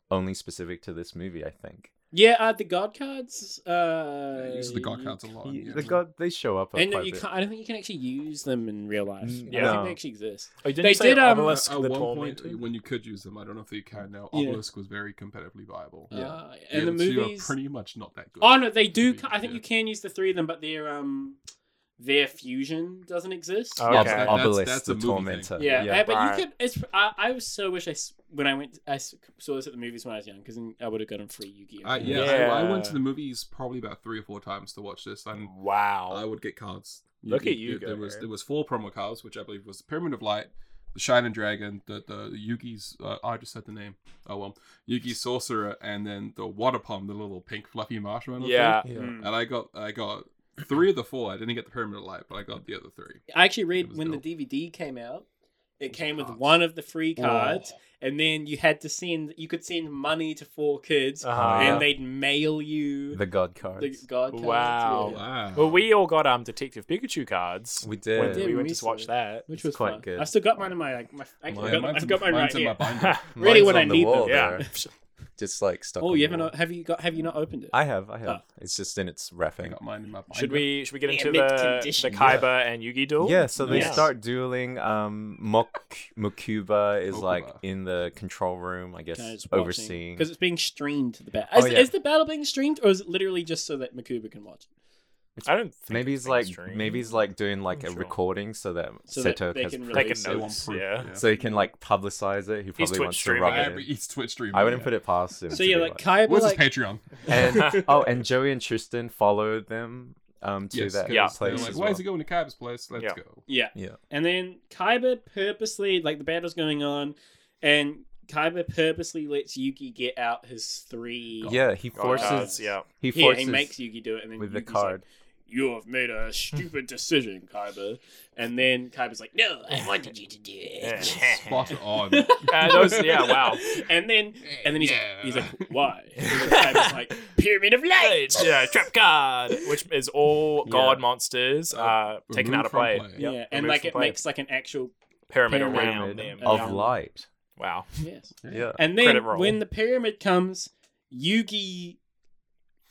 Speaker 4: only specific to this movie, I think.
Speaker 3: Yeah, uh, the god cards. Uh,
Speaker 2: Yeah, uses the god
Speaker 3: you-
Speaker 2: cards a lot.
Speaker 4: Y-
Speaker 2: yeah.
Speaker 4: They got they show up.
Speaker 3: And
Speaker 4: quite a
Speaker 3: you
Speaker 4: bit.
Speaker 3: can't, I don't think you can actually use them in real life.
Speaker 4: Mm,
Speaker 3: I don't think
Speaker 4: no.
Speaker 3: they actually exist.
Speaker 1: Oh, you didn't
Speaker 3: They
Speaker 1: say
Speaker 3: did, um,
Speaker 1: obelisk
Speaker 2: at
Speaker 1: the
Speaker 2: one point,
Speaker 1: tormentor?
Speaker 2: when you could use them, I don't know if you can now.
Speaker 3: Yeah.
Speaker 2: Obelisk was very competitively viable.
Speaker 4: Yeah.
Speaker 3: Uh,
Speaker 2: Yeah,
Speaker 3: and the
Speaker 2: two are
Speaker 3: movies.
Speaker 2: pretty much not that good.
Speaker 3: Oh no, they do.
Speaker 2: be
Speaker 3: ca- I think
Speaker 2: fair.
Speaker 3: you can use the three of them, but their um, their fusion doesn't exist.
Speaker 1: Oh,
Speaker 4: Ob-
Speaker 1: Okay. That's-
Speaker 4: Obelisk,
Speaker 2: that's a
Speaker 4: the
Speaker 2: movie thing.
Speaker 4: tormentor.
Speaker 3: yeah, uh, but
Speaker 1: Right.
Speaker 3: you could. It's. I, I so wish I s- when I went. I s- saw this at the movies when I was young because I would have gotten free Yu Gi
Speaker 2: I,
Speaker 3: Oh.
Speaker 2: Uh, yeah, I, I went to
Speaker 1: Yeah.
Speaker 2: the movies probably about three or four times to watch this, and I
Speaker 1: Wow.
Speaker 2: would get cards.
Speaker 1: Look
Speaker 2: could-
Speaker 1: at you
Speaker 2: There, there
Speaker 1: go,
Speaker 2: was
Speaker 1: man.
Speaker 2: there was four promo cards, which I believe was the Pyramid of Light, the Shining Dragon, the the Yugi's. Uh, I just said the name. Oh well, Yugi's Sorcerer, and then the Water Pump, the little pink fluffy marshmallow. thing.
Speaker 1: Yeah.
Speaker 4: Yeah.
Speaker 3: Mm.
Speaker 2: And I got I got three of the four. I didn't get the Pyramid of Light, but I got the other three.
Speaker 3: I actually
Speaker 2: It
Speaker 3: read
Speaker 2: was
Speaker 3: when
Speaker 2: dope.
Speaker 3: the DVD came out, it came with
Speaker 2: cards.
Speaker 3: one of the free cards, and then you had to send. You could send money to four kids,
Speaker 1: Uh-huh.
Speaker 4: Yeah.
Speaker 3: and they'd mail you
Speaker 4: The god cards.
Speaker 3: the god cards.
Speaker 1: Wow.
Speaker 3: yeah.
Speaker 2: Oh, Wow.
Speaker 1: Well, we all got um Detective Pikachu cards.
Speaker 4: We
Speaker 1: when
Speaker 4: did.
Speaker 3: did.
Speaker 1: we went
Speaker 3: we
Speaker 1: to watch
Speaker 3: saw it.
Speaker 1: that.
Speaker 3: Which
Speaker 4: It's
Speaker 3: was
Speaker 4: quite
Speaker 3: quite good.
Speaker 4: good.
Speaker 3: I stive got mine in my like my. Actually,
Speaker 4: Mine-
Speaker 3: I've got,
Speaker 2: mine's
Speaker 3: I've
Speaker 2: in-
Speaker 3: got mine right
Speaker 2: mine's in
Speaker 3: here.
Speaker 2: my binder.
Speaker 3: Really,
Speaker 4: Mine's
Speaker 3: when I
Speaker 4: on the
Speaker 3: need
Speaker 4: wall
Speaker 3: them.
Speaker 1: yeah.
Speaker 4: there, just like stuck.
Speaker 3: Oh,
Speaker 4: on
Speaker 3: you
Speaker 4: the
Speaker 3: haven't
Speaker 4: wall.
Speaker 3: o- have you got have you not opened it?
Speaker 4: I have. I have.
Speaker 3: Oh.
Speaker 4: It's just in its
Speaker 2: I
Speaker 4: wrapping.
Speaker 2: got mine in my binder.
Speaker 1: Should we should we get
Speaker 3: Yeah,
Speaker 1: into
Speaker 3: mint
Speaker 1: the the
Speaker 3: condition.
Speaker 1: Kaiba and Yugi duel?
Speaker 4: Yeah, so they
Speaker 1: Nice.
Speaker 4: start dueling. Um, Mok Mokuba is like
Speaker 2: Mokuba.
Speaker 4: in the control room, I guess, overseeing.
Speaker 3: because it's being streamed to the battle. Is,
Speaker 4: Oh, yeah.
Speaker 3: is the battle being streamed or is it literally just so that Makuba can watch it?
Speaker 1: I don't. Think
Speaker 4: Maybe
Speaker 1: it's
Speaker 4: he's like,
Speaker 1: mainstream.
Speaker 4: maybe he's like doing like
Speaker 1: I'm
Speaker 4: a
Speaker 1: sure.
Speaker 4: recording so that
Speaker 3: So that
Speaker 4: Seto
Speaker 3: they
Speaker 4: has
Speaker 3: can
Speaker 4: proof-
Speaker 1: They can
Speaker 3: release
Speaker 2: They
Speaker 1: know.
Speaker 3: it.
Speaker 2: want proof,
Speaker 1: yeah.
Speaker 4: so he can like publicize it. He probably
Speaker 1: Twitch
Speaker 4: wants to
Speaker 1: streaming.
Speaker 4: rub
Speaker 2: Yeah,
Speaker 4: it.
Speaker 2: every-
Speaker 4: in.
Speaker 2: each Twitch streamer.
Speaker 4: I wouldn't
Speaker 2: yeah.
Speaker 4: put it past him.
Speaker 3: So
Speaker 4: to
Speaker 3: yeah,
Speaker 4: be
Speaker 3: like Kaiba,
Speaker 2: Where's
Speaker 3: like,
Speaker 2: his Patreon?
Speaker 4: and oh, and Joey and Tristan follow them um to
Speaker 2: Yes,
Speaker 4: that
Speaker 2: 'cause
Speaker 1: Yeah.
Speaker 2: they're
Speaker 4: place
Speaker 2: Like,
Speaker 4: as
Speaker 2: Why
Speaker 4: well.
Speaker 2: is he going to Kaiba's place? Let's
Speaker 1: Yeah.
Speaker 2: go.
Speaker 3: yeah,
Speaker 4: Yeah.
Speaker 3: and then Kaiba purposely like the battle's going on, and Kaiba purposely lets Yuki get out his three.
Speaker 4: Yeah, he
Speaker 1: God,
Speaker 4: forces.
Speaker 1: yeah.
Speaker 4: He
Speaker 3: yeah,
Speaker 4: forces
Speaker 3: he makes Yuki do it, and then
Speaker 4: with the
Speaker 3: Yuki's
Speaker 4: card.
Speaker 3: Like, you have made a stupid decision, Kaiba. And then Kaiba's like, no, I wanted you to do it.
Speaker 2: Spot on.
Speaker 1: Uh, those, yeah, wow.
Speaker 3: And then, and then he's
Speaker 2: Yeah.
Speaker 3: like, he's like, why? And then Kaiba's like, pyramid of light.
Speaker 1: yeah, trap card, which is all
Speaker 4: Yeah.
Speaker 1: god monsters uh,
Speaker 2: removed
Speaker 1: taken out of
Speaker 2: from
Speaker 1: play.
Speaker 2: play.
Speaker 1: Yep,
Speaker 3: Yeah, and
Speaker 1: removed
Speaker 3: like
Speaker 1: from
Speaker 3: it
Speaker 1: play.
Speaker 3: makes like an actual
Speaker 1: pyramid
Speaker 3: pyramid
Speaker 1: around them.
Speaker 4: of
Speaker 3: Yeah.
Speaker 4: light.
Speaker 1: Wow.
Speaker 3: yes.
Speaker 4: Yeah.
Speaker 3: And
Speaker 1: Credit
Speaker 3: then
Speaker 1: roll.
Speaker 3: when the pyramid comes, Yugi,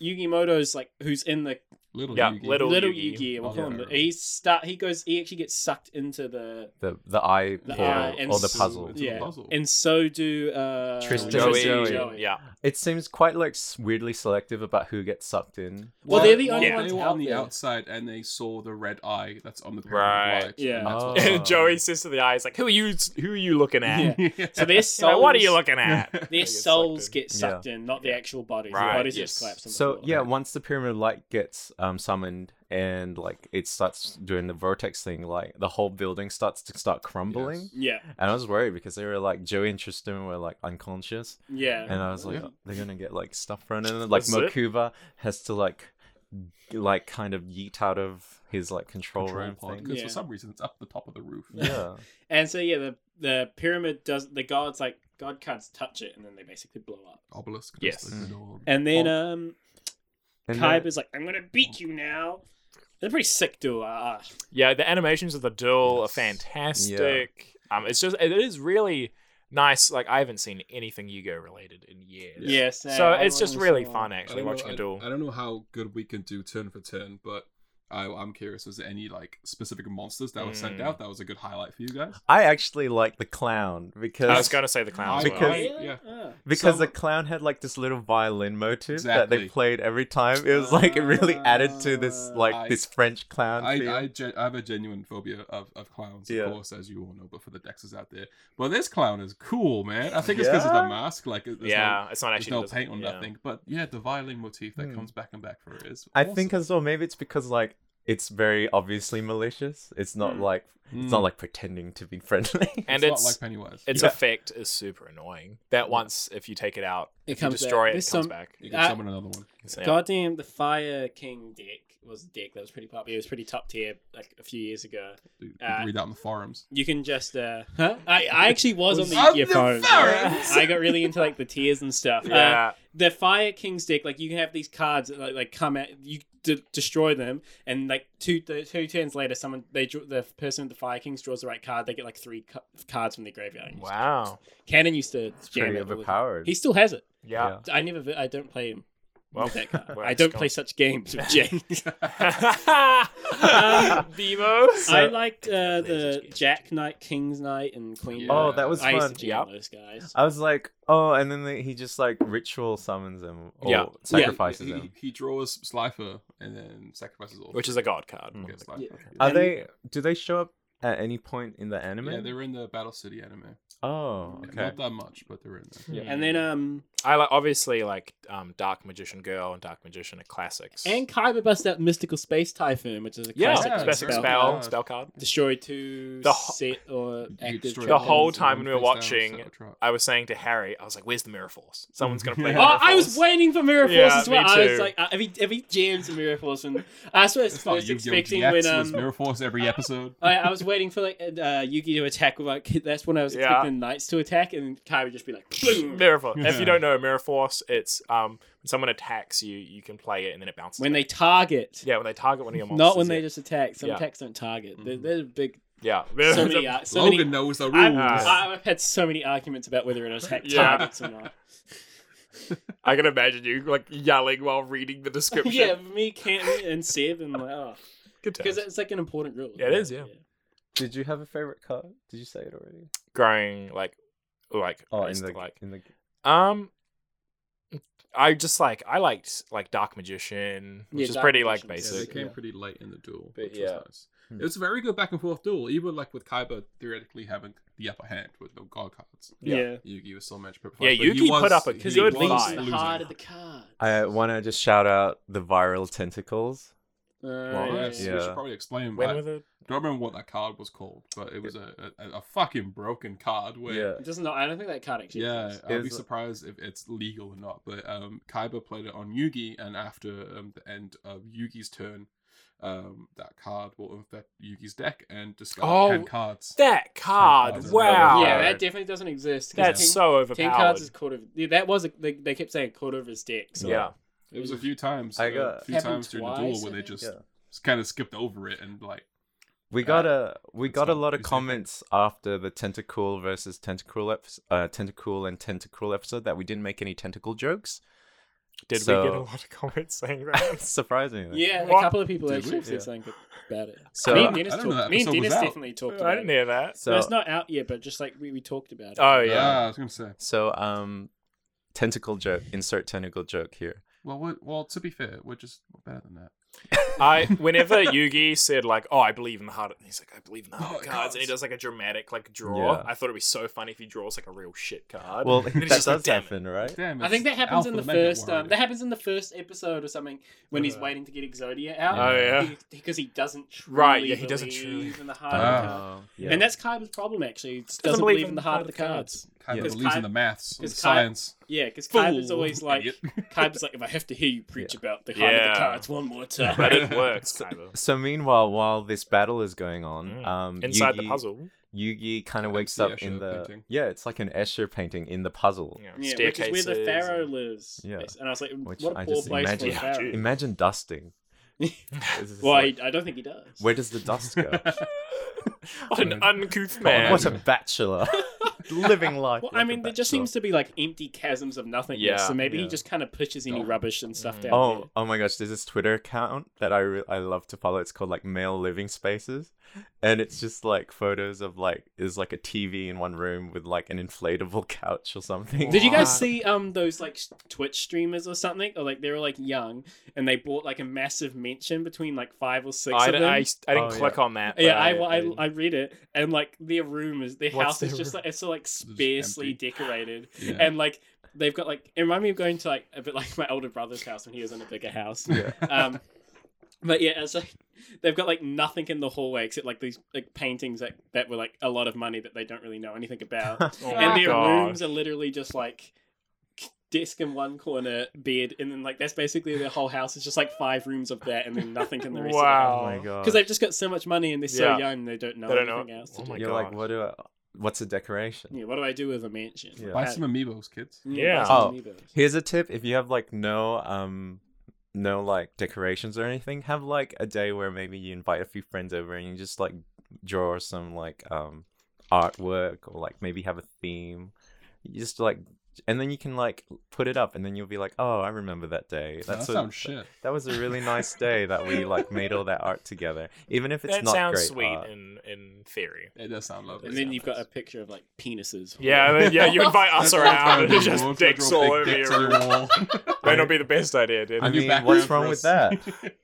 Speaker 3: Yugi Moto's like who's in the
Speaker 2: Little
Speaker 1: Yeah,
Speaker 2: Yugi.
Speaker 1: little-
Speaker 3: little
Speaker 1: Yugi.
Speaker 3: Yugi. we'll
Speaker 2: Oh,
Speaker 3: call him.
Speaker 2: yeah.
Speaker 3: the- He start. He goes. He actually gets sucked into the
Speaker 4: The the eye
Speaker 2: Uh,
Speaker 3: The
Speaker 4: portal
Speaker 3: eye uh, and
Speaker 4: or the
Speaker 3: s-
Speaker 4: puzzle.
Speaker 2: It's a
Speaker 3: yeah.
Speaker 2: puzzle.
Speaker 3: And so do uh,
Speaker 4: Tristan
Speaker 1: Joey,
Speaker 4: and Joey.
Speaker 1: Yeah.
Speaker 4: It seems quite like s- weirdly selective about who gets sucked in.
Speaker 3: Well, they're the only
Speaker 2: they
Speaker 3: ones
Speaker 2: were
Speaker 3: out
Speaker 2: on the
Speaker 3: there.
Speaker 2: outside, and they saw the red eye that's on the
Speaker 1: Right.
Speaker 2: pyramid light. Uh,
Speaker 3: Yeah.
Speaker 2: and that's what-
Speaker 4: Oh.
Speaker 1: Joey says to the eyes, like, "Who are you? Who are you looking at?
Speaker 3: Yeah. So their souls.
Speaker 1: Like, what are you looking at?" They
Speaker 3: Their
Speaker 1: get sucked
Speaker 3: souls
Speaker 1: in.
Speaker 3: get sucked in, not the actual bodies.
Speaker 1: Right,
Speaker 3: The bodies
Speaker 1: yes.
Speaker 3: just collapse. On the
Speaker 4: So
Speaker 3: floor.
Speaker 4: yeah, once the pyramid of light gets um, summoned and like it starts doing the vortex thing, like the whole building starts to start crumbling.
Speaker 2: Yes.
Speaker 3: yeah,
Speaker 4: And I was worried because they were like Joey and Tristan were like unconscious,
Speaker 3: yeah.
Speaker 4: and I was like,
Speaker 2: Yeah.
Speaker 3: uh,
Speaker 4: they're gonna get like stuff thrown in. Like
Speaker 1: That's it.
Speaker 4: Mokuba has to like, g- like kind of yeet out of his like control,
Speaker 2: Control
Speaker 4: room
Speaker 2: pod,
Speaker 4: thing.
Speaker 2: because
Speaker 3: Yeah.
Speaker 2: for some reason it's up the top of the roof.
Speaker 4: Yeah,
Speaker 3: And so yeah, the the pyramid does the gods like god can't touch it, and then they basically blow up.
Speaker 2: Obelisk. goes
Speaker 1: Yes.
Speaker 2: to the
Speaker 4: Mm.
Speaker 2: door.
Speaker 3: And then
Speaker 2: Oh.
Speaker 3: um,
Speaker 4: And then-
Speaker 3: Kaiba's like, I'm gonna beat you now. They're pretty sick duo. Uh,
Speaker 1: Yeah, the animations of the duel are
Speaker 2: Yes.
Speaker 1: fantastic. Um, it's just it is really nice. Like I haven't seen anything Yugo related in years.
Speaker 3: yeah. So,
Speaker 1: So
Speaker 3: I
Speaker 1: it's just
Speaker 3: wasn't
Speaker 1: really
Speaker 3: sure.
Speaker 1: fun
Speaker 2: I
Speaker 1: actually
Speaker 2: don't
Speaker 1: watching
Speaker 2: know,
Speaker 1: a
Speaker 2: I-
Speaker 1: duel.
Speaker 2: I, don't know how good we can do turn for turn, but I, I'm curious. Was there any like specific monsters that were sent
Speaker 1: Mm.
Speaker 2: out that was a good highlight for you guys?
Speaker 4: I actually like the clown because
Speaker 1: I was gonna say the clown as
Speaker 2: I-
Speaker 1: well.
Speaker 4: Because-
Speaker 3: Really?
Speaker 2: yeah.
Speaker 3: Ah.
Speaker 4: Because
Speaker 2: Some-
Speaker 4: the clown had like this little violin motive that they
Speaker 2: Exactly. Uh,
Speaker 4: played every time. It was like it really added to this like
Speaker 2: I-
Speaker 4: this French clown
Speaker 2: I,
Speaker 4: feel.
Speaker 2: I, gen- I have a genuine phobia of, of clowns, of
Speaker 4: Yeah.
Speaker 2: course, as you all know, but for the Dexes out there. But this clown is cool, man. I think it's because of
Speaker 4: Yeah?
Speaker 2: the mask. Like, it- there's
Speaker 1: yeah, it's not
Speaker 2: no, there's
Speaker 1: actually
Speaker 2: no
Speaker 1: doesn't-
Speaker 2: paint on
Speaker 1: yeah.
Speaker 2: that thing. But yeah, the violin motif that
Speaker 4: Hmm.
Speaker 2: comes back and back for it is.
Speaker 4: I think as well maybe it's because like it's very obviously malicious. It's not
Speaker 3: Mm.
Speaker 4: like it's not like pretending to be friendly.
Speaker 1: And
Speaker 2: Hmm.
Speaker 1: it's
Speaker 2: it's, not like Pennywise.
Speaker 1: its
Speaker 4: Yeah.
Speaker 1: effect is super annoying. That once if you take it out,
Speaker 3: It
Speaker 1: if you
Speaker 3: comes
Speaker 1: destroy
Speaker 3: back.
Speaker 1: it,
Speaker 3: There's
Speaker 1: it comes
Speaker 3: some- uh,
Speaker 1: back.
Speaker 2: you can
Speaker 3: I-
Speaker 1: Uh,
Speaker 2: summon another one.
Speaker 1: So, yeah.
Speaker 3: Goddamn, the Fire King deck was the deck that was pretty popular. It was pretty top tier like a few years ago.
Speaker 2: You can
Speaker 3: Uh,
Speaker 2: read out in the forums.
Speaker 3: You can just uh, huh? I I actually was on the
Speaker 2: On
Speaker 3: Yu-Gi-Oh
Speaker 2: the
Speaker 3: phone.
Speaker 2: forums!
Speaker 3: I got really into like the tiers and stuff. Uh,
Speaker 1: Yeah.
Speaker 3: the Fire King's deck, like you can have these cards that like, like come at you, d- destroy them, and like two th- two turns later, someone they draw, the person with the Fire Kings draws the right card, they get like three ca- cards from their graveyard.
Speaker 1: Wow.
Speaker 3: Cannon used to jam
Speaker 4: pretty
Speaker 3: it. all the-
Speaker 4: overpowered.
Speaker 3: He still has it.
Speaker 1: Yeah.
Speaker 4: Yeah.
Speaker 3: I never, vi- I don't play him.
Speaker 1: Well,
Speaker 3: with that card.
Speaker 1: where
Speaker 3: I
Speaker 1: it's
Speaker 3: don't
Speaker 1: gone.
Speaker 3: play such games with Jane.
Speaker 1: Um, Bebo.
Speaker 3: I liked uh,
Speaker 1: There's this
Speaker 3: the
Speaker 1: game.
Speaker 3: Jack Knight, King's Knight, and Queen.
Speaker 2: Yeah.
Speaker 4: Oh, that was
Speaker 3: I used to
Speaker 4: fun.
Speaker 1: Yep.
Speaker 3: jam those guys.
Speaker 4: I was like, oh, and then the, he just like ritual summons him or
Speaker 1: Yeah.
Speaker 4: sacrifices
Speaker 2: he,
Speaker 4: him.
Speaker 2: He, he draws Slifer and then sacrifices all.
Speaker 1: which is a god card.
Speaker 3: Hmm.
Speaker 4: Mm.
Speaker 2: Yeah, Slifer.
Speaker 3: Yeah.
Speaker 4: Are
Speaker 3: And-
Speaker 4: they? Do they show up at any point in the anime?
Speaker 2: Yeah, they were in the Battle City anime.
Speaker 4: oh, okay.
Speaker 2: Not that much, but they're in there.
Speaker 1: Yeah.
Speaker 3: And then um,
Speaker 1: I like obviously like um, Dark Magician Girl and Dark Magician are classics.
Speaker 3: and Kaiba bust out Mystical Space Typhoon, which is a
Speaker 1: yeah,
Speaker 3: classic
Speaker 2: Yeah,
Speaker 1: specific
Speaker 2: it's
Speaker 1: spell
Speaker 2: very
Speaker 1: spell,
Speaker 2: good.
Speaker 1: card.
Speaker 3: destroy two
Speaker 1: The ho-
Speaker 3: set or active.
Speaker 2: destroy
Speaker 1: The
Speaker 3: tokens.
Speaker 1: whole
Speaker 2: all the
Speaker 1: time when we were
Speaker 2: ones face down,
Speaker 1: watching-
Speaker 2: set trap.
Speaker 1: I was saying to Harry, I was like, "Where's the Mirror Force? Someone's gonna play."
Speaker 2: Yeah.
Speaker 3: Oh,
Speaker 1: Mirror
Speaker 3: I was
Speaker 1: Force."
Speaker 3: waiting for Mirror Force
Speaker 1: Yeah,
Speaker 3: as well.
Speaker 1: me
Speaker 3: I was
Speaker 1: too.
Speaker 3: like, uh, every every jams a Mirror Force, and I was first,
Speaker 2: It's not
Speaker 3: first
Speaker 2: Oh, Yu-Gi-Oh!
Speaker 3: expecting
Speaker 2: GX,
Speaker 3: when
Speaker 2: there's
Speaker 3: um.
Speaker 2: Mirror Force every episode.
Speaker 3: I, I was waiting for like uh, Yugi to attack with like that's when I was
Speaker 1: Yeah.
Speaker 3: expecting knights to attack and Kai would just be like boom
Speaker 1: Mirror Force. If you don't know Mirror Force, it's um when someone attacks you, you can play it and then it bounces.
Speaker 3: when they
Speaker 1: back.
Speaker 3: target
Speaker 1: yeah, when they target one of your monsters.
Speaker 3: not when they
Speaker 1: yeah.
Speaker 3: just attack some
Speaker 1: Yeah.
Speaker 3: attacks don't target There- there's a big
Speaker 1: yeah.
Speaker 3: so many uh, so
Speaker 2: Mm-hmm. Logan
Speaker 3: many
Speaker 2: knows the rules.
Speaker 3: I've, I've had so many arguments about whether an attack
Speaker 1: Yeah.
Speaker 3: targets or not
Speaker 1: I can imagine you like yelling while reading the description.
Speaker 3: yeah me Canton and Seb and like oh
Speaker 1: Good
Speaker 3: because
Speaker 1: times.
Speaker 3: it's like an important rule
Speaker 1: Yeah, it is, yeah.
Speaker 4: Did you have a favorite card? Did you say it already?
Speaker 1: growing like like
Speaker 4: Oh,
Speaker 1: I
Speaker 4: in
Speaker 1: used
Speaker 4: the
Speaker 1: to like
Speaker 4: in the
Speaker 1: um I just like I liked like Dark Magician, which
Speaker 3: Yeah,
Speaker 1: is
Speaker 3: Dark
Speaker 1: pretty like
Speaker 3: Magician's
Speaker 2: Yeah, they
Speaker 1: basic.
Speaker 2: came
Speaker 3: Yeah.
Speaker 2: pretty late in the duel,
Speaker 1: But
Speaker 2: which
Speaker 1: yeah.
Speaker 2: was nice.
Speaker 4: Hmm.
Speaker 2: It was a very good back and forth duel, even like with Kaiba theoretically having the upper hand with no god cards.
Speaker 1: Yeah.
Speaker 3: yeah
Speaker 2: Yugi was so much prepared.
Speaker 1: Yeah, Yugi put up a
Speaker 3: because
Speaker 1: He
Speaker 3: he
Speaker 1: good
Speaker 3: would
Speaker 1: was fight.
Speaker 3: lose the heart of the card
Speaker 4: I want to just shout out the viral tentacles.
Speaker 2: Oh,
Speaker 3: Uh,
Speaker 2: yes,
Speaker 4: Yeah.
Speaker 2: We should probably explain.
Speaker 1: When
Speaker 2: When
Speaker 1: were the
Speaker 2: I don't remember what that card was called, but it was a, a, a fucking broken card where
Speaker 3: It doesn't know. I don't think that card actually.
Speaker 2: Yeah,
Speaker 3: exists.
Speaker 2: i will be
Speaker 4: Is-
Speaker 2: surprised if it's legal or not. But um, Kaiba played it on Yugi, and after um, the end of Yugi's turn, Um, that card will affect Yugi's deck and discard
Speaker 1: Oh,
Speaker 2: ten cards.
Speaker 1: That card,
Speaker 2: cards is
Speaker 1: wow.
Speaker 2: relevant.
Speaker 3: Yeah, that definitely doesn't exist. 'cause
Speaker 1: That's
Speaker 3: King,
Speaker 1: so
Speaker 3: King
Speaker 1: overpowered.
Speaker 3: cards is quarter. Of, yeah, that was a, they, they kept saying quarter of his deck. So
Speaker 1: yeah.
Speaker 2: It was a few times.
Speaker 4: I
Speaker 2: uh,
Speaker 4: got-
Speaker 2: a few
Speaker 3: Happened
Speaker 2: times during the
Speaker 3: twice,
Speaker 2: duel
Speaker 3: I
Speaker 2: where they
Speaker 3: think.
Speaker 2: just
Speaker 4: Yeah.
Speaker 2: kind of skipped over it and like
Speaker 4: We
Speaker 2: Uh,
Speaker 4: got a we
Speaker 2: that's
Speaker 4: got a
Speaker 2: not
Speaker 4: lot of
Speaker 2: easy.
Speaker 4: comments after the tentacle versus tentacle epi- uh, tentacle and tentacle episode that we didn't make any tentacle jokes.
Speaker 1: Did
Speaker 4: So-
Speaker 1: we get a lot of comments saying that?
Speaker 4: Surprisingly,
Speaker 3: yeah, a
Speaker 1: What?
Speaker 3: couple of people
Speaker 2: Did
Speaker 3: actually
Speaker 2: we?
Speaker 3: said
Speaker 4: Yeah.
Speaker 3: something about it.
Speaker 4: So
Speaker 3: me
Speaker 2: I
Speaker 3: and Dennis,
Speaker 2: don't know
Speaker 3: talked,
Speaker 2: that
Speaker 3: me and
Speaker 2: episode was
Speaker 3: Dennis
Speaker 2: out.
Speaker 3: definitely talked about
Speaker 1: I didn't
Speaker 3: it.
Speaker 1: hear that.
Speaker 4: so
Speaker 3: No, it's not out yet, but just like we, we talked about it.
Speaker 1: Oh
Speaker 2: Ah,
Speaker 1: yeah.
Speaker 2: I was gonna say.
Speaker 4: so um, tentacle joke. Insert tentacle joke here.
Speaker 2: Well, we well, to be fair, we're just better than that.
Speaker 1: I whenever Yugi said like, "Oh, I believe in the heart," of, he's like, "I believe in the heart
Speaker 2: Oh,
Speaker 1: of cards," and he does
Speaker 2: cards.
Speaker 1: like a dramatic like draw.
Speaker 4: Yeah.
Speaker 1: I thought it'd be so funny if he draws like a real shit card.
Speaker 4: Well,
Speaker 1: And
Speaker 4: that
Speaker 1: it's just
Speaker 4: does
Speaker 1: like, "Damn it."
Speaker 4: happen, right?
Speaker 2: Damn,
Speaker 3: I think that
Speaker 2: it's
Speaker 3: happens in the
Speaker 2: Alpha Omega
Speaker 3: first. Um,
Speaker 2: Warrior.
Speaker 3: that happens in the first episode or something when he's
Speaker 1: Yeah.
Speaker 3: waiting to get Exodia out.
Speaker 1: Oh yeah.
Speaker 3: because he doesn't truly
Speaker 1: Right, yeah, he doesn't
Speaker 3: believe
Speaker 1: truly-
Speaker 3: in the heart of
Speaker 2: Ah.
Speaker 3: the cards.
Speaker 4: Oh, yeah.
Speaker 3: And that's Kaiba's problem actually. He doesn't, believe, in the heart of the cards.
Speaker 2: Kind of
Speaker 3: Yeah.
Speaker 2: believes
Speaker 3: Kai-
Speaker 2: in the maths, and the
Speaker 3: because Kai-
Speaker 2: science.
Speaker 3: Yeah, because
Speaker 2: Fool,
Speaker 3: Kaiba's always like
Speaker 2: idiot.
Speaker 3: Kaiba's like if I have to hear you preach about the heart of
Speaker 1: Yeah.
Speaker 3: the cards one more time.
Speaker 1: But it works Kaiba.
Speaker 4: so meanwhile, while this battle is going on,
Speaker 1: Mm.
Speaker 4: um,
Speaker 1: inside the
Speaker 4: Yugi-
Speaker 1: puzzle.
Speaker 4: Yugi kind of
Speaker 2: Like
Speaker 4: wakes
Speaker 2: the
Speaker 4: up in
Speaker 2: Escher
Speaker 4: the
Speaker 2: painting.
Speaker 4: yeah, it's like an Escher painting in the puzzle.
Speaker 1: You know,
Speaker 3: yeah, which
Speaker 1: staircases.
Speaker 3: is where the pharaoh
Speaker 1: and-
Speaker 3: lives.
Speaker 4: Yeah.
Speaker 3: And I was like, "Mm,
Speaker 4: Which
Speaker 3: what a
Speaker 4: I
Speaker 3: poor
Speaker 4: just
Speaker 3: place
Speaker 4: imagine-
Speaker 3: for a pharaoh.
Speaker 1: Yeah,
Speaker 4: Imagine dusting. It's just
Speaker 3: Well,
Speaker 4: like-
Speaker 3: I, I don't think he does.
Speaker 4: Where does the dust go?
Speaker 1: What an uncouth
Speaker 4: God,
Speaker 1: man.
Speaker 4: what a bachelor. Living life.
Speaker 3: Well,
Speaker 4: like
Speaker 3: I
Speaker 4: a
Speaker 3: mean, there just
Speaker 4: bachelor.
Speaker 3: seems to be like empty chasms of nothingness.
Speaker 1: Yeah,
Speaker 3: so maybe
Speaker 4: yeah.
Speaker 3: he just kind of pushes any
Speaker 2: Oh.
Speaker 3: rubbish and stuff
Speaker 1: Mm.
Speaker 3: down.
Speaker 4: Oh, oh my gosh! There's this Twitter account that I re- I love to follow. It's called like Male Living Spaces, and it's just like photos of like is like a TV in one room with like an inflatable couch or something.
Speaker 3: Did you guys
Speaker 1: Wow.
Speaker 3: see um those like Twitch streamers or something? Or like they were like young and they bought like a massive mansion between like five or six
Speaker 1: I,
Speaker 3: of
Speaker 1: d-
Speaker 3: them.
Speaker 1: I, I didn't
Speaker 4: Oh,
Speaker 1: click on that.
Speaker 3: yeah,
Speaker 1: but
Speaker 3: I, I, I read it and like their room is their
Speaker 1: What's
Speaker 3: house is
Speaker 1: their
Speaker 3: just
Speaker 1: room?
Speaker 3: like it's so like sparsely
Speaker 2: empty.
Speaker 3: decorated
Speaker 2: Yeah.
Speaker 3: and like they've got like it reminded me of going to like a bit like my older brother's house when he was in a bigger house. Um, but yeah, it's like they've got like nothing in the hallway except like these like paintings that, that were like a lot of money that they don't really know anything about,
Speaker 1: oh
Speaker 3: and
Speaker 1: my
Speaker 3: their
Speaker 1: God.
Speaker 3: rooms are literally just like desk in one corner, bed, and then like that's basically their whole house. It's just like five rooms of that, and then nothing in the rest.
Speaker 1: Wow.
Speaker 4: Oh my god!
Speaker 3: Because they've just got so much money and they're so
Speaker 1: Yeah.
Speaker 3: young, they don't know
Speaker 1: They don't know-
Speaker 3: anything else to
Speaker 1: oh
Speaker 3: do.
Speaker 1: my
Speaker 4: you're like,
Speaker 1: God.
Speaker 4: what do I, what's a decoration?
Speaker 3: Yeah, what do I do with a mansion?
Speaker 4: Yeah.
Speaker 2: Buy
Speaker 3: Uh,
Speaker 2: some amiibos, kids.
Speaker 1: Yeah.
Speaker 3: buy some
Speaker 4: Oh.
Speaker 3: amiibos.
Speaker 4: Here's a tip: if you have like no um no like decorations or anything, have like a day where maybe you invite a few friends over and you just like draw some like um artwork or like maybe have a theme. You just like and then you can like put it up and then you'll be like, "Oh, I remember that
Speaker 2: Nah,
Speaker 4: day.
Speaker 2: that
Speaker 4: That's a-
Speaker 2: sounds shit.
Speaker 4: That was a really nice day that we like made all that art together." Even if it's
Speaker 1: That
Speaker 4: not
Speaker 1: sounds
Speaker 4: great Uh,
Speaker 1: sweet
Speaker 4: art.
Speaker 1: in, in theory.
Speaker 2: It does sound lovely.
Speaker 3: And then you've got a picture of like penises.
Speaker 1: Yeah, then, yeah. You invite us
Speaker 2: That's what I'm trying
Speaker 1: around,
Speaker 2: to
Speaker 1: and
Speaker 2: do.
Speaker 1: just
Speaker 2: We'll draw
Speaker 1: dicks
Speaker 2: big
Speaker 1: all over
Speaker 2: dicks
Speaker 1: your
Speaker 2: on
Speaker 1: room.
Speaker 2: wall.
Speaker 1: May not be the best idea,
Speaker 4: I
Speaker 1: dude.
Speaker 2: new
Speaker 4: mean,
Speaker 2: background
Speaker 4: what's wrong
Speaker 2: for
Speaker 4: with
Speaker 2: us.
Speaker 4: that?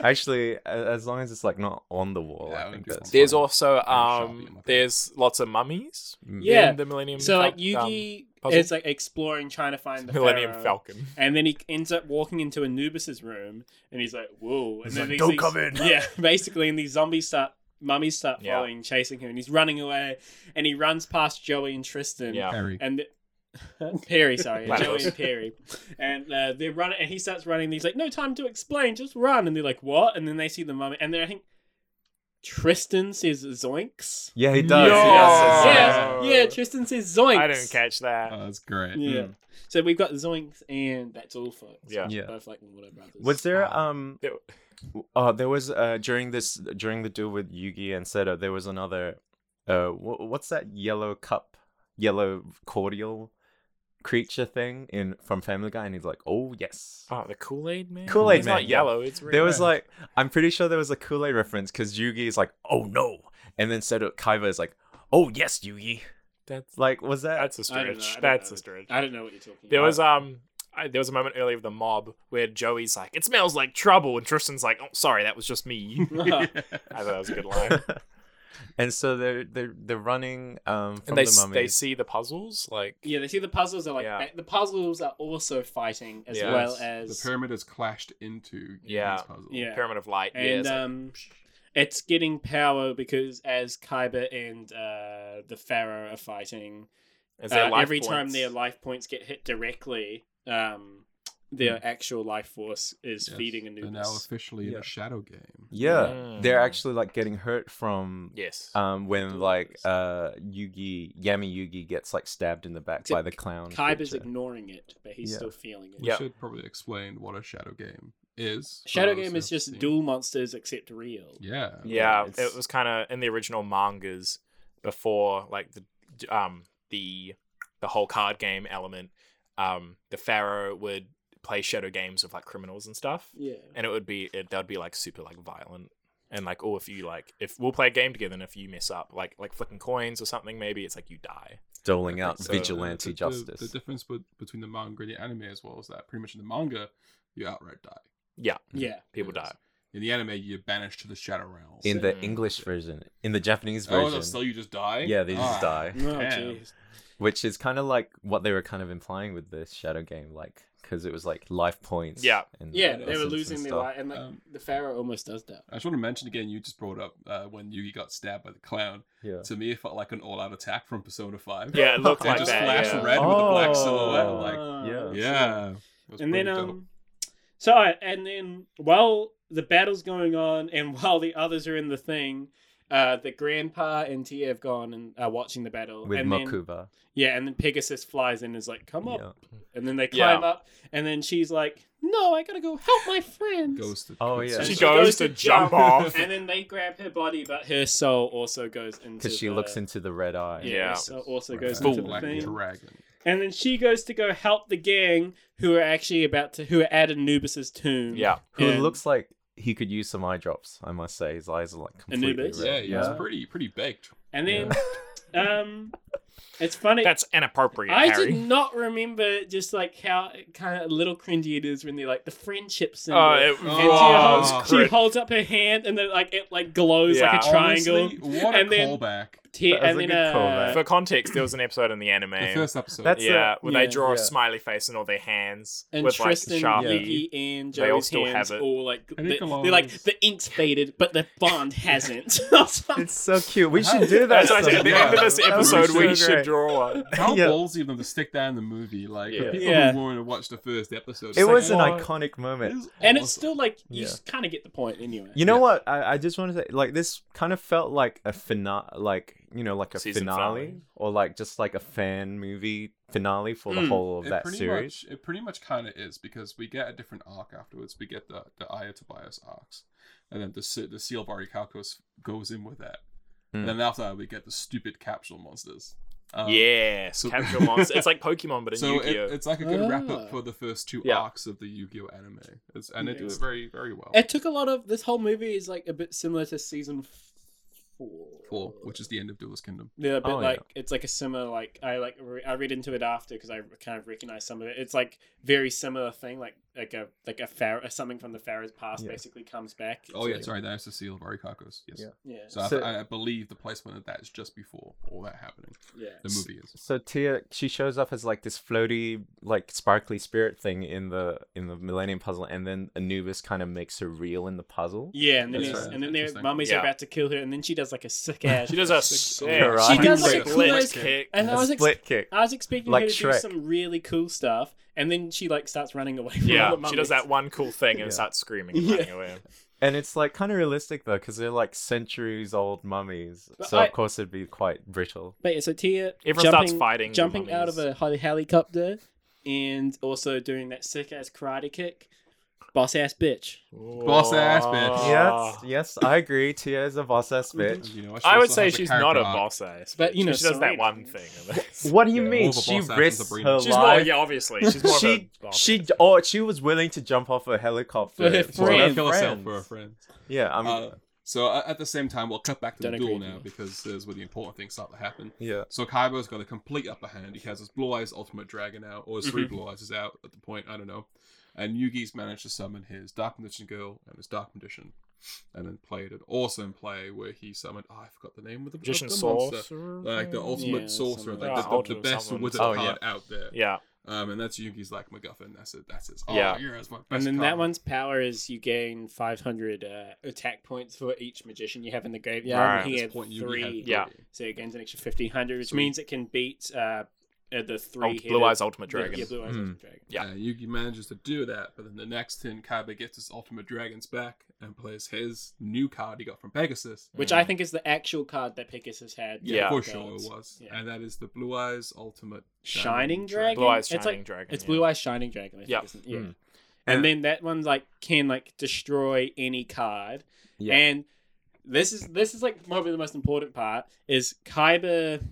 Speaker 4: Actually, a- as long as it's like not on the wall,
Speaker 2: Yeah, I
Speaker 4: I think
Speaker 2: would do
Speaker 4: that's
Speaker 2: something.
Speaker 1: There's
Speaker 4: fine.
Speaker 1: also
Speaker 2: I'll shop you
Speaker 1: um,
Speaker 2: my
Speaker 1: there's lots of mummies.
Speaker 4: Mm.
Speaker 3: Yeah.
Speaker 1: in the Millennium.
Speaker 3: So like
Speaker 1: Fal- um,
Speaker 3: Yugi
Speaker 1: puzzle.
Speaker 3: is like exploring trying to find the
Speaker 1: Millennium
Speaker 3: Pharaoh,
Speaker 1: Falcon.
Speaker 3: and then he ends up walking into Anubis's room, and he's like, "Whoa!" And
Speaker 1: He's
Speaker 3: then
Speaker 1: like,
Speaker 3: these-
Speaker 1: "Don't
Speaker 3: these-
Speaker 1: come in."
Speaker 3: Yeah, basically, and these zombies start, mummies start
Speaker 1: Yeah.
Speaker 3: following, chasing him, and he's running away, and he runs past Joey and Tristan,
Speaker 1: Yeah.
Speaker 2: Harry.
Speaker 3: and. th- Perry, sorry,
Speaker 1: Platypus.
Speaker 3: Joey and Perry, and uh, they're running, and he starts running. And he's like, "No time to explain, just run." And they're like, "What?" And then they see the mummy, and then I think Tristan says, "Zoinks."
Speaker 4: Yeah, he does.
Speaker 1: Yo!
Speaker 4: He does say
Speaker 1: Yeah.
Speaker 4: something.
Speaker 3: Yeah, yeah. Tristan says zoinks.
Speaker 1: I didn't catch that.
Speaker 2: Oh, that's great.
Speaker 3: Yeah.
Speaker 2: Mm.
Speaker 3: So we've got zoinks, and that's all, folks.
Speaker 1: Yeah.
Speaker 4: Hmm. Yeah.
Speaker 3: Both like Warner Brothers.
Speaker 4: Was there
Speaker 1: Um,
Speaker 4: um
Speaker 1: there-
Speaker 4: uh there was uh during this during the duel with Yugi and Seto there was another uh wh- what's that yellow cup yellow cordial creature thing in from Family Guy and he's like oh yes
Speaker 1: Oh, the Kool Aid Man.
Speaker 4: Kool-Aid
Speaker 1: He's
Speaker 4: Man,
Speaker 1: not
Speaker 4: yeah.
Speaker 1: yellow. It's red.
Speaker 4: there was like I'm pretty sure there was a Kool Aid reference because Yugi is like oh no and then Seto Kaiba is like oh yes Yugi
Speaker 1: that's
Speaker 4: like was that
Speaker 1: that's a
Speaker 3: I don't know, I
Speaker 1: stretch.
Speaker 3: don't
Speaker 1: That's
Speaker 3: know.
Speaker 1: a stretch.
Speaker 3: I don't know what you're talking
Speaker 1: There
Speaker 3: about.
Speaker 1: was um. I, there was a moment earlier with the mob where Joey's like, "It smells like trouble," and Tristan's like, "Oh, sorry, that was just me." I thought that was a good line.
Speaker 4: and so they're they're they're running um from
Speaker 1: and they
Speaker 4: the
Speaker 1: s- they
Speaker 4: mummies.
Speaker 1: see the puzzles like
Speaker 3: yeah, they see the puzzles are like
Speaker 1: Yeah.
Speaker 3: the puzzles are also fighting as
Speaker 1: Yeah.
Speaker 3: well
Speaker 2: Yes.
Speaker 3: as
Speaker 2: the pyramid has clashed into
Speaker 1: Yeah.
Speaker 2: Yugi's puzzle.
Speaker 3: yeah,
Speaker 1: pyramid of light. yeah,
Speaker 3: and
Speaker 1: it's like-
Speaker 3: um, it's getting power because as Kaiba and uh, the Pharaoh are fighting,
Speaker 1: Is there
Speaker 3: uh,
Speaker 1: life
Speaker 3: every time
Speaker 1: points?
Speaker 3: their life points get hit directly, um, their
Speaker 4: Hmm.
Speaker 3: actual life force is
Speaker 2: Yes,
Speaker 3: feeding
Speaker 2: They're now
Speaker 3: Anubis.
Speaker 2: officially in
Speaker 4: Yeah.
Speaker 2: a shadow game.
Speaker 4: Yeah,
Speaker 1: Mm.
Speaker 4: they're actually like getting hurt from
Speaker 1: Yes.
Speaker 4: um when
Speaker 2: Doors.
Speaker 4: like uh Yugi Yami Yugi gets like stabbed in the back
Speaker 3: Ti-
Speaker 4: by the clown.
Speaker 3: Kaiba's
Speaker 4: creature.
Speaker 3: ignoring it, but he's
Speaker 4: Yeah.
Speaker 3: still feeling it.
Speaker 2: We
Speaker 1: Yeah.
Speaker 2: should probably explain what a shadow game is. for
Speaker 3: Shadow
Speaker 2: those
Speaker 3: Game
Speaker 2: who
Speaker 3: is
Speaker 2: haven't
Speaker 3: just
Speaker 2: seen it.
Speaker 3: dual monsters except real.
Speaker 2: Yeah.
Speaker 1: yeah,
Speaker 4: it's-
Speaker 1: it was kind of in the original mangas before like the um the the whole card game element. Um, the pharaoh would play shadow games with like criminals and stuff,
Speaker 3: Yeah.
Speaker 1: and it would be it, that'd be like super like violent and like oh if you like if we'll play a game together and if you mess up like like flicking coins or something maybe it's like you die.
Speaker 4: doling out
Speaker 1: so.
Speaker 4: vigilante
Speaker 2: The- the-
Speaker 4: justice.
Speaker 2: The, difference with, between the manga and the anime as well is that pretty much in the manga, you outright die.
Speaker 1: Yeah,
Speaker 3: Yeah.
Speaker 1: people
Speaker 2: Yes.
Speaker 1: die.
Speaker 2: In the anime, you're banished to the shadow realm.
Speaker 4: in the
Speaker 1: Mm.
Speaker 4: English version, in the Japanese
Speaker 2: oh,
Speaker 4: version,
Speaker 2: that's still you just die.
Speaker 4: yeah, they just
Speaker 2: Ah.
Speaker 4: die,
Speaker 3: Oh,
Speaker 2: Damn.
Speaker 3: jeez.
Speaker 4: which is kind of like what they were kind of implying with this shadow game, like because it was like life points.
Speaker 1: Yeah.
Speaker 4: and
Speaker 3: Yeah, they were
Speaker 4: essence and
Speaker 3: losing their
Speaker 4: stuff.
Speaker 3: life, and like
Speaker 2: Um,
Speaker 3: the Pharaoh almost does that.
Speaker 2: I just want to mention again, you just brought up uh, when Yugi got stabbed by the clown.
Speaker 4: Yeah.
Speaker 2: To me, it felt like an all-out attack from Persona Five.
Speaker 1: Yeah, it looked
Speaker 2: They
Speaker 1: like
Speaker 2: just
Speaker 1: that.
Speaker 2: flash
Speaker 1: yeah.
Speaker 2: red with a black
Speaker 4: Oh.
Speaker 2: silhouette. Like,
Speaker 3: Ah,
Speaker 4: yeah.
Speaker 3: that's right.
Speaker 2: yeah. It was
Speaker 3: And then
Speaker 2: pretty dope.
Speaker 3: um, so I- and then while the battle's going on, and while the others are in the thing, uh, the grandpa and Tia have gone and are watching the battle
Speaker 4: with
Speaker 3: and Then,
Speaker 4: Mokuba.
Speaker 3: yeah, and then Pegasus flies in and is like, "Come up,"
Speaker 4: Yeah.
Speaker 3: and then they
Speaker 1: Yeah.
Speaker 3: climb up, and then she's like, "No, I gotta go help my friends."
Speaker 2: goes to
Speaker 4: Oh, yeah.
Speaker 3: And
Speaker 1: She
Speaker 2: She
Speaker 1: goes to jump off.
Speaker 3: and then they grab her body, but her soul also goes into
Speaker 4: because she
Speaker 3: the-
Speaker 4: looks into the red eye.
Speaker 1: Yeah.
Speaker 3: yeah, so uh, also
Speaker 4: Right.
Speaker 3: goes
Speaker 2: the
Speaker 1: Boom.
Speaker 3: into the
Speaker 2: black
Speaker 3: thing.
Speaker 2: dragon.
Speaker 3: And then she goes to go help the gang who are actually about to who are at Anubis's tomb.
Speaker 1: Yeah.
Speaker 4: who
Speaker 3: And-
Speaker 4: looks like he could use some eye drops. I must say, his eyes are like completely
Speaker 3: Anubis?
Speaker 2: Yeah,
Speaker 4: red.
Speaker 2: he was pretty pretty baked.
Speaker 3: And then um it's funny
Speaker 1: That's inappropriate,
Speaker 3: I
Speaker 1: Harry.
Speaker 3: did not remember just like how kind of a little cringy it is when they're like the friendship symbol.
Speaker 1: Oh, it
Speaker 2: Oh,
Speaker 3: and she,
Speaker 1: was
Speaker 3: holds, she
Speaker 1: cringe.
Speaker 3: holds up her hand and then like it like glows like a
Speaker 1: Yeah.
Speaker 3: triangle.
Speaker 2: Honestly, what a
Speaker 3: And then-
Speaker 2: callback.
Speaker 3: Te-
Speaker 4: That was
Speaker 3: and
Speaker 4: a
Speaker 3: then
Speaker 4: good call,
Speaker 3: uh,
Speaker 4: man.
Speaker 1: For context, there was an episode in the anime.
Speaker 2: The first episode.
Speaker 4: That's-
Speaker 1: yeah, where
Speaker 3: yeah,
Speaker 1: they draw
Speaker 4: yeah.
Speaker 1: a smiley face and all their hands
Speaker 3: and
Speaker 1: with
Speaker 3: Tristan,
Speaker 1: like Sharpie.
Speaker 3: Yuki, and
Speaker 1: They all
Speaker 3: Joey's
Speaker 1: still have
Speaker 3: hands
Speaker 1: it.
Speaker 3: all like
Speaker 2: And
Speaker 3: they,
Speaker 2: it
Speaker 3: are like
Speaker 2: glows.
Speaker 3: the ink's faded, but the bond hasn't. or something.
Speaker 4: It's so cute. We should do that.
Speaker 1: That's what I said. At the end of this
Speaker 4: sometime. That would be
Speaker 1: episode,
Speaker 4: so
Speaker 1: we should
Speaker 4: great.
Speaker 1: draw one.
Speaker 2: How
Speaker 4: Yeah.
Speaker 2: ballsy of them to stick that in the movie. Like
Speaker 1: Yeah.
Speaker 2: for people
Speaker 3: Yeah.
Speaker 2: who wanted to watch the first episode.
Speaker 4: It
Speaker 2: it's
Speaker 4: was an
Speaker 2: like, "What
Speaker 4: iconic moment.
Speaker 2: is
Speaker 3: and it's
Speaker 2: awesome?"
Speaker 3: still like you
Speaker 4: Yeah.
Speaker 3: kind of get the point anyway.
Speaker 4: You know
Speaker 2: Yeah.
Speaker 4: what? I, I just want to say, like, this kind of felt like a finale, like you know, like a
Speaker 1: Season
Speaker 4: finale,
Speaker 1: finale.
Speaker 4: or like just like a fan movie finale for the
Speaker 3: Mm.
Speaker 4: whole of
Speaker 2: it
Speaker 4: that
Speaker 2: pretty
Speaker 4: series.
Speaker 2: Much, it pretty much kind of is because we get a different arc afterwards. We get the the Aya Tobias arcs, and then the se- the seal of Aricalcos goes in with that.
Speaker 4: Mm.
Speaker 1: Hmm.
Speaker 2: And then after that, we get the stupid capsule monsters. Um,
Speaker 1: yeah,
Speaker 2: so-
Speaker 1: capture monster. It's like Pokemon, but in
Speaker 2: So it,
Speaker 1: Yu-Gi-Oh.
Speaker 2: it's like a good wrap
Speaker 3: Ah.
Speaker 2: up for the first two
Speaker 1: Yeah.
Speaker 2: arcs of the Yu-Gi-Oh anime, it's, and it does
Speaker 3: Yes.
Speaker 2: very very well.
Speaker 3: It took a lot of this whole movie is like a bit similar to season f- four.
Speaker 2: Four, which is the end of Duelist Kingdom.
Speaker 3: yeah, but
Speaker 4: Oh, yeah.
Speaker 3: like it's like a similar like I like re- I read into it after because I kind of recognized some of it. It's like very similar thing like like a like a pharaoh something from the pharaoh's past
Speaker 4: Yeah.
Speaker 3: basically comes back.
Speaker 2: Oh
Speaker 3: It's
Speaker 2: yeah,
Speaker 3: like-
Speaker 2: sorry, that is the seal of Aricalcos. Yes.
Speaker 4: Yeah.
Speaker 3: yeah,
Speaker 2: So, I-
Speaker 4: So-
Speaker 2: I, I believe the placement of that is just before all that happening.
Speaker 3: yeah.
Speaker 2: The movie is.
Speaker 4: So Tia, she shows up as like this floaty, like sparkly spirit thing in the in the Millennium Puzzle, and then Anubis kind of makes her real in the puzzle.
Speaker 3: Yeah, and then
Speaker 2: That's
Speaker 3: it's-
Speaker 2: right.
Speaker 3: and then their
Speaker 2: Interesting.
Speaker 3: mummies are
Speaker 1: Yeah.
Speaker 3: about to kill her, and then she does like a sick ass.
Speaker 1: she does a
Speaker 2: Sick.
Speaker 1: sick,
Speaker 4: Karate She does, like,
Speaker 3: a
Speaker 1: split
Speaker 3: cool-ass
Speaker 1: kick.
Speaker 3: and I
Speaker 4: A
Speaker 3: was ex-
Speaker 4: split kick.
Speaker 3: I was expecting
Speaker 4: Like
Speaker 3: her to do
Speaker 4: Shrek.
Speaker 3: some really cool stuff, and then she like starts running away from all
Speaker 1: Yeah,
Speaker 3: the
Speaker 1: she does
Speaker 3: mummies.
Speaker 1: that one cool thing and
Speaker 4: Yeah.
Speaker 1: starts screaming and
Speaker 3: Yeah.
Speaker 1: running away.
Speaker 4: And it's like kind of realistic though, because they're like centuries old mummies.
Speaker 3: But
Speaker 4: so
Speaker 3: I-
Speaker 4: of course it'd be quite brittle.
Speaker 3: But yeah, so Tia
Speaker 1: Everyone
Speaker 3: jumping,
Speaker 1: starts fighting the
Speaker 3: jumping out of
Speaker 1: mummies.
Speaker 3: a heli- helicopter, and also doing that sick ass karate kick. Boss ass bitch.
Speaker 2: Boss ass bitch.
Speaker 1: Yeah.
Speaker 4: Yes, yes, I agree. Tia is a boss ass bitch.
Speaker 2: You know,
Speaker 1: I would
Speaker 2: also
Speaker 1: say
Speaker 2: has a
Speaker 1: she's
Speaker 2: character
Speaker 1: not a
Speaker 2: arc.
Speaker 1: boss ass,
Speaker 3: But, you know,
Speaker 1: she does
Speaker 3: Serena-
Speaker 1: that one thing.
Speaker 4: What do
Speaker 2: Yeah,
Speaker 4: you
Speaker 2: more
Speaker 4: mean?
Speaker 2: of a
Speaker 4: She
Speaker 2: boss ass than
Speaker 4: risks
Speaker 2: Sabrina.
Speaker 4: her
Speaker 1: She's more,
Speaker 4: life.
Speaker 1: yeah, obviously. She's more of
Speaker 4: she
Speaker 1: a boss
Speaker 4: she oh she was willing to jump off a helicopter
Speaker 3: For her
Speaker 2: She's gonna
Speaker 3: friend.
Speaker 2: kill herself
Speaker 4: friends.
Speaker 2: for her friend.
Speaker 4: Yeah, I'm.
Speaker 2: Uh, so a- at the same time, we'll cut back to
Speaker 3: Don't
Speaker 2: the
Speaker 3: agree
Speaker 2: duel
Speaker 3: with
Speaker 2: now
Speaker 3: you.
Speaker 2: because there's where the important things start to happen.
Speaker 4: yeah,
Speaker 2: So Kaibo's got a complete upper hand. He has his Blue Eyes Ultimate Dragon out, or his three
Speaker 3: Mhm.
Speaker 2: Blue Eyes is out at the point, I don't know. And Yugi's managed to summon his Dark Magician Girl and his Dark Magician. And then played an awesome play where he summoned, oh, I forgot the name of the, of
Speaker 1: magician
Speaker 2: the
Speaker 1: source.
Speaker 2: monster. Like the ultimate
Speaker 3: Yeah,
Speaker 2: sorcerer,
Speaker 3: something
Speaker 1: like
Speaker 2: like the-
Speaker 1: that.
Speaker 2: the, the,
Speaker 1: Ultimate
Speaker 2: best
Speaker 1: someone.
Speaker 2: wizard
Speaker 4: Oh, yeah.
Speaker 2: card out there.
Speaker 1: Yeah,
Speaker 2: Um, and that's Yugi's like MacGuffin. That's it. That's his. Oh,
Speaker 1: Yeah.
Speaker 2: yeah. It's my best
Speaker 3: And then that
Speaker 2: card.
Speaker 3: one's power is you gain 500 uh, attack points for each magician you have in the graveyard.
Speaker 1: Right.
Speaker 3: and He
Speaker 2: This
Speaker 3: had
Speaker 2: point Yugi had
Speaker 3: three,
Speaker 1: Yeah.
Speaker 2: three.
Speaker 3: so it gains an extra 1500, which
Speaker 2: Sweet.
Speaker 3: means it can beat uh, uh, the three
Speaker 1: Ult- Blue Eyes Ultimate Dragon.
Speaker 3: Yeah, Blue Eyes
Speaker 4: Hmm.
Speaker 3: Ultimate Dragon.
Speaker 1: Yeah.
Speaker 2: Uh, Yugi manages to do that, but then the next turn, Kaiba gets his Ultimate Dragons back and plays his new card he got from Pegasus.
Speaker 3: Which
Speaker 1: Mm.
Speaker 3: I think is the actual card that Pegasus had.
Speaker 1: Yeah.
Speaker 2: for
Speaker 3: Gods.
Speaker 2: sure it was.
Speaker 3: Yeah.
Speaker 2: And that is the Blue Eyes Ultimate
Speaker 3: Shining Dragon.
Speaker 1: Blue Eyes
Speaker 3: it's
Speaker 1: Shining
Speaker 3: like
Speaker 1: Dragon.
Speaker 3: it's
Speaker 1: yeah.
Speaker 3: Blue Eyes Shining Dragon. I think,
Speaker 1: Yeah.
Speaker 3: isn't it? yeah.
Speaker 4: Hmm.
Speaker 3: And then that one like can like destroy any card.
Speaker 4: Yeah.
Speaker 3: And this is this is like probably the most important part is Kyber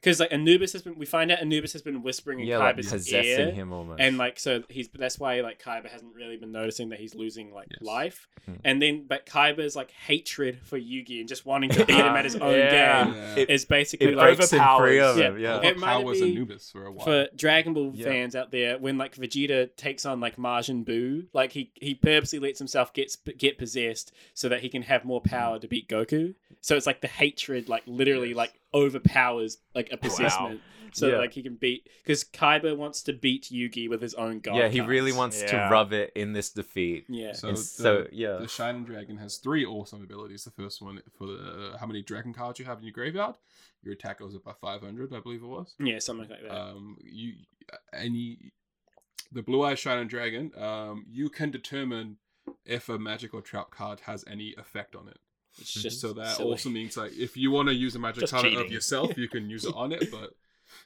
Speaker 3: because like Anubis has been we find out Anubis has been whispering in
Speaker 4: yeah, like
Speaker 3: Kyber's
Speaker 4: possessing
Speaker 3: ear.
Speaker 4: him almost.
Speaker 3: And like so he's that's why like Kyber hasn't really been noticing that he's losing like
Speaker 2: Yes.
Speaker 3: life.
Speaker 4: Hmm.
Speaker 3: And then but Kyber's like hatred for Yugi and just wanting to beat him at his own
Speaker 1: Yeah.
Speaker 3: game
Speaker 2: Yeah.
Speaker 4: It-
Speaker 3: is basically
Speaker 4: it
Speaker 3: like
Speaker 4: breaks him free
Speaker 1: overpowers-
Speaker 4: of him.
Speaker 2: Oh
Speaker 4: Yeah.
Speaker 3: It might
Speaker 2: How was
Speaker 3: be
Speaker 2: Anubis for a while?
Speaker 3: for Dragon Ball
Speaker 4: Yeah.
Speaker 3: fans out there, when like Vegeta takes on like Majin Buu, like he he purposely lets himself get sp- get possessed so that he can have more
Speaker 4: Mm.
Speaker 3: power to beat Goku. So it's like the hatred, like literally,
Speaker 2: Yes.
Speaker 3: like overpowers like a possessment, so
Speaker 4: Yeah.
Speaker 3: like he can beat because Kaiba wants to beat Yugi with his own god.
Speaker 4: yeah, he
Speaker 3: cards.
Speaker 4: really wants
Speaker 1: Yeah.
Speaker 4: to rub it in this defeat.
Speaker 3: Yeah,
Speaker 2: So
Speaker 4: and
Speaker 2: the-
Speaker 4: so yeah.
Speaker 1: uh,
Speaker 2: The Shining Dragon has three awesome abilities. The first one for the uh, how many dragon cards you have in your graveyard, your attack goes up by five hundred, I believe it was.
Speaker 3: yeah, something like
Speaker 4: Uh,
Speaker 3: that.
Speaker 2: Um, you and you, the Blue Eyes Shining Dragon. Um, you can determine if a magic or trap card has any effect on it.
Speaker 3: it's just
Speaker 2: So that
Speaker 3: silly.
Speaker 2: also means like if you want to use a magic
Speaker 1: Just
Speaker 2: card of
Speaker 1: cheating.
Speaker 2: yourself, you can use it on it. But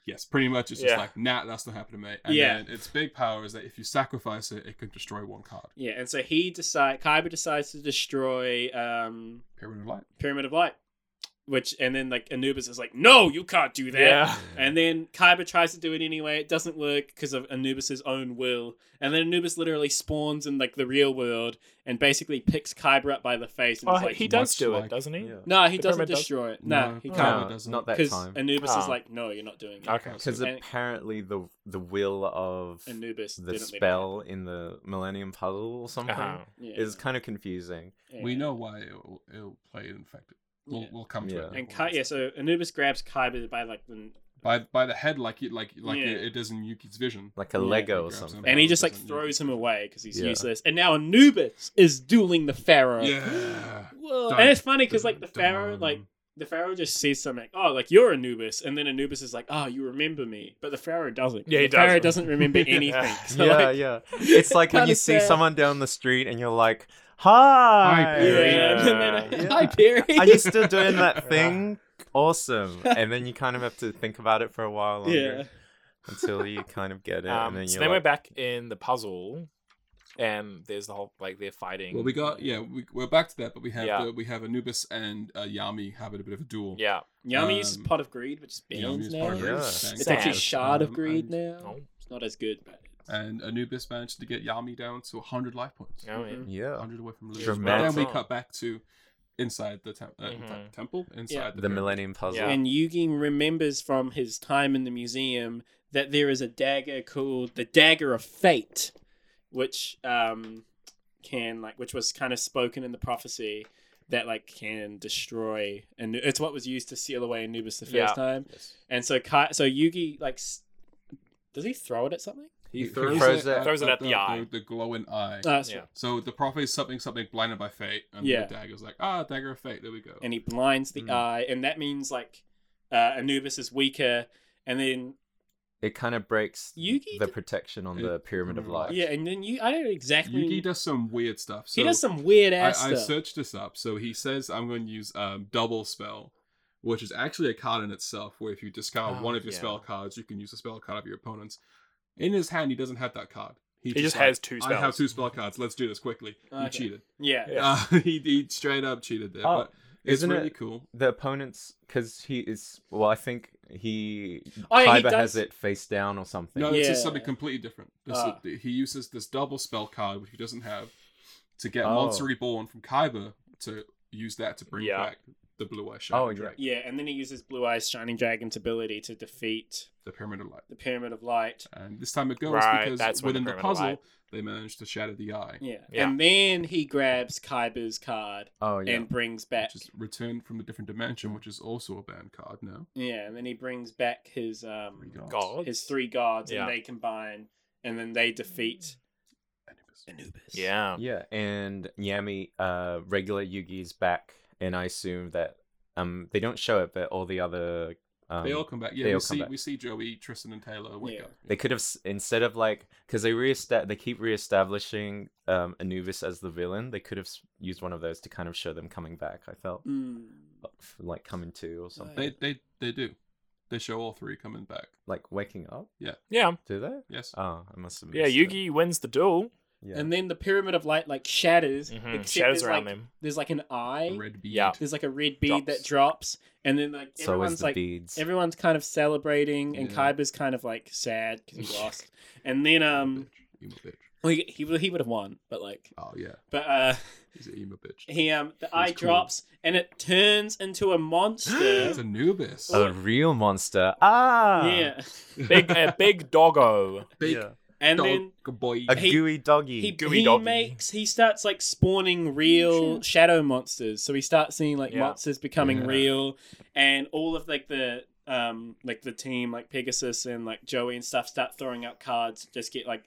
Speaker 2: yes, pretty much it's just
Speaker 1: Yeah.
Speaker 2: like nah, that's not happening, mate. And
Speaker 3: Yeah.
Speaker 2: then its big power is that if you sacrifice it, it can destroy one card.
Speaker 3: Yeah, and so he decide Kaiba decides to destroy um
Speaker 2: Pyramid of Light.
Speaker 3: Pyramid of Light, which and then like Anubis is like, no, you can't do that.
Speaker 1: Yeah.
Speaker 3: And then Kaiba tries to do it anyway. It doesn't work because of Anubis's own will. And then Anubis literally spawns in like the real world and basically picks Kaiber up by the face. And
Speaker 1: Oh,
Speaker 3: is like,
Speaker 1: he does
Speaker 2: much
Speaker 1: do
Speaker 2: like-
Speaker 1: it, doesn't he?
Speaker 4: Yeah.
Speaker 3: no, he
Speaker 1: the
Speaker 3: doesn't
Speaker 1: pyramid does-
Speaker 3: destroy it. No, he
Speaker 2: No,
Speaker 3: can't.
Speaker 4: No,
Speaker 2: doesn't.
Speaker 4: not that
Speaker 3: Because
Speaker 4: time.
Speaker 3: Anubis is
Speaker 1: Oh.
Speaker 3: like, no, you're not doing it.
Speaker 1: Okay.
Speaker 4: Because
Speaker 3: and-
Speaker 4: apparently the the will of
Speaker 3: Anubis
Speaker 4: the
Speaker 3: didn't let it
Speaker 4: spell in the Millennium Puzzle or something
Speaker 1: Uh-huh.
Speaker 3: happen. Yeah.
Speaker 4: is kind of confusing.
Speaker 3: Yeah.
Speaker 2: We know why it'll, it'll play infected. We'll,
Speaker 3: Yeah.
Speaker 2: we'll come to
Speaker 4: Yeah.
Speaker 2: it.
Speaker 3: And Kai, yeah, so Anubis grabs Kaiba by like the
Speaker 2: by by the head, like you- like like
Speaker 3: Yeah.
Speaker 2: it, it does in Yuki's vision.
Speaker 4: Like a
Speaker 3: Yeah.
Speaker 4: Lego or
Speaker 2: Grabs
Speaker 4: something.
Speaker 2: him.
Speaker 3: and he just like
Speaker 2: Doesn't-
Speaker 3: throws him away because he's
Speaker 4: Yeah.
Speaker 3: useless. And now Anubis is dueling the Pharaoh.
Speaker 2: Yeah.
Speaker 3: Whoa.
Speaker 2: Dun,
Speaker 3: and it's funny because like the
Speaker 2: dun,
Speaker 3: Pharaoh,
Speaker 2: dun.
Speaker 3: like the Pharaoh just says something like, "Oh, like you're Anubis," and then Anubis is like, "Oh, you remember me," but the Pharaoh doesn't.
Speaker 1: Yeah, he
Speaker 3: the Pharaoh
Speaker 1: doesn't.
Speaker 3: doesn't remember
Speaker 1: Yeah.
Speaker 3: anything. So,
Speaker 4: yeah,
Speaker 3: like,
Speaker 4: yeah. It's like when
Speaker 3: kinda
Speaker 4: you see
Speaker 3: sad.
Speaker 4: someone down the street and you're like, "Hi,
Speaker 2: Hi,
Speaker 3: Yeah,
Speaker 2: Perry.
Speaker 3: and then, uh,
Speaker 4: Yeah.
Speaker 3: hi Perry.
Speaker 4: are you still doing that thing? Awesome." And then you kind of have to think about it for a while longer
Speaker 3: yeah,
Speaker 4: until you kind of get it.
Speaker 1: Um,
Speaker 4: and then
Speaker 1: so
Speaker 4: you're
Speaker 1: then we're
Speaker 4: like,
Speaker 1: back in the puzzle, and there's the whole like they're fighting.
Speaker 2: Well, we got yeah. We, we're back to that, but we have
Speaker 1: Yeah.
Speaker 2: the, we have Anubis and uh, Yami having a bit of a duel.
Speaker 1: yeah.
Speaker 3: Yami uses
Speaker 2: Um,
Speaker 3: pot of greed, which is
Speaker 2: Yami
Speaker 3: banned
Speaker 2: is
Speaker 3: now.
Speaker 2: part of it.
Speaker 4: Yeah.
Speaker 2: Thank
Speaker 3: It's
Speaker 1: Sad.
Speaker 3: actually
Speaker 2: God.
Speaker 3: shard of
Speaker 2: Um,
Speaker 3: greed
Speaker 2: and,
Speaker 3: now.
Speaker 1: Oh,
Speaker 3: It's not as good, but
Speaker 2: And Anubis managed to get Yami down to 100 life points.
Speaker 1: oh, yeah.
Speaker 3: Mhm.
Speaker 4: yeah,
Speaker 2: 100 away from losing.
Speaker 4: Dramatic.
Speaker 2: But then we cut back to inside the tem- uh, in
Speaker 1: Mhm.
Speaker 2: fact, temple, inside
Speaker 3: Yeah.
Speaker 4: the,
Speaker 2: pyramid.
Speaker 4: Millennium Puzzle.
Speaker 1: Yeah.
Speaker 3: and Yugi remembers from his time in the museum that there is a dagger called the Dagger of Fate, which um, can like which was kind of spoken in the prophecy that like can destroy and it's what was used to seal away Anubis the first
Speaker 1: Yeah.
Speaker 3: time.
Speaker 2: Yes.
Speaker 3: And so Kai, so Yugi like s- does he throw it at something? Uh,
Speaker 2: He
Speaker 4: throws it-
Speaker 1: throws it at the eye.
Speaker 2: The, the glowing eye.
Speaker 3: No, that's
Speaker 1: Yeah.
Speaker 3: right.
Speaker 2: So the prophet is something something blinded by fate, and
Speaker 3: Yeah.
Speaker 2: the dagger's like, ah, dagger of fate. There we go.
Speaker 3: And he blinds the
Speaker 4: Mm.
Speaker 3: eye, and that means like uh, Anubis is weaker. And then
Speaker 4: It kind of breaks
Speaker 3: Yugi
Speaker 4: the
Speaker 3: d-
Speaker 4: protection on
Speaker 2: It-
Speaker 4: the Pyramid of
Speaker 2: mm,
Speaker 4: Life.
Speaker 3: Mm-hmm. yeah, and then you I don't know exactly.
Speaker 2: Yugi does some weird stuff. So
Speaker 3: he does some weird
Speaker 2: I,
Speaker 3: ass
Speaker 2: I
Speaker 3: stuff.
Speaker 2: searched this up. So he says I'm going to use um, double spell, which is actually a card in itself. Where if you discard
Speaker 1: Oh,
Speaker 2: one of your
Speaker 1: yeah.
Speaker 2: spell cards, you can use a spell card of your opponent's. In his hand, he doesn't have that card.
Speaker 1: He just
Speaker 2: like,
Speaker 1: has two
Speaker 2: I have
Speaker 1: spells."
Speaker 2: two spell cards. Let's do this quickly.
Speaker 3: Okay.
Speaker 2: He cheated.
Speaker 3: yeah.
Speaker 1: Yeah.
Speaker 2: Uh, he, he straight up cheated there.
Speaker 4: Oh,
Speaker 2: but it's
Speaker 4: isn't
Speaker 2: really
Speaker 4: it-
Speaker 2: cool.
Speaker 4: the opponent's because he is well i think he
Speaker 3: Oh, yeah, he
Speaker 4: Kaiba
Speaker 3: does-
Speaker 4: has it face down or something
Speaker 2: No, it's just something
Speaker 3: Yeah.
Speaker 2: completely different. This
Speaker 3: Ah.
Speaker 2: is- he uses this double spell card, which he doesn't have, to get
Speaker 4: Oh.
Speaker 2: Monster Reborn from Kaiba to use that to bring
Speaker 1: Yeah.
Speaker 2: back the Blue Eye Shining
Speaker 4: Oh, yeah.
Speaker 2: Dragon,
Speaker 3: Yeah, and then he uses Blue Eyes Shining Dragon's ability to defeat
Speaker 2: the Pyramid of Light.
Speaker 3: the Pyramid of Light.
Speaker 2: And this time it goes
Speaker 1: Right,
Speaker 2: because
Speaker 1: that's when the
Speaker 2: within the,
Speaker 1: Pyramid of
Speaker 2: puzzle
Speaker 1: Light-
Speaker 2: they managed to shatter the eye,
Speaker 3: Yeah.
Speaker 1: Yeah.
Speaker 3: And then he grabs Kaiba's card
Speaker 4: oh yeah
Speaker 3: and brings back
Speaker 2: which is returned from a different dimension, which is also a banned card now.
Speaker 3: Yeah, and then he brings back his um
Speaker 2: Three gods.
Speaker 1: God.
Speaker 3: his three gods
Speaker 1: Yeah.
Speaker 3: and they combine and then they defeat
Speaker 2: Anubis.
Speaker 3: Anubis.
Speaker 1: Yeah.
Speaker 4: yeah and yami uh regular yugi's back and i assume that um they don't show it but all the other Um,
Speaker 2: they all come back.
Speaker 4: they
Speaker 2: Yeah, we
Speaker 4: all come
Speaker 2: see
Speaker 4: back.
Speaker 2: we see Joey, Tristan, and Taylor wake
Speaker 3: Yeah.
Speaker 2: up.
Speaker 4: They could have s- instead of like because they reesta- they keep reestablishing um, Anubis as the villain. They could have s- used one of those to kind of show them coming back. I felt
Speaker 3: Mm.
Speaker 4: f- like coming to or something,
Speaker 2: They they they do. They show all three coming back.
Speaker 4: like waking up.
Speaker 1: Yeah,
Speaker 4: Do they?
Speaker 2: Yes.
Speaker 4: Oh, I must have.
Speaker 1: yeah.
Speaker 4: missed it.
Speaker 1: Yugi wins the duel.
Speaker 4: Yeah.
Speaker 3: And then the pyramid of light like shatters.
Speaker 1: hmm
Speaker 3: except
Speaker 1: Shadows
Speaker 3: there's,
Speaker 1: around
Speaker 3: like,
Speaker 1: them.
Speaker 3: There's like an eye.
Speaker 2: The red bead.
Speaker 1: Yeah.
Speaker 3: There's like a red bead
Speaker 1: Drops.
Speaker 3: that drops, and then like
Speaker 4: so is
Speaker 3: everyone's
Speaker 4: the
Speaker 3: like
Speaker 4: beads.
Speaker 3: everyone's kind of celebrating, and
Speaker 2: Yeah.
Speaker 3: Kaiba's kind of like sad because he lost. and then um,
Speaker 2: emo bitch.
Speaker 3: well, he he would he would have won, but like,
Speaker 2: Oh yeah,
Speaker 3: but uh,
Speaker 2: he's an emo bitch.
Speaker 3: he um the eye
Speaker 2: cool.
Speaker 3: drops, and it turns into a
Speaker 2: It's
Speaker 3: monster.
Speaker 2: Anubis.
Speaker 3: uh,
Speaker 4: a real monster. Ah.
Speaker 3: yeah,
Speaker 1: Big a big doggo.
Speaker 2: big
Speaker 4: Yeah.
Speaker 3: and
Speaker 2: dog
Speaker 3: then
Speaker 2: boy.
Speaker 4: A
Speaker 3: He-
Speaker 4: gooey doggy.
Speaker 3: he,
Speaker 1: gooey
Speaker 3: he
Speaker 1: doggy.
Speaker 3: makes he starts like spawning real shadow monsters so we start seeing like
Speaker 1: Yeah.
Speaker 3: monsters becoming
Speaker 2: Yeah.
Speaker 3: real and all of like the um like the team like pegasus and like joey and stuff start throwing out cards that just get like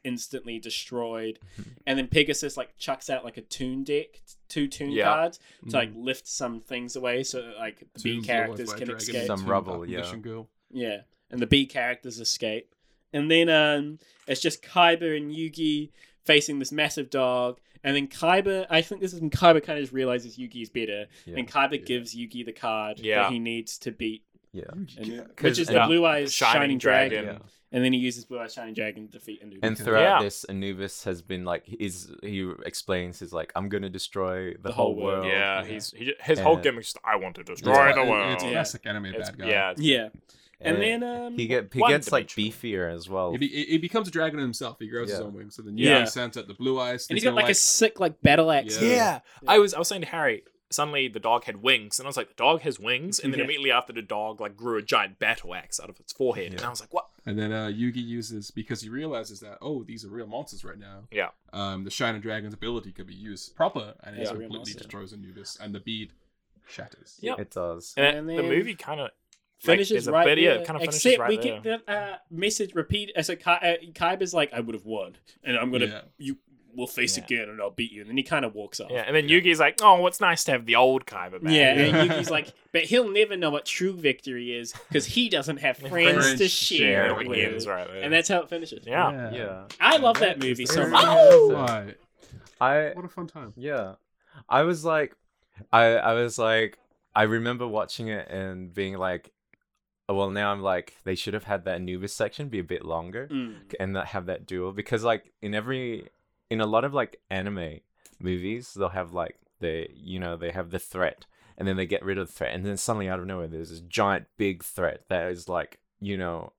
Speaker 3: instantly destroyed and then pegasus like chucks out like a tune deck two tune
Speaker 1: Yeah.
Speaker 3: cards to like
Speaker 2: Mm.
Speaker 3: lift some things away so that, like the b
Speaker 2: Zooms
Speaker 3: characters
Speaker 2: all
Speaker 3: can
Speaker 2: the way back, dragon
Speaker 3: escape
Speaker 4: Some
Speaker 2: zooms
Speaker 4: rubble,
Speaker 2: up,
Speaker 4: yeah.
Speaker 2: mission girl.
Speaker 3: yeah, and the B characters escape, and then um, it's just Kaiba and Yugi facing this massive dog, and then Kaiba. I think this is when Kaiba kind of just realizes Yugi is better,
Speaker 4: Yeah.
Speaker 3: and Kaiba
Speaker 2: Yeah.
Speaker 3: gives Yugi the card
Speaker 1: Yeah.
Speaker 3: that he needs to beat,
Speaker 4: yeah.
Speaker 3: and-
Speaker 2: Yeah.
Speaker 3: which is
Speaker 1: Yeah.
Speaker 3: the Blue Eyes
Speaker 1: Shining
Speaker 3: Shining,
Speaker 1: Dragon.
Speaker 3: Dragon.
Speaker 1: Yeah.
Speaker 3: and then he uses Blue Eyes Shining Dragon to defeat Anubis.
Speaker 4: And
Speaker 2: Okay.
Speaker 4: throughout
Speaker 1: Yeah.
Speaker 4: this, Anubis has been like, is he explains he's like, I'm gonna destroy the, whole, world.
Speaker 1: yeah,
Speaker 2: yeah.
Speaker 1: he's he, his whole
Speaker 4: Uh,
Speaker 1: gimmick. Is, I want to
Speaker 2: It's
Speaker 1: destroy
Speaker 2: a-
Speaker 1: the world.
Speaker 2: It's
Speaker 1: It's-
Speaker 2: a
Speaker 1: yeah,
Speaker 2: classic anime bad guy.
Speaker 1: it's-
Speaker 3: yeah, and
Speaker 4: Uh,
Speaker 3: then um,
Speaker 4: he get he
Speaker 1: one
Speaker 4: gets like
Speaker 1: dimensional.
Speaker 4: beefier as well.
Speaker 2: He, be, he becomes a dragon himself. He grows his
Speaker 4: Yeah.
Speaker 2: own wings, and then
Speaker 3: Yeah.
Speaker 2: yeah, he sends out the blue eyes.
Speaker 3: and he's
Speaker 2: there's
Speaker 3: got
Speaker 2: no,
Speaker 3: like a sick like battle axe.
Speaker 2: Yeah.
Speaker 1: Yeah. I was I was saying to Harry. Suddenly, the dog had wings, and I was like, "The dog has wings!" And then
Speaker 3: Yeah.
Speaker 1: immediately after, the dog like grew a giant battle axe out of its forehead, and
Speaker 4: Yeah.
Speaker 1: I was like, "What?"
Speaker 2: And then uh, Yugi uses because he realizes that oh these are real monsters right now.
Speaker 1: Yeah.
Speaker 2: Um, the Shining Dragon's ability could be used proper, and it
Speaker 3: Yeah.
Speaker 2: completely
Speaker 3: Real monster.
Speaker 2: destroys Anubis, and the bead shatters.
Speaker 1: Yeah.
Speaker 4: It does.
Speaker 1: And,
Speaker 3: And
Speaker 1: it- the
Speaker 3: then
Speaker 1: movie kind of
Speaker 3: finishes
Speaker 1: like,
Speaker 3: right
Speaker 1: there's a bit, yeah,
Speaker 3: there.
Speaker 1: it kind of finishes
Speaker 3: Except
Speaker 1: right
Speaker 3: we
Speaker 1: there.
Speaker 3: get the uh, message repeat. So Kai, uh, Kaiba's like, "I would have won, and I'm gonna
Speaker 2: Yeah.
Speaker 3: you we'll face
Speaker 1: Yeah.
Speaker 3: again, and I'll beat you." And then he kind of walks off.
Speaker 1: yeah, and then Yugi's like, "Oh, it's nice to have the old Kaiba back."
Speaker 3: Yeah,
Speaker 2: Yeah.
Speaker 3: and Yugi's like, but he'll never know what true victory is because he doesn't have
Speaker 1: Friends
Speaker 3: friends
Speaker 2: to
Speaker 3: to share
Speaker 1: yeah,
Speaker 3: it
Speaker 1: it
Speaker 3: with.
Speaker 1: ends right there.
Speaker 3: And that's how it finishes.
Speaker 1: yeah.
Speaker 4: Yeah.
Speaker 3: I love that movie so
Speaker 4: Very
Speaker 3: much.
Speaker 4: awesome.
Speaker 2: Right.
Speaker 4: I
Speaker 2: Oh What a fun time.
Speaker 4: yeah. I was like, I I was like, I remember watching it and being like, oh, well now I'm like, they should have had that Anubis section be a bit longer.
Speaker 3: Mm.
Speaker 4: and that have that duel because like in every in a lot of like anime movies they'll have like the you know they have the threat and then they get rid of the threat and then suddenly out of nowhere there's this giant big threat that is like you know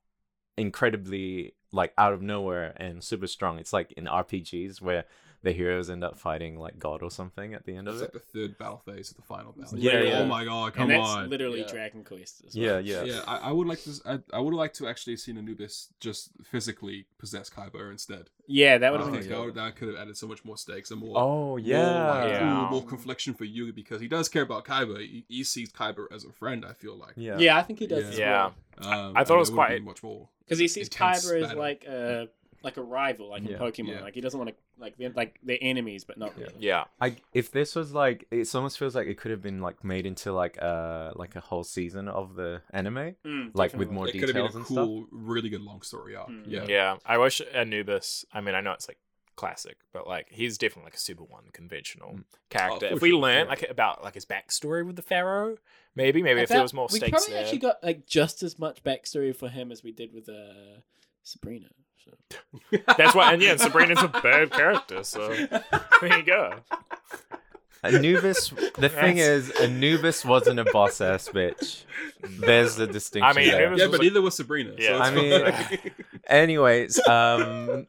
Speaker 4: incredibly like out of nowhere and super strong it's like in rpgs where the heroes end up fighting like god or something at the end of
Speaker 2: It's like
Speaker 4: it
Speaker 2: the third battle phase of the final battle.
Speaker 4: Yeah,
Speaker 2: Like,
Speaker 4: yeah.
Speaker 2: Oh my god,
Speaker 3: And
Speaker 2: come
Speaker 3: that's
Speaker 2: on.
Speaker 3: literally
Speaker 2: Yeah.
Speaker 3: Dragon Quest. As well.
Speaker 4: yeah yeah
Speaker 2: Yeah, I, I would like to. s- I, I would like to actually have seen Anubis just physically possess Kaiba instead.
Speaker 3: yeah, that
Speaker 2: I
Speaker 3: would have
Speaker 4: Oh,
Speaker 2: think
Speaker 3: been
Speaker 4: yeah.
Speaker 2: that, would- that could have added so much more stakes and more.
Speaker 4: oh
Speaker 2: More, like,
Speaker 4: yeah
Speaker 1: Yeah.
Speaker 2: ooh, more confliction for Yugi because he does care about Kaiba. He, he sees Kaiba as a friend. I feel like.
Speaker 4: yeah
Speaker 3: yeah. I think he does.
Speaker 2: Yeah.
Speaker 3: as
Speaker 1: Yeah.
Speaker 3: well.
Speaker 2: Um,
Speaker 1: I thought it
Speaker 2: and
Speaker 1: was
Speaker 2: would
Speaker 1: quite-
Speaker 2: be much more.
Speaker 3: because he sees
Speaker 2: intense
Speaker 3: Kyber as
Speaker 2: battle.
Speaker 3: like a like a rival, like
Speaker 4: Yeah.
Speaker 3: in Pokemon.
Speaker 2: Yeah.
Speaker 3: Like he doesn't want to like they're like they're enemies, but not really.
Speaker 1: yeah.
Speaker 4: I if this was like it almost feels like it could have been like made into like uh like a whole season of the anime
Speaker 3: Mm,
Speaker 4: like with
Speaker 3: definitely.
Speaker 4: more
Speaker 2: it could have been
Speaker 4: details
Speaker 2: a
Speaker 4: and stuff.
Speaker 2: cool, really good long story arc.
Speaker 3: Mm.
Speaker 2: Yeah.
Speaker 1: yeah, I wish Anubis. I mean, I know it's like classic, but like he's definitely like a super one conventional
Speaker 4: Mm.
Speaker 1: character.
Speaker 2: Oh, for
Speaker 1: if we
Speaker 2: sure,
Speaker 1: learn
Speaker 2: yeah.
Speaker 1: like about like his backstory with the Pharaoh, maybe maybe if
Speaker 3: About-
Speaker 1: there was more
Speaker 3: we
Speaker 1: stakes
Speaker 3: probably
Speaker 1: there.
Speaker 3: actually got like just as much backstory for him as we did with uh, Sabrina. So.
Speaker 1: That's why, and yeah, and Sabrina's a bad character, so there you go.
Speaker 4: Anubis. The thing
Speaker 1: That's-
Speaker 4: is, Anubis wasn't a boss ass bitch. There's the distinction.
Speaker 1: I mean,
Speaker 4: there.
Speaker 1: Anubis-
Speaker 2: Yeah,
Speaker 1: was
Speaker 2: but
Speaker 1: like-
Speaker 2: neither was Sabrina.
Speaker 1: Yeah.
Speaker 2: so
Speaker 4: I
Speaker 2: it's fine.
Speaker 4: Anyways, um,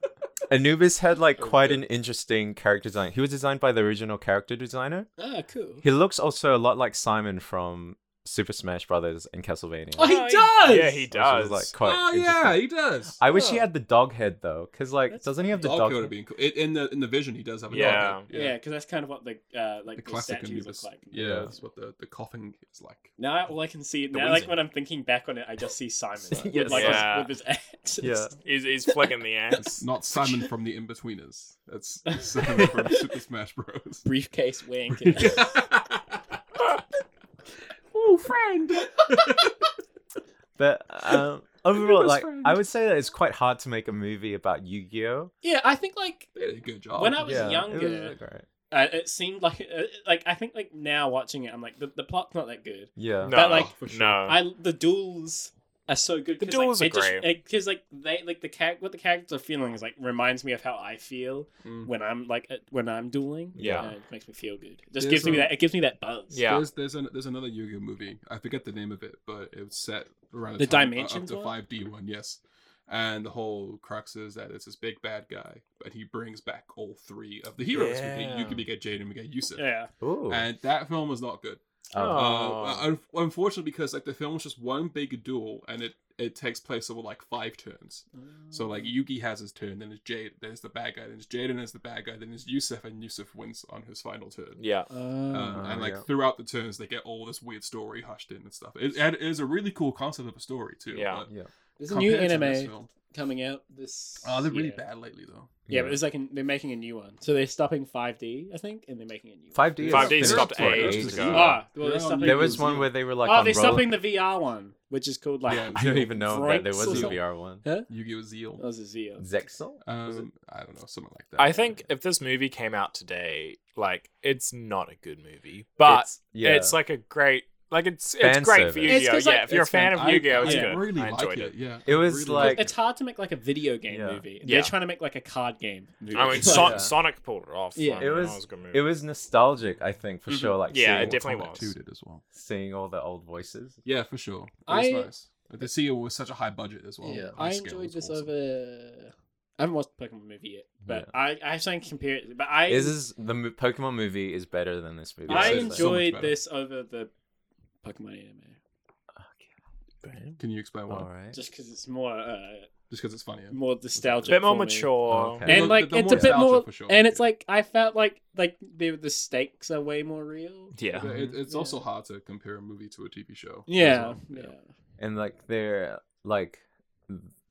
Speaker 4: Anubis had like
Speaker 2: Oh,
Speaker 4: quite
Speaker 2: good.
Speaker 4: an interesting character design. He was designed by the original character designer.
Speaker 3: Ah, cool.
Speaker 4: He looks also a lot like Simon from Super Smash Brothers and Castlevania.
Speaker 3: Oh,
Speaker 4: which
Speaker 3: he
Speaker 1: Oh, he-
Speaker 3: does.
Speaker 1: Yeah, he does.
Speaker 4: was, like quite.
Speaker 2: oh yeah,
Speaker 4: interesting.
Speaker 2: he does.
Speaker 4: I wish he
Speaker 2: Yeah.
Speaker 4: had the dog head though, because like,
Speaker 3: That's-
Speaker 4: doesn't he have the
Speaker 2: Dog,
Speaker 4: dog?
Speaker 2: would
Speaker 4: head?
Speaker 2: have been cool. It, in the in the vision, he does have a
Speaker 1: Yeah.
Speaker 2: dog. head.
Speaker 3: Yeah, because that's kind of what the uh, like
Speaker 2: The
Speaker 3: the,
Speaker 2: classic
Speaker 3: statues
Speaker 2: Anubis.
Speaker 3: look like.
Speaker 2: Yeah,
Speaker 4: Yeah.
Speaker 2: that's what the, the coughing is like.
Speaker 3: Now all I can see
Speaker 1: The
Speaker 3: now, like
Speaker 1: wheezing.
Speaker 3: when I'm thinking back on it, I just see Simon like,
Speaker 4: Yes.
Speaker 3: with, like, his-
Speaker 1: Yeah.
Speaker 3: with his axe.
Speaker 4: Yeah.
Speaker 1: He's, he's flicking the ass.
Speaker 2: Not Simon from the Inbetweeners. That's Simon from Super Smash Bros.
Speaker 3: briefcase wank.
Speaker 2: oh, friend!
Speaker 4: But um, overall, like I would say that it's quite hard to make a movie about Yu-Gi-Oh.
Speaker 3: Yeah, I think like
Speaker 2: They did a good job.
Speaker 3: When I was
Speaker 4: yeah, It was
Speaker 3: younger-
Speaker 4: really great.
Speaker 3: uh, it seemed like uh, like I think like now watching it, I'm like the, the plot's not that good.
Speaker 4: Yeah.
Speaker 1: No,
Speaker 3: But, like-
Speaker 2: for sure.
Speaker 1: no.
Speaker 3: I the duels are so good.
Speaker 1: The
Speaker 3: 'cause, like,
Speaker 1: duels are
Speaker 3: they just-
Speaker 1: great.
Speaker 3: like, Cause like they like the char- what the characters are feeling is like reminds me of how I feel
Speaker 2: Mm.
Speaker 3: when I'm like uh, when I'm dueling.
Speaker 1: Yeah.
Speaker 3: And it makes me feel good. It just
Speaker 2: There's
Speaker 3: gives me
Speaker 2: a-
Speaker 3: that. It gives me that buzz.
Speaker 1: Yeah.
Speaker 2: There's there's, an, there's another Yu-Gi-Oh movie. I forget the name of it, but it was set around
Speaker 3: The
Speaker 2: time, uh,
Speaker 3: Dimensions
Speaker 2: up
Speaker 3: one?
Speaker 2: to five D one. Yes, and the whole crux is that it's this big bad guy, but he brings back all three of the heroes.
Speaker 1: Yeah.
Speaker 2: We get, you get Jade and we get Yusuf.
Speaker 3: Yeah.
Speaker 4: Ooh.
Speaker 2: And that film was not good.
Speaker 4: Oh.
Speaker 2: Uh, un- unfortunately, because like the film was just one big duel, and it it takes place over like five turns. So like Yugi has his turn, then it's Jade, then it's the bad guy, then it's Jaden as the bad guy, then it's Yusuf, and Yusuf wins on his final turn.
Speaker 1: yeah.
Speaker 3: Uh,
Speaker 2: Um,
Speaker 4: Ah,
Speaker 2: and like
Speaker 4: yeah.
Speaker 2: throughout the turns, they get all this weird story hushed in and stuff. It, and it is a really cool concept of a story too.
Speaker 1: Yeah.
Speaker 2: but
Speaker 4: yeah.
Speaker 3: there's a new
Speaker 2: compared to this
Speaker 3: anime
Speaker 2: film-
Speaker 3: coming out this.
Speaker 2: Oh, they're really
Speaker 3: year.
Speaker 2: bad lately though.
Speaker 3: Yeah, but there's like an, they're making a new one. So they're stopping 5D, I think, and they're making a new. one.
Speaker 4: 5D. is
Speaker 1: 5D
Speaker 4: finished
Speaker 1: stopped
Speaker 4: for
Speaker 1: ages
Speaker 4: ages
Speaker 1: ago.
Speaker 3: Ah, well,
Speaker 2: They're
Speaker 3: they're
Speaker 2: on
Speaker 3: stopping.
Speaker 4: There was
Speaker 2: Zero.
Speaker 4: one where they were like,
Speaker 3: oh,
Speaker 4: on
Speaker 3: they're
Speaker 4: roller-
Speaker 3: stopping the VR one, which is called like.
Speaker 2: Yeah.
Speaker 4: I don't even know that there
Speaker 3: Droids
Speaker 4: was
Speaker 3: or
Speaker 4: a
Speaker 3: something.
Speaker 4: VR one.
Speaker 3: Huh?
Speaker 2: Yu-Gi-Oh!
Speaker 3: That
Speaker 2: Zeal.
Speaker 3: was a Zio.
Speaker 4: Zexel. Was it-
Speaker 2: Um, I don't know, something like that.
Speaker 1: I think if this movie came out today, like it's not a good movie, but it's,
Speaker 4: It's- yeah.
Speaker 1: like a great, like it's it's
Speaker 4: Fan
Speaker 1: great
Speaker 4: service.
Speaker 1: for
Speaker 4: It's
Speaker 1: Yu Gi Oh.
Speaker 3: 'cause, like,
Speaker 1: yeah, if you're a
Speaker 2: It's
Speaker 1: fan
Speaker 2: fan-
Speaker 1: of Yu Gi Oh,
Speaker 2: I,
Speaker 1: it's
Speaker 2: I
Speaker 1: good.
Speaker 2: really
Speaker 1: I
Speaker 2: like
Speaker 1: enjoyed
Speaker 2: it. Yeah,
Speaker 4: It
Speaker 2: I
Speaker 4: was
Speaker 2: really
Speaker 4: like-
Speaker 2: it.
Speaker 3: It's hard to make like a video game
Speaker 4: Yeah.
Speaker 3: movie.
Speaker 1: Yeah.
Speaker 3: They're trying to make like a card game movie.
Speaker 1: I mean,
Speaker 3: Like,
Speaker 1: Son-
Speaker 4: Yeah.
Speaker 1: Sonic pulled it off.
Speaker 3: Yeah.
Speaker 1: I
Speaker 4: It
Speaker 1: mean, that
Speaker 4: was-
Speaker 1: a good movie.
Speaker 4: It was nostalgic, I think, for
Speaker 3: Mhm.
Speaker 4: sure. Like,
Speaker 1: Yeah,
Speaker 4: seeing,
Speaker 1: it definitely
Speaker 2: Mortal Kombat
Speaker 1: was.
Speaker 2: 2 did as well.
Speaker 4: seeing all the old voices.
Speaker 2: Yeah, for sure. It was
Speaker 3: I-
Speaker 2: nice. But The seal was such a high budget as well.
Speaker 3: yeah,
Speaker 2: High
Speaker 3: I
Speaker 2: scale
Speaker 3: enjoyed
Speaker 2: was
Speaker 3: this
Speaker 2: awesome.
Speaker 3: over. I haven't watched the Pokemon movie yet, but
Speaker 4: Yeah.
Speaker 3: I I actually compare it. But I
Speaker 4: This is the mo- Pokemon movie is better than this movie.
Speaker 3: I
Speaker 4: I'd
Speaker 2: it's
Speaker 4: say.
Speaker 2: so much
Speaker 3: enjoyed
Speaker 2: better.
Speaker 3: this over the Pokemon anime
Speaker 2: Can you explain why?
Speaker 4: All right.
Speaker 3: just because it's more uh,
Speaker 2: Just because it's funnier.
Speaker 3: more
Speaker 1: a
Speaker 3: nostalgic,
Speaker 1: bit more
Speaker 3: for me.
Speaker 1: mature.
Speaker 4: Okay.
Speaker 3: and
Speaker 2: They're-
Speaker 3: like
Speaker 2: they're
Speaker 3: it's
Speaker 2: more
Speaker 3: a bit
Speaker 2: nostalgic
Speaker 3: more.
Speaker 2: for sure.
Speaker 3: And it's
Speaker 2: Yeah.
Speaker 3: like I felt like like the the stakes are way more real.
Speaker 1: Yeah.
Speaker 2: But It, it's
Speaker 3: Yeah.
Speaker 2: also hard to compare a movie to a TV show. as
Speaker 3: Yeah,
Speaker 2: well.
Speaker 3: yeah.
Speaker 4: And like they're like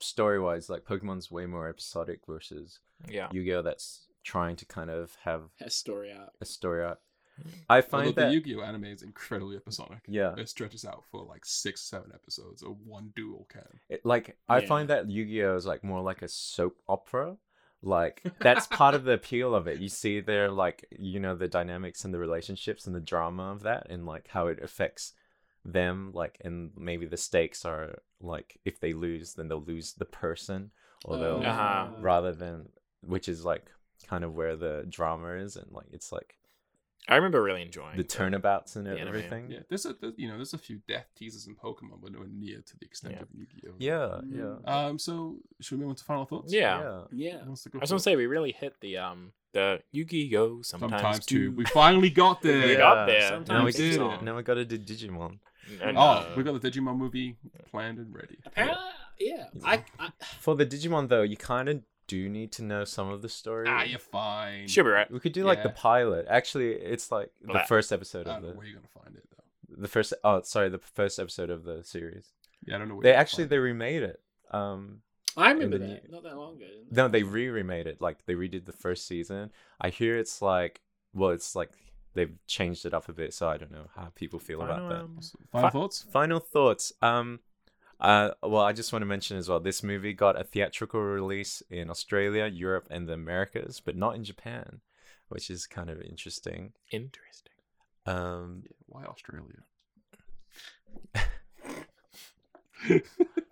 Speaker 4: story wise, like Pokemon's way more episodic versus
Speaker 1: Yeah.
Speaker 4: Yu-Gi-Oh that's trying to kind of have
Speaker 3: Has story arc.
Speaker 4: a story arc.
Speaker 3: Mm.
Speaker 4: I
Speaker 2: Although
Speaker 4: find
Speaker 2: the
Speaker 4: that
Speaker 2: Yu-Gi-Oh anime is incredibly episodic.
Speaker 4: yeah,
Speaker 2: It stretches out for like six, seven episodes, or one duel can.
Speaker 4: it, like I
Speaker 3: Yeah.
Speaker 4: find that Yu-Gi-Oh is like more like a soap opera. Like that's part of the appeal of it. You see their like you know the dynamics and the relationships and the drama of that and like how it affects them like and maybe the stakes are like if they lose then they'll lose the person or
Speaker 3: Mm.
Speaker 4: they'll
Speaker 1: Uh-huh.
Speaker 4: rather than which is like kind of where the drama is and like it's like
Speaker 1: I remember really enjoying
Speaker 4: the
Speaker 1: it.
Speaker 4: turnabouts and
Speaker 1: The anime.
Speaker 4: everything.
Speaker 2: Yeah, there's a there's, you know there's a few death teasers in Pokemon, but nowhere near to the extent
Speaker 1: Yeah.
Speaker 2: of Yu-Gi-Oh.
Speaker 4: Yeah,
Speaker 3: Mm.
Speaker 4: yeah.
Speaker 2: Um. So should we move on to final thoughts?
Speaker 1: Yeah.
Speaker 3: Yeah.
Speaker 2: Who wants to go
Speaker 1: I was gonna
Speaker 2: first?
Speaker 1: say we really hit the um the Yu Gi Oh
Speaker 2: sometimes,
Speaker 1: sometimes,
Speaker 2: two.
Speaker 1: do.
Speaker 2: We finally got there.
Speaker 1: We
Speaker 4: Yeah.
Speaker 1: got there.
Speaker 3: Sometimes
Speaker 4: Now we
Speaker 2: we did
Speaker 4: did
Speaker 2: it.
Speaker 4: Now we got to do Digimon.
Speaker 1: And,
Speaker 2: oh,
Speaker 1: uh,
Speaker 2: we got the Digimon movie planned and ready.
Speaker 3: Apparently, yeah. I, I
Speaker 4: For the Digimon though, you kind of do need to know some of the story.
Speaker 2: Ah, you're fine.
Speaker 1: She'll be right.
Speaker 4: we could do like the
Speaker 2: Yeah. Ah,
Speaker 4: pilot. Actually, it's like the
Speaker 1: Blah.
Speaker 4: first episode
Speaker 2: I
Speaker 4: of
Speaker 2: don't know
Speaker 4: the
Speaker 2: where you're gonna find it though.
Speaker 4: the first oh sorry, the first episode of the series.
Speaker 2: Yeah, I don't know. Where
Speaker 4: They
Speaker 2: you're gonna
Speaker 4: actually
Speaker 2: find
Speaker 4: they remade it. Um
Speaker 3: I remember
Speaker 4: then
Speaker 3: that not that long ago. didn't
Speaker 4: no, they re-remade it. Like they redid the first season. I hear it's like well, it's like they've changed it up a bit, so I don't know how people feel about that.
Speaker 2: it. Final
Speaker 4: Fi-
Speaker 2: thoughts.
Speaker 4: Final thoughts. Um, uh, well, I just want to mention as well, this movie got a theatrical release in Australia, Europe, and the Americas, but not in Japan, which is kind of interesting.
Speaker 1: Interesting.
Speaker 4: Um,
Speaker 2: Yeah, why Australia?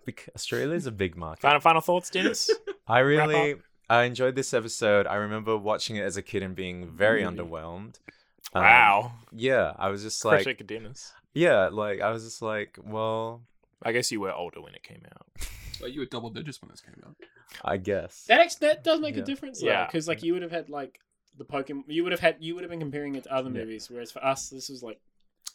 Speaker 4: because Australia is a big market.
Speaker 1: Final final thoughts, Dennis.
Speaker 4: I
Speaker 1: Wrap
Speaker 4: really I enjoyed this episode. I remember watching it as a kid and being very
Speaker 2: Really?
Speaker 4: underwhelmed. Um,
Speaker 1: Mm. wow.
Speaker 4: Yeah, I was just
Speaker 1: Like,
Speaker 4: like,
Speaker 1: Critic Dennis.
Speaker 4: yeah, like I was just like, well,
Speaker 1: I guess you were older when it came out.
Speaker 2: Well, you were double digits when this came out.
Speaker 4: I guess.
Speaker 3: That ex- that does make
Speaker 4: Yeah.
Speaker 3: a difference, yeah.
Speaker 1: Yeah.
Speaker 3: Because like you would have had like the Pokemon, you would have had you would have been comparing it to other
Speaker 4: Yeah.
Speaker 3: movies, whereas for us this was like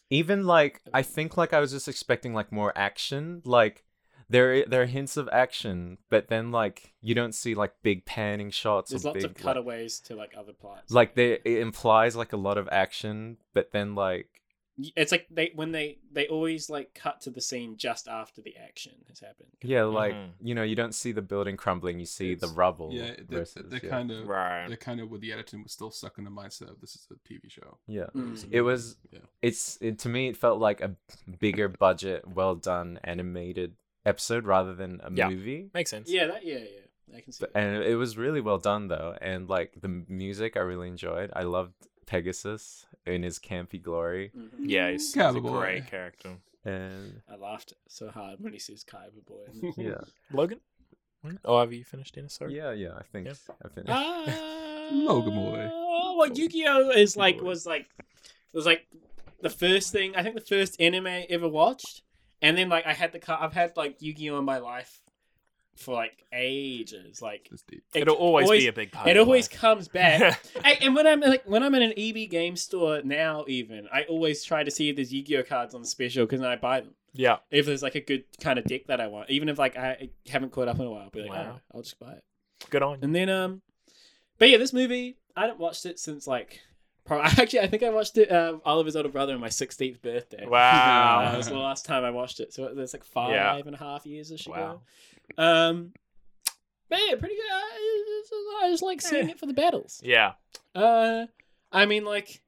Speaker 4: even like I think like I was just expecting like more action. Like there i- there are hints of action, but then like you don't see like big panning shots.
Speaker 3: there's
Speaker 4: or
Speaker 3: lots
Speaker 4: big,
Speaker 3: of
Speaker 4: like-
Speaker 3: cutaways to like other plots.
Speaker 4: Like, they it implies like a lot of action, but then like
Speaker 3: Y- it's like they when they they always like cut to the scene just after the action has happened.
Speaker 4: yeah, like
Speaker 1: Mhm.
Speaker 4: you know you don't see the building crumbling, you see the
Speaker 2: It's-
Speaker 4: rubble.
Speaker 2: Yeah, they're,
Speaker 4: versus-
Speaker 2: they're
Speaker 4: yeah.
Speaker 2: kind of
Speaker 1: Right.
Speaker 2: they're kind of with the editing was still stuck in the mindset of this is a TV show.
Speaker 4: yeah.
Speaker 3: Mm.
Speaker 2: It's a
Speaker 4: It
Speaker 2: movie.
Speaker 4: was-
Speaker 2: yeah.
Speaker 4: It's it, to me it felt like a bigger budget, well done animated episode rather than a
Speaker 1: Yeah.
Speaker 4: movie.
Speaker 1: Makes sense.
Speaker 3: Yeah, that, yeah, yeah. I can see.
Speaker 4: But-
Speaker 3: that.
Speaker 4: And it was really well done though, and like the m- music I really enjoyed. I loved Pegasus in his campy glory,
Speaker 3: Mhm.
Speaker 1: Yeah, he's, he's a
Speaker 2: Cowboy.
Speaker 1: great character.
Speaker 4: and
Speaker 3: I laughed so hard when he says Kyber boy. And
Speaker 4: yeah,
Speaker 1: Logan? Oh, have you finished dinner? Sorry.
Speaker 4: yeah, yeah. I think
Speaker 1: Yep.
Speaker 4: I think
Speaker 3: Ah,
Speaker 2: Logamoy.
Speaker 3: Oh, well, Yu-Gi-Oh is like
Speaker 2: Logamoy.
Speaker 3: was like was like the first thing I think the first anime I ever watched, and then like I had the car. I've had like Yu-Gi-Oh in my life for like ages. Like
Speaker 2: It's deep.
Speaker 1: It'll always,
Speaker 3: always-
Speaker 1: be a big part.
Speaker 3: it
Speaker 1: of your
Speaker 3: always
Speaker 1: life.
Speaker 3: comes back. I, and when I'm like when I'm in an EB game store now, even I always try to see if there's Yu-Gi-Oh cards on special because I buy them.
Speaker 1: yeah.
Speaker 3: If there's like a good kind of deck that I want, even if like I haven't caught up in a while, I'll be like,
Speaker 1: Wow.
Speaker 3: "Alright, I'll just buy it.
Speaker 1: Good on you.
Speaker 3: And then um, but yeah, this movie I haven't watched it since like, pro- actually I think I watched it uh, Oliver's older brother on my sixteenth birthday. Uh, that
Speaker 1: Wow.
Speaker 3: was the last time I watched it. So that's like five and a
Speaker 1: Yeah.
Speaker 3: half years ish
Speaker 1: wow.
Speaker 3: ago. Um, but yeah, pretty good. I, I just like seeing
Speaker 1: Eh.
Speaker 3: it for the battles.
Speaker 1: Yeah.
Speaker 3: Uh, I mean, like,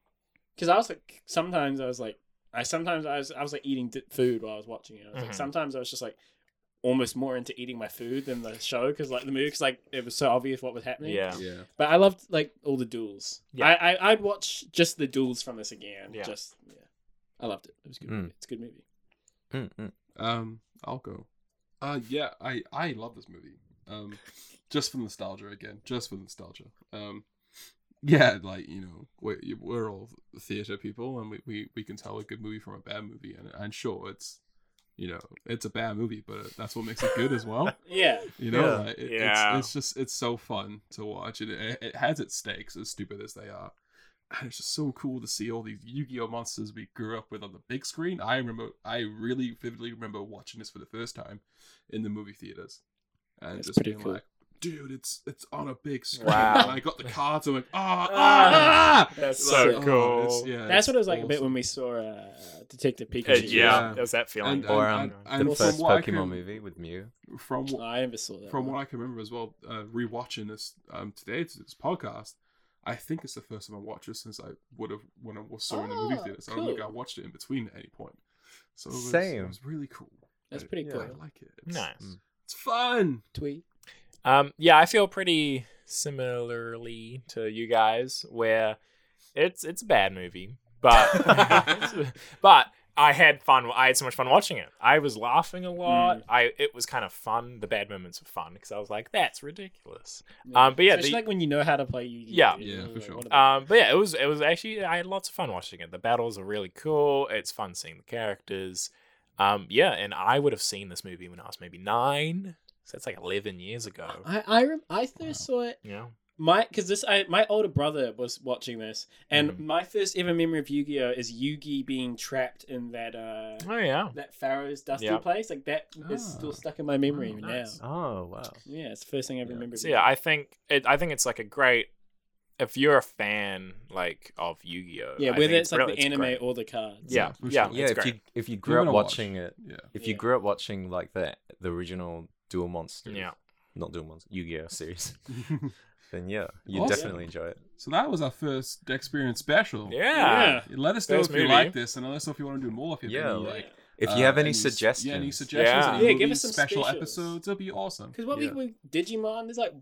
Speaker 3: because I was like, sometimes I was like, I sometimes I was I was like eating di- food while I was watching it. I was like,
Speaker 1: Mhm.
Speaker 3: sometimes I was just like almost more into eating my food than the show because like the movie because like it was so obvious what was happening.
Speaker 1: Yeah.
Speaker 2: Yeah.
Speaker 3: But I loved like all the duels.
Speaker 1: Yeah.
Speaker 3: I, I I'd watch just the duels from this again.
Speaker 1: Yeah.
Speaker 3: Just yeah, I loved it. It was a good.
Speaker 4: Mm.
Speaker 3: Movie. It's a good movie.
Speaker 4: Mm, mm.
Speaker 2: Um, I'll go. Uh, yeah, I I love this movie. Um, just for nostalgia again, just for nostalgia. Um, yeah, like you know, we're you- we're all theater people, and we we, we can tell a good movie from a bad movie, and and sure, it's you know, it's a bad movie, but that's what makes it good as well.
Speaker 3: Yeah.
Speaker 2: You know,
Speaker 4: Yeah.
Speaker 2: like, it-
Speaker 1: Yeah.
Speaker 2: It's, it's just it's so fun to watch, and it, it has its stakes, as stupid as they are. And it's just so cool to see all these Yu-Gi-Oh monsters we grew up with on the big screen. I remember, I really vividly remember watching this for the first time in the movie theaters, and
Speaker 3: That's
Speaker 2: just
Speaker 3: pretty
Speaker 2: being
Speaker 3: cool.
Speaker 2: like, "Dude, it's it's on a big screen."
Speaker 1: Wow.
Speaker 2: And I got the cards. I'm like, "Ah, ah!"
Speaker 3: Ah.
Speaker 1: That's
Speaker 2: Like,
Speaker 1: so
Speaker 2: oh,
Speaker 1: cool.
Speaker 2: it's- yeah,
Speaker 3: That's
Speaker 2: it's
Speaker 3: what it was like a bit
Speaker 2: awesome.
Speaker 3: when we saw uh, Detective
Speaker 1: Uh,
Speaker 3: Pikachu.
Speaker 1: yeah.
Speaker 2: Yeah.
Speaker 1: There's that feeling.
Speaker 2: And-
Speaker 4: Or
Speaker 2: and-
Speaker 4: um,
Speaker 2: and
Speaker 4: the
Speaker 2: from
Speaker 4: first
Speaker 2: what I
Speaker 4: Pokemon
Speaker 2: can-
Speaker 4: movie with Mew.
Speaker 2: From
Speaker 3: Oh, I never saw that.
Speaker 2: from
Speaker 3: one.
Speaker 2: what I can remember as well, uh, rewatching this um, today to this podcast, I think it's the first time I watched this since I would have when I was saw it in the movie
Speaker 3: Ah,
Speaker 2: theater. So I don't think I
Speaker 3: cool.
Speaker 2: watched it in between at any point. So it was,
Speaker 4: Same.
Speaker 2: It was really cool.
Speaker 3: That's pretty
Speaker 4: Yeah.
Speaker 2: I
Speaker 3: cool.
Speaker 2: like it. It's,
Speaker 1: Nice.
Speaker 4: Mm.
Speaker 2: It's fun.
Speaker 3: Tweet.
Speaker 1: Um, yeah, I feel pretty similarly to you guys, where it's it's a bad movie, but but I had fun. I had so much fun watching it. I was laughing a
Speaker 2: Mm.
Speaker 1: lot. I it was kind of fun. The bad moments were fun because I was like, that's ridiculous. Um, but yeah,
Speaker 3: Especially
Speaker 1: the-
Speaker 3: like when you know how to play Yu-Gi-Oh.
Speaker 1: Yeah.
Speaker 2: Yeah, for sure.
Speaker 1: Um, but yeah, it was it was actually I had lots of fun watching it. The battles are really cool. It's fun seeing the characters. Um, yeah, and I would have seen this movie when I was maybe nine, so that's like eleven years ago.
Speaker 3: I I rem- I first
Speaker 2: Wow.
Speaker 3: saw it
Speaker 1: Yeah,
Speaker 3: my because this I my older brother was watching this and
Speaker 1: Mm.
Speaker 3: my first ever memory of Yu-Gi-Oh is Yugi being trapped in that uh
Speaker 1: oh yeah,
Speaker 3: that Pharaoh's dusty
Speaker 1: Yeah.
Speaker 3: place like that is
Speaker 2: Ah.
Speaker 3: still stuck in my memory
Speaker 1: Oh,
Speaker 3: now.
Speaker 1: nice.
Speaker 4: Oh wow.
Speaker 3: Yeah, it's the first thing I
Speaker 4: Yeah.
Speaker 3: remember.
Speaker 1: So yeah, I think it, I think it's like a great if you're a fan like of Yu-Gi-Oh.
Speaker 3: yeah,
Speaker 1: I
Speaker 3: whether
Speaker 1: think
Speaker 3: it's like
Speaker 1: real-
Speaker 3: the anime
Speaker 1: great.
Speaker 3: or the cards.
Speaker 1: yeah,
Speaker 2: Yeah, for
Speaker 1: yeah,
Speaker 2: sure.
Speaker 4: Yeah,
Speaker 1: Oh, it's
Speaker 4: if
Speaker 1: great.
Speaker 4: you if you
Speaker 2: Give it
Speaker 4: grew
Speaker 2: a
Speaker 4: up
Speaker 2: watch.
Speaker 4: watching it,
Speaker 2: Yeah.
Speaker 4: if you
Speaker 3: Yeah.
Speaker 4: grew up watching like the the original Dual Monsters,
Speaker 1: Yeah.
Speaker 4: not Dual Monsters, Yu-Gi-Oh series, then yeah, you
Speaker 2: Awesome.
Speaker 4: definitely enjoy it.
Speaker 2: so that was our first experience special.
Speaker 1: yeah,
Speaker 2: Let us know
Speaker 1: First
Speaker 2: if you
Speaker 1: movie.
Speaker 2: like this, and let us know if you want to do more. If you have
Speaker 4: Yeah,
Speaker 2: any,
Speaker 3: Yeah.
Speaker 2: like,
Speaker 4: If
Speaker 2: uh,
Speaker 4: you have any
Speaker 2: s-
Speaker 4: suggestions,
Speaker 2: yeah, any suggestions,
Speaker 1: Yeah.
Speaker 2: any
Speaker 3: Yeah, give
Speaker 2: movies,
Speaker 3: us some
Speaker 2: special
Speaker 3: specials.
Speaker 2: episodes. That'd be awesome.
Speaker 3: Because what
Speaker 4: Yeah.
Speaker 3: we, we Digimon, there's like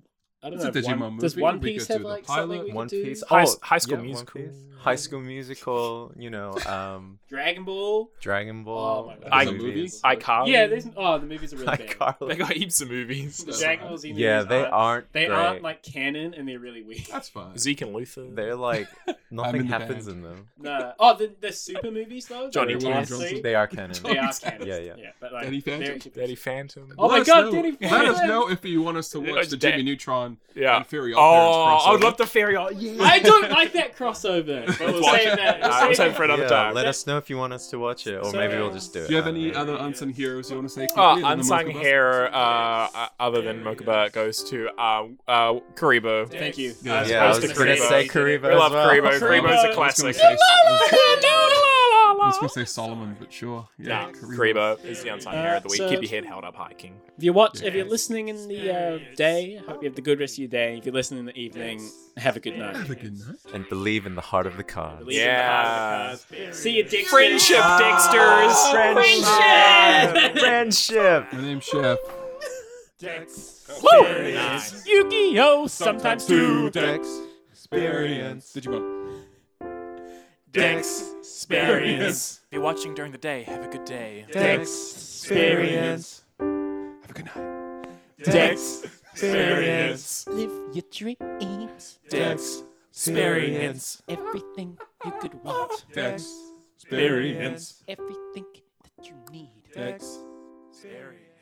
Speaker 3: I don't
Speaker 2: It's a
Speaker 3: know.
Speaker 2: Digimon
Speaker 3: one, Does
Speaker 2: movie.
Speaker 3: One
Speaker 2: We
Speaker 3: Piece
Speaker 2: could
Speaker 3: have
Speaker 2: do the
Speaker 3: like something
Speaker 2: pilot.
Speaker 3: we
Speaker 4: One
Speaker 3: could do?
Speaker 4: Piece,
Speaker 1: High-
Speaker 4: oh,
Speaker 1: High School
Speaker 4: yeah, One
Speaker 1: Musical.
Speaker 4: Piece. High School Musical, you know, um,
Speaker 3: Dragon Ball. Oh
Speaker 4: Dragon Ball,
Speaker 3: my
Speaker 4: the
Speaker 3: God.
Speaker 1: I-
Speaker 4: movies.
Speaker 1: I Carly.
Speaker 3: Yeah, there's oh the movies are really bad.
Speaker 1: They
Speaker 4: iCarly.
Speaker 1: got heaps of movies.
Speaker 3: The
Speaker 2: That's
Speaker 3: Dragon
Speaker 2: alright.
Speaker 3: Ball Z movies
Speaker 4: Yeah, they aren't.
Speaker 3: They aren't
Speaker 4: great.
Speaker 3: like canon and they're really weird.
Speaker 2: That's fine.
Speaker 1: Zeke and Luther.
Speaker 4: They're like nothing
Speaker 2: in the
Speaker 4: happens
Speaker 2: band.
Speaker 4: in them.
Speaker 3: Nah. Oh, the, the super movies though.
Speaker 1: Johnny
Speaker 3: Like,
Speaker 1: William
Speaker 3: honestly,
Speaker 2: Johnson.
Speaker 4: They are canon.
Speaker 3: They are
Speaker 2: Johnny
Speaker 3: canon.
Speaker 4: Yeah, yeah.
Speaker 3: But like,
Speaker 2: Danny Phantom.
Speaker 3: they're actually-
Speaker 1: Daddy Phantom.
Speaker 3: Oh my
Speaker 2: Let us
Speaker 3: God,
Speaker 2: know-
Speaker 3: Danny
Speaker 2: Let us
Speaker 3: Phantom.
Speaker 2: know if you want us to watch
Speaker 1: It's
Speaker 2: the Jimmy
Speaker 1: dead.
Speaker 2: Neutron
Speaker 1: Yeah.
Speaker 2: and Fury.
Speaker 1: Oh, I would love to ferry out.
Speaker 3: I don't like that crossover. But we'll
Speaker 1: watch
Speaker 3: save
Speaker 1: it.
Speaker 3: that. We'll
Speaker 1: Nah, we'll
Speaker 3: save
Speaker 1: save it
Speaker 3: that.
Speaker 1: for another
Speaker 4: yeah,
Speaker 1: time.
Speaker 4: Let us know if you want us to watch it, or
Speaker 3: So-
Speaker 4: maybe we'll just do it.
Speaker 2: Do you have
Speaker 4: I don't
Speaker 2: any
Speaker 4: know.
Speaker 2: other unsung heroes you want to say?
Speaker 1: Uh,
Speaker 2: quickly, and then
Speaker 1: unsung
Speaker 2: we'll talk about-
Speaker 1: hero, uh, uh, other than Mokuba, goes to uh, uh, Karibo.
Speaker 3: Thank you.
Speaker 2: Yeah,
Speaker 4: Yeah, I was
Speaker 1: Karibo.
Speaker 4: gonna say
Speaker 1: We
Speaker 4: Karibo. as
Speaker 1: love
Speaker 4: well.
Speaker 1: Karibo. Karibo's
Speaker 3: Karibo.
Speaker 1: a
Speaker 2: I was gonna
Speaker 1: classic.
Speaker 2: say- I was going to say Solomon, but sure. Yeah,
Speaker 1: Nah,
Speaker 2: Karibo.
Speaker 1: Karibo is the unsung
Speaker 3: Uh,
Speaker 1: hero of the week.
Speaker 3: so-
Speaker 1: Keep your head held up high, King.
Speaker 3: If you watch, if
Speaker 2: Yeah.
Speaker 3: you're listening in the uh, day, hope you have the good rest of your day. If you're listening in the evening, have a good night.
Speaker 2: Have a good night.
Speaker 4: and believe in the heart of the card.
Speaker 3: Leave in the heart of the cards. See you, Dexter.
Speaker 1: Friendship, Dexters.
Speaker 3: Friendship.
Speaker 4: Ah. Friendship.
Speaker 2: My name's Chef.
Speaker 1: Nice.
Speaker 3: Yu-Gi-Oh! Sometimes two.
Speaker 2: Dex. Experience. Digimon.
Speaker 1: Dex. Experience. If you're watching during the day, have a good day.
Speaker 3: Experience.
Speaker 2: Have a good night.
Speaker 3: Dex. Experience. Live your dreams.
Speaker 1: Dex. Experience.
Speaker 3: Everything you could want.
Speaker 2: Dex. Experience.
Speaker 3: Everything that you need.
Speaker 2: Dex.
Speaker 1: Experience.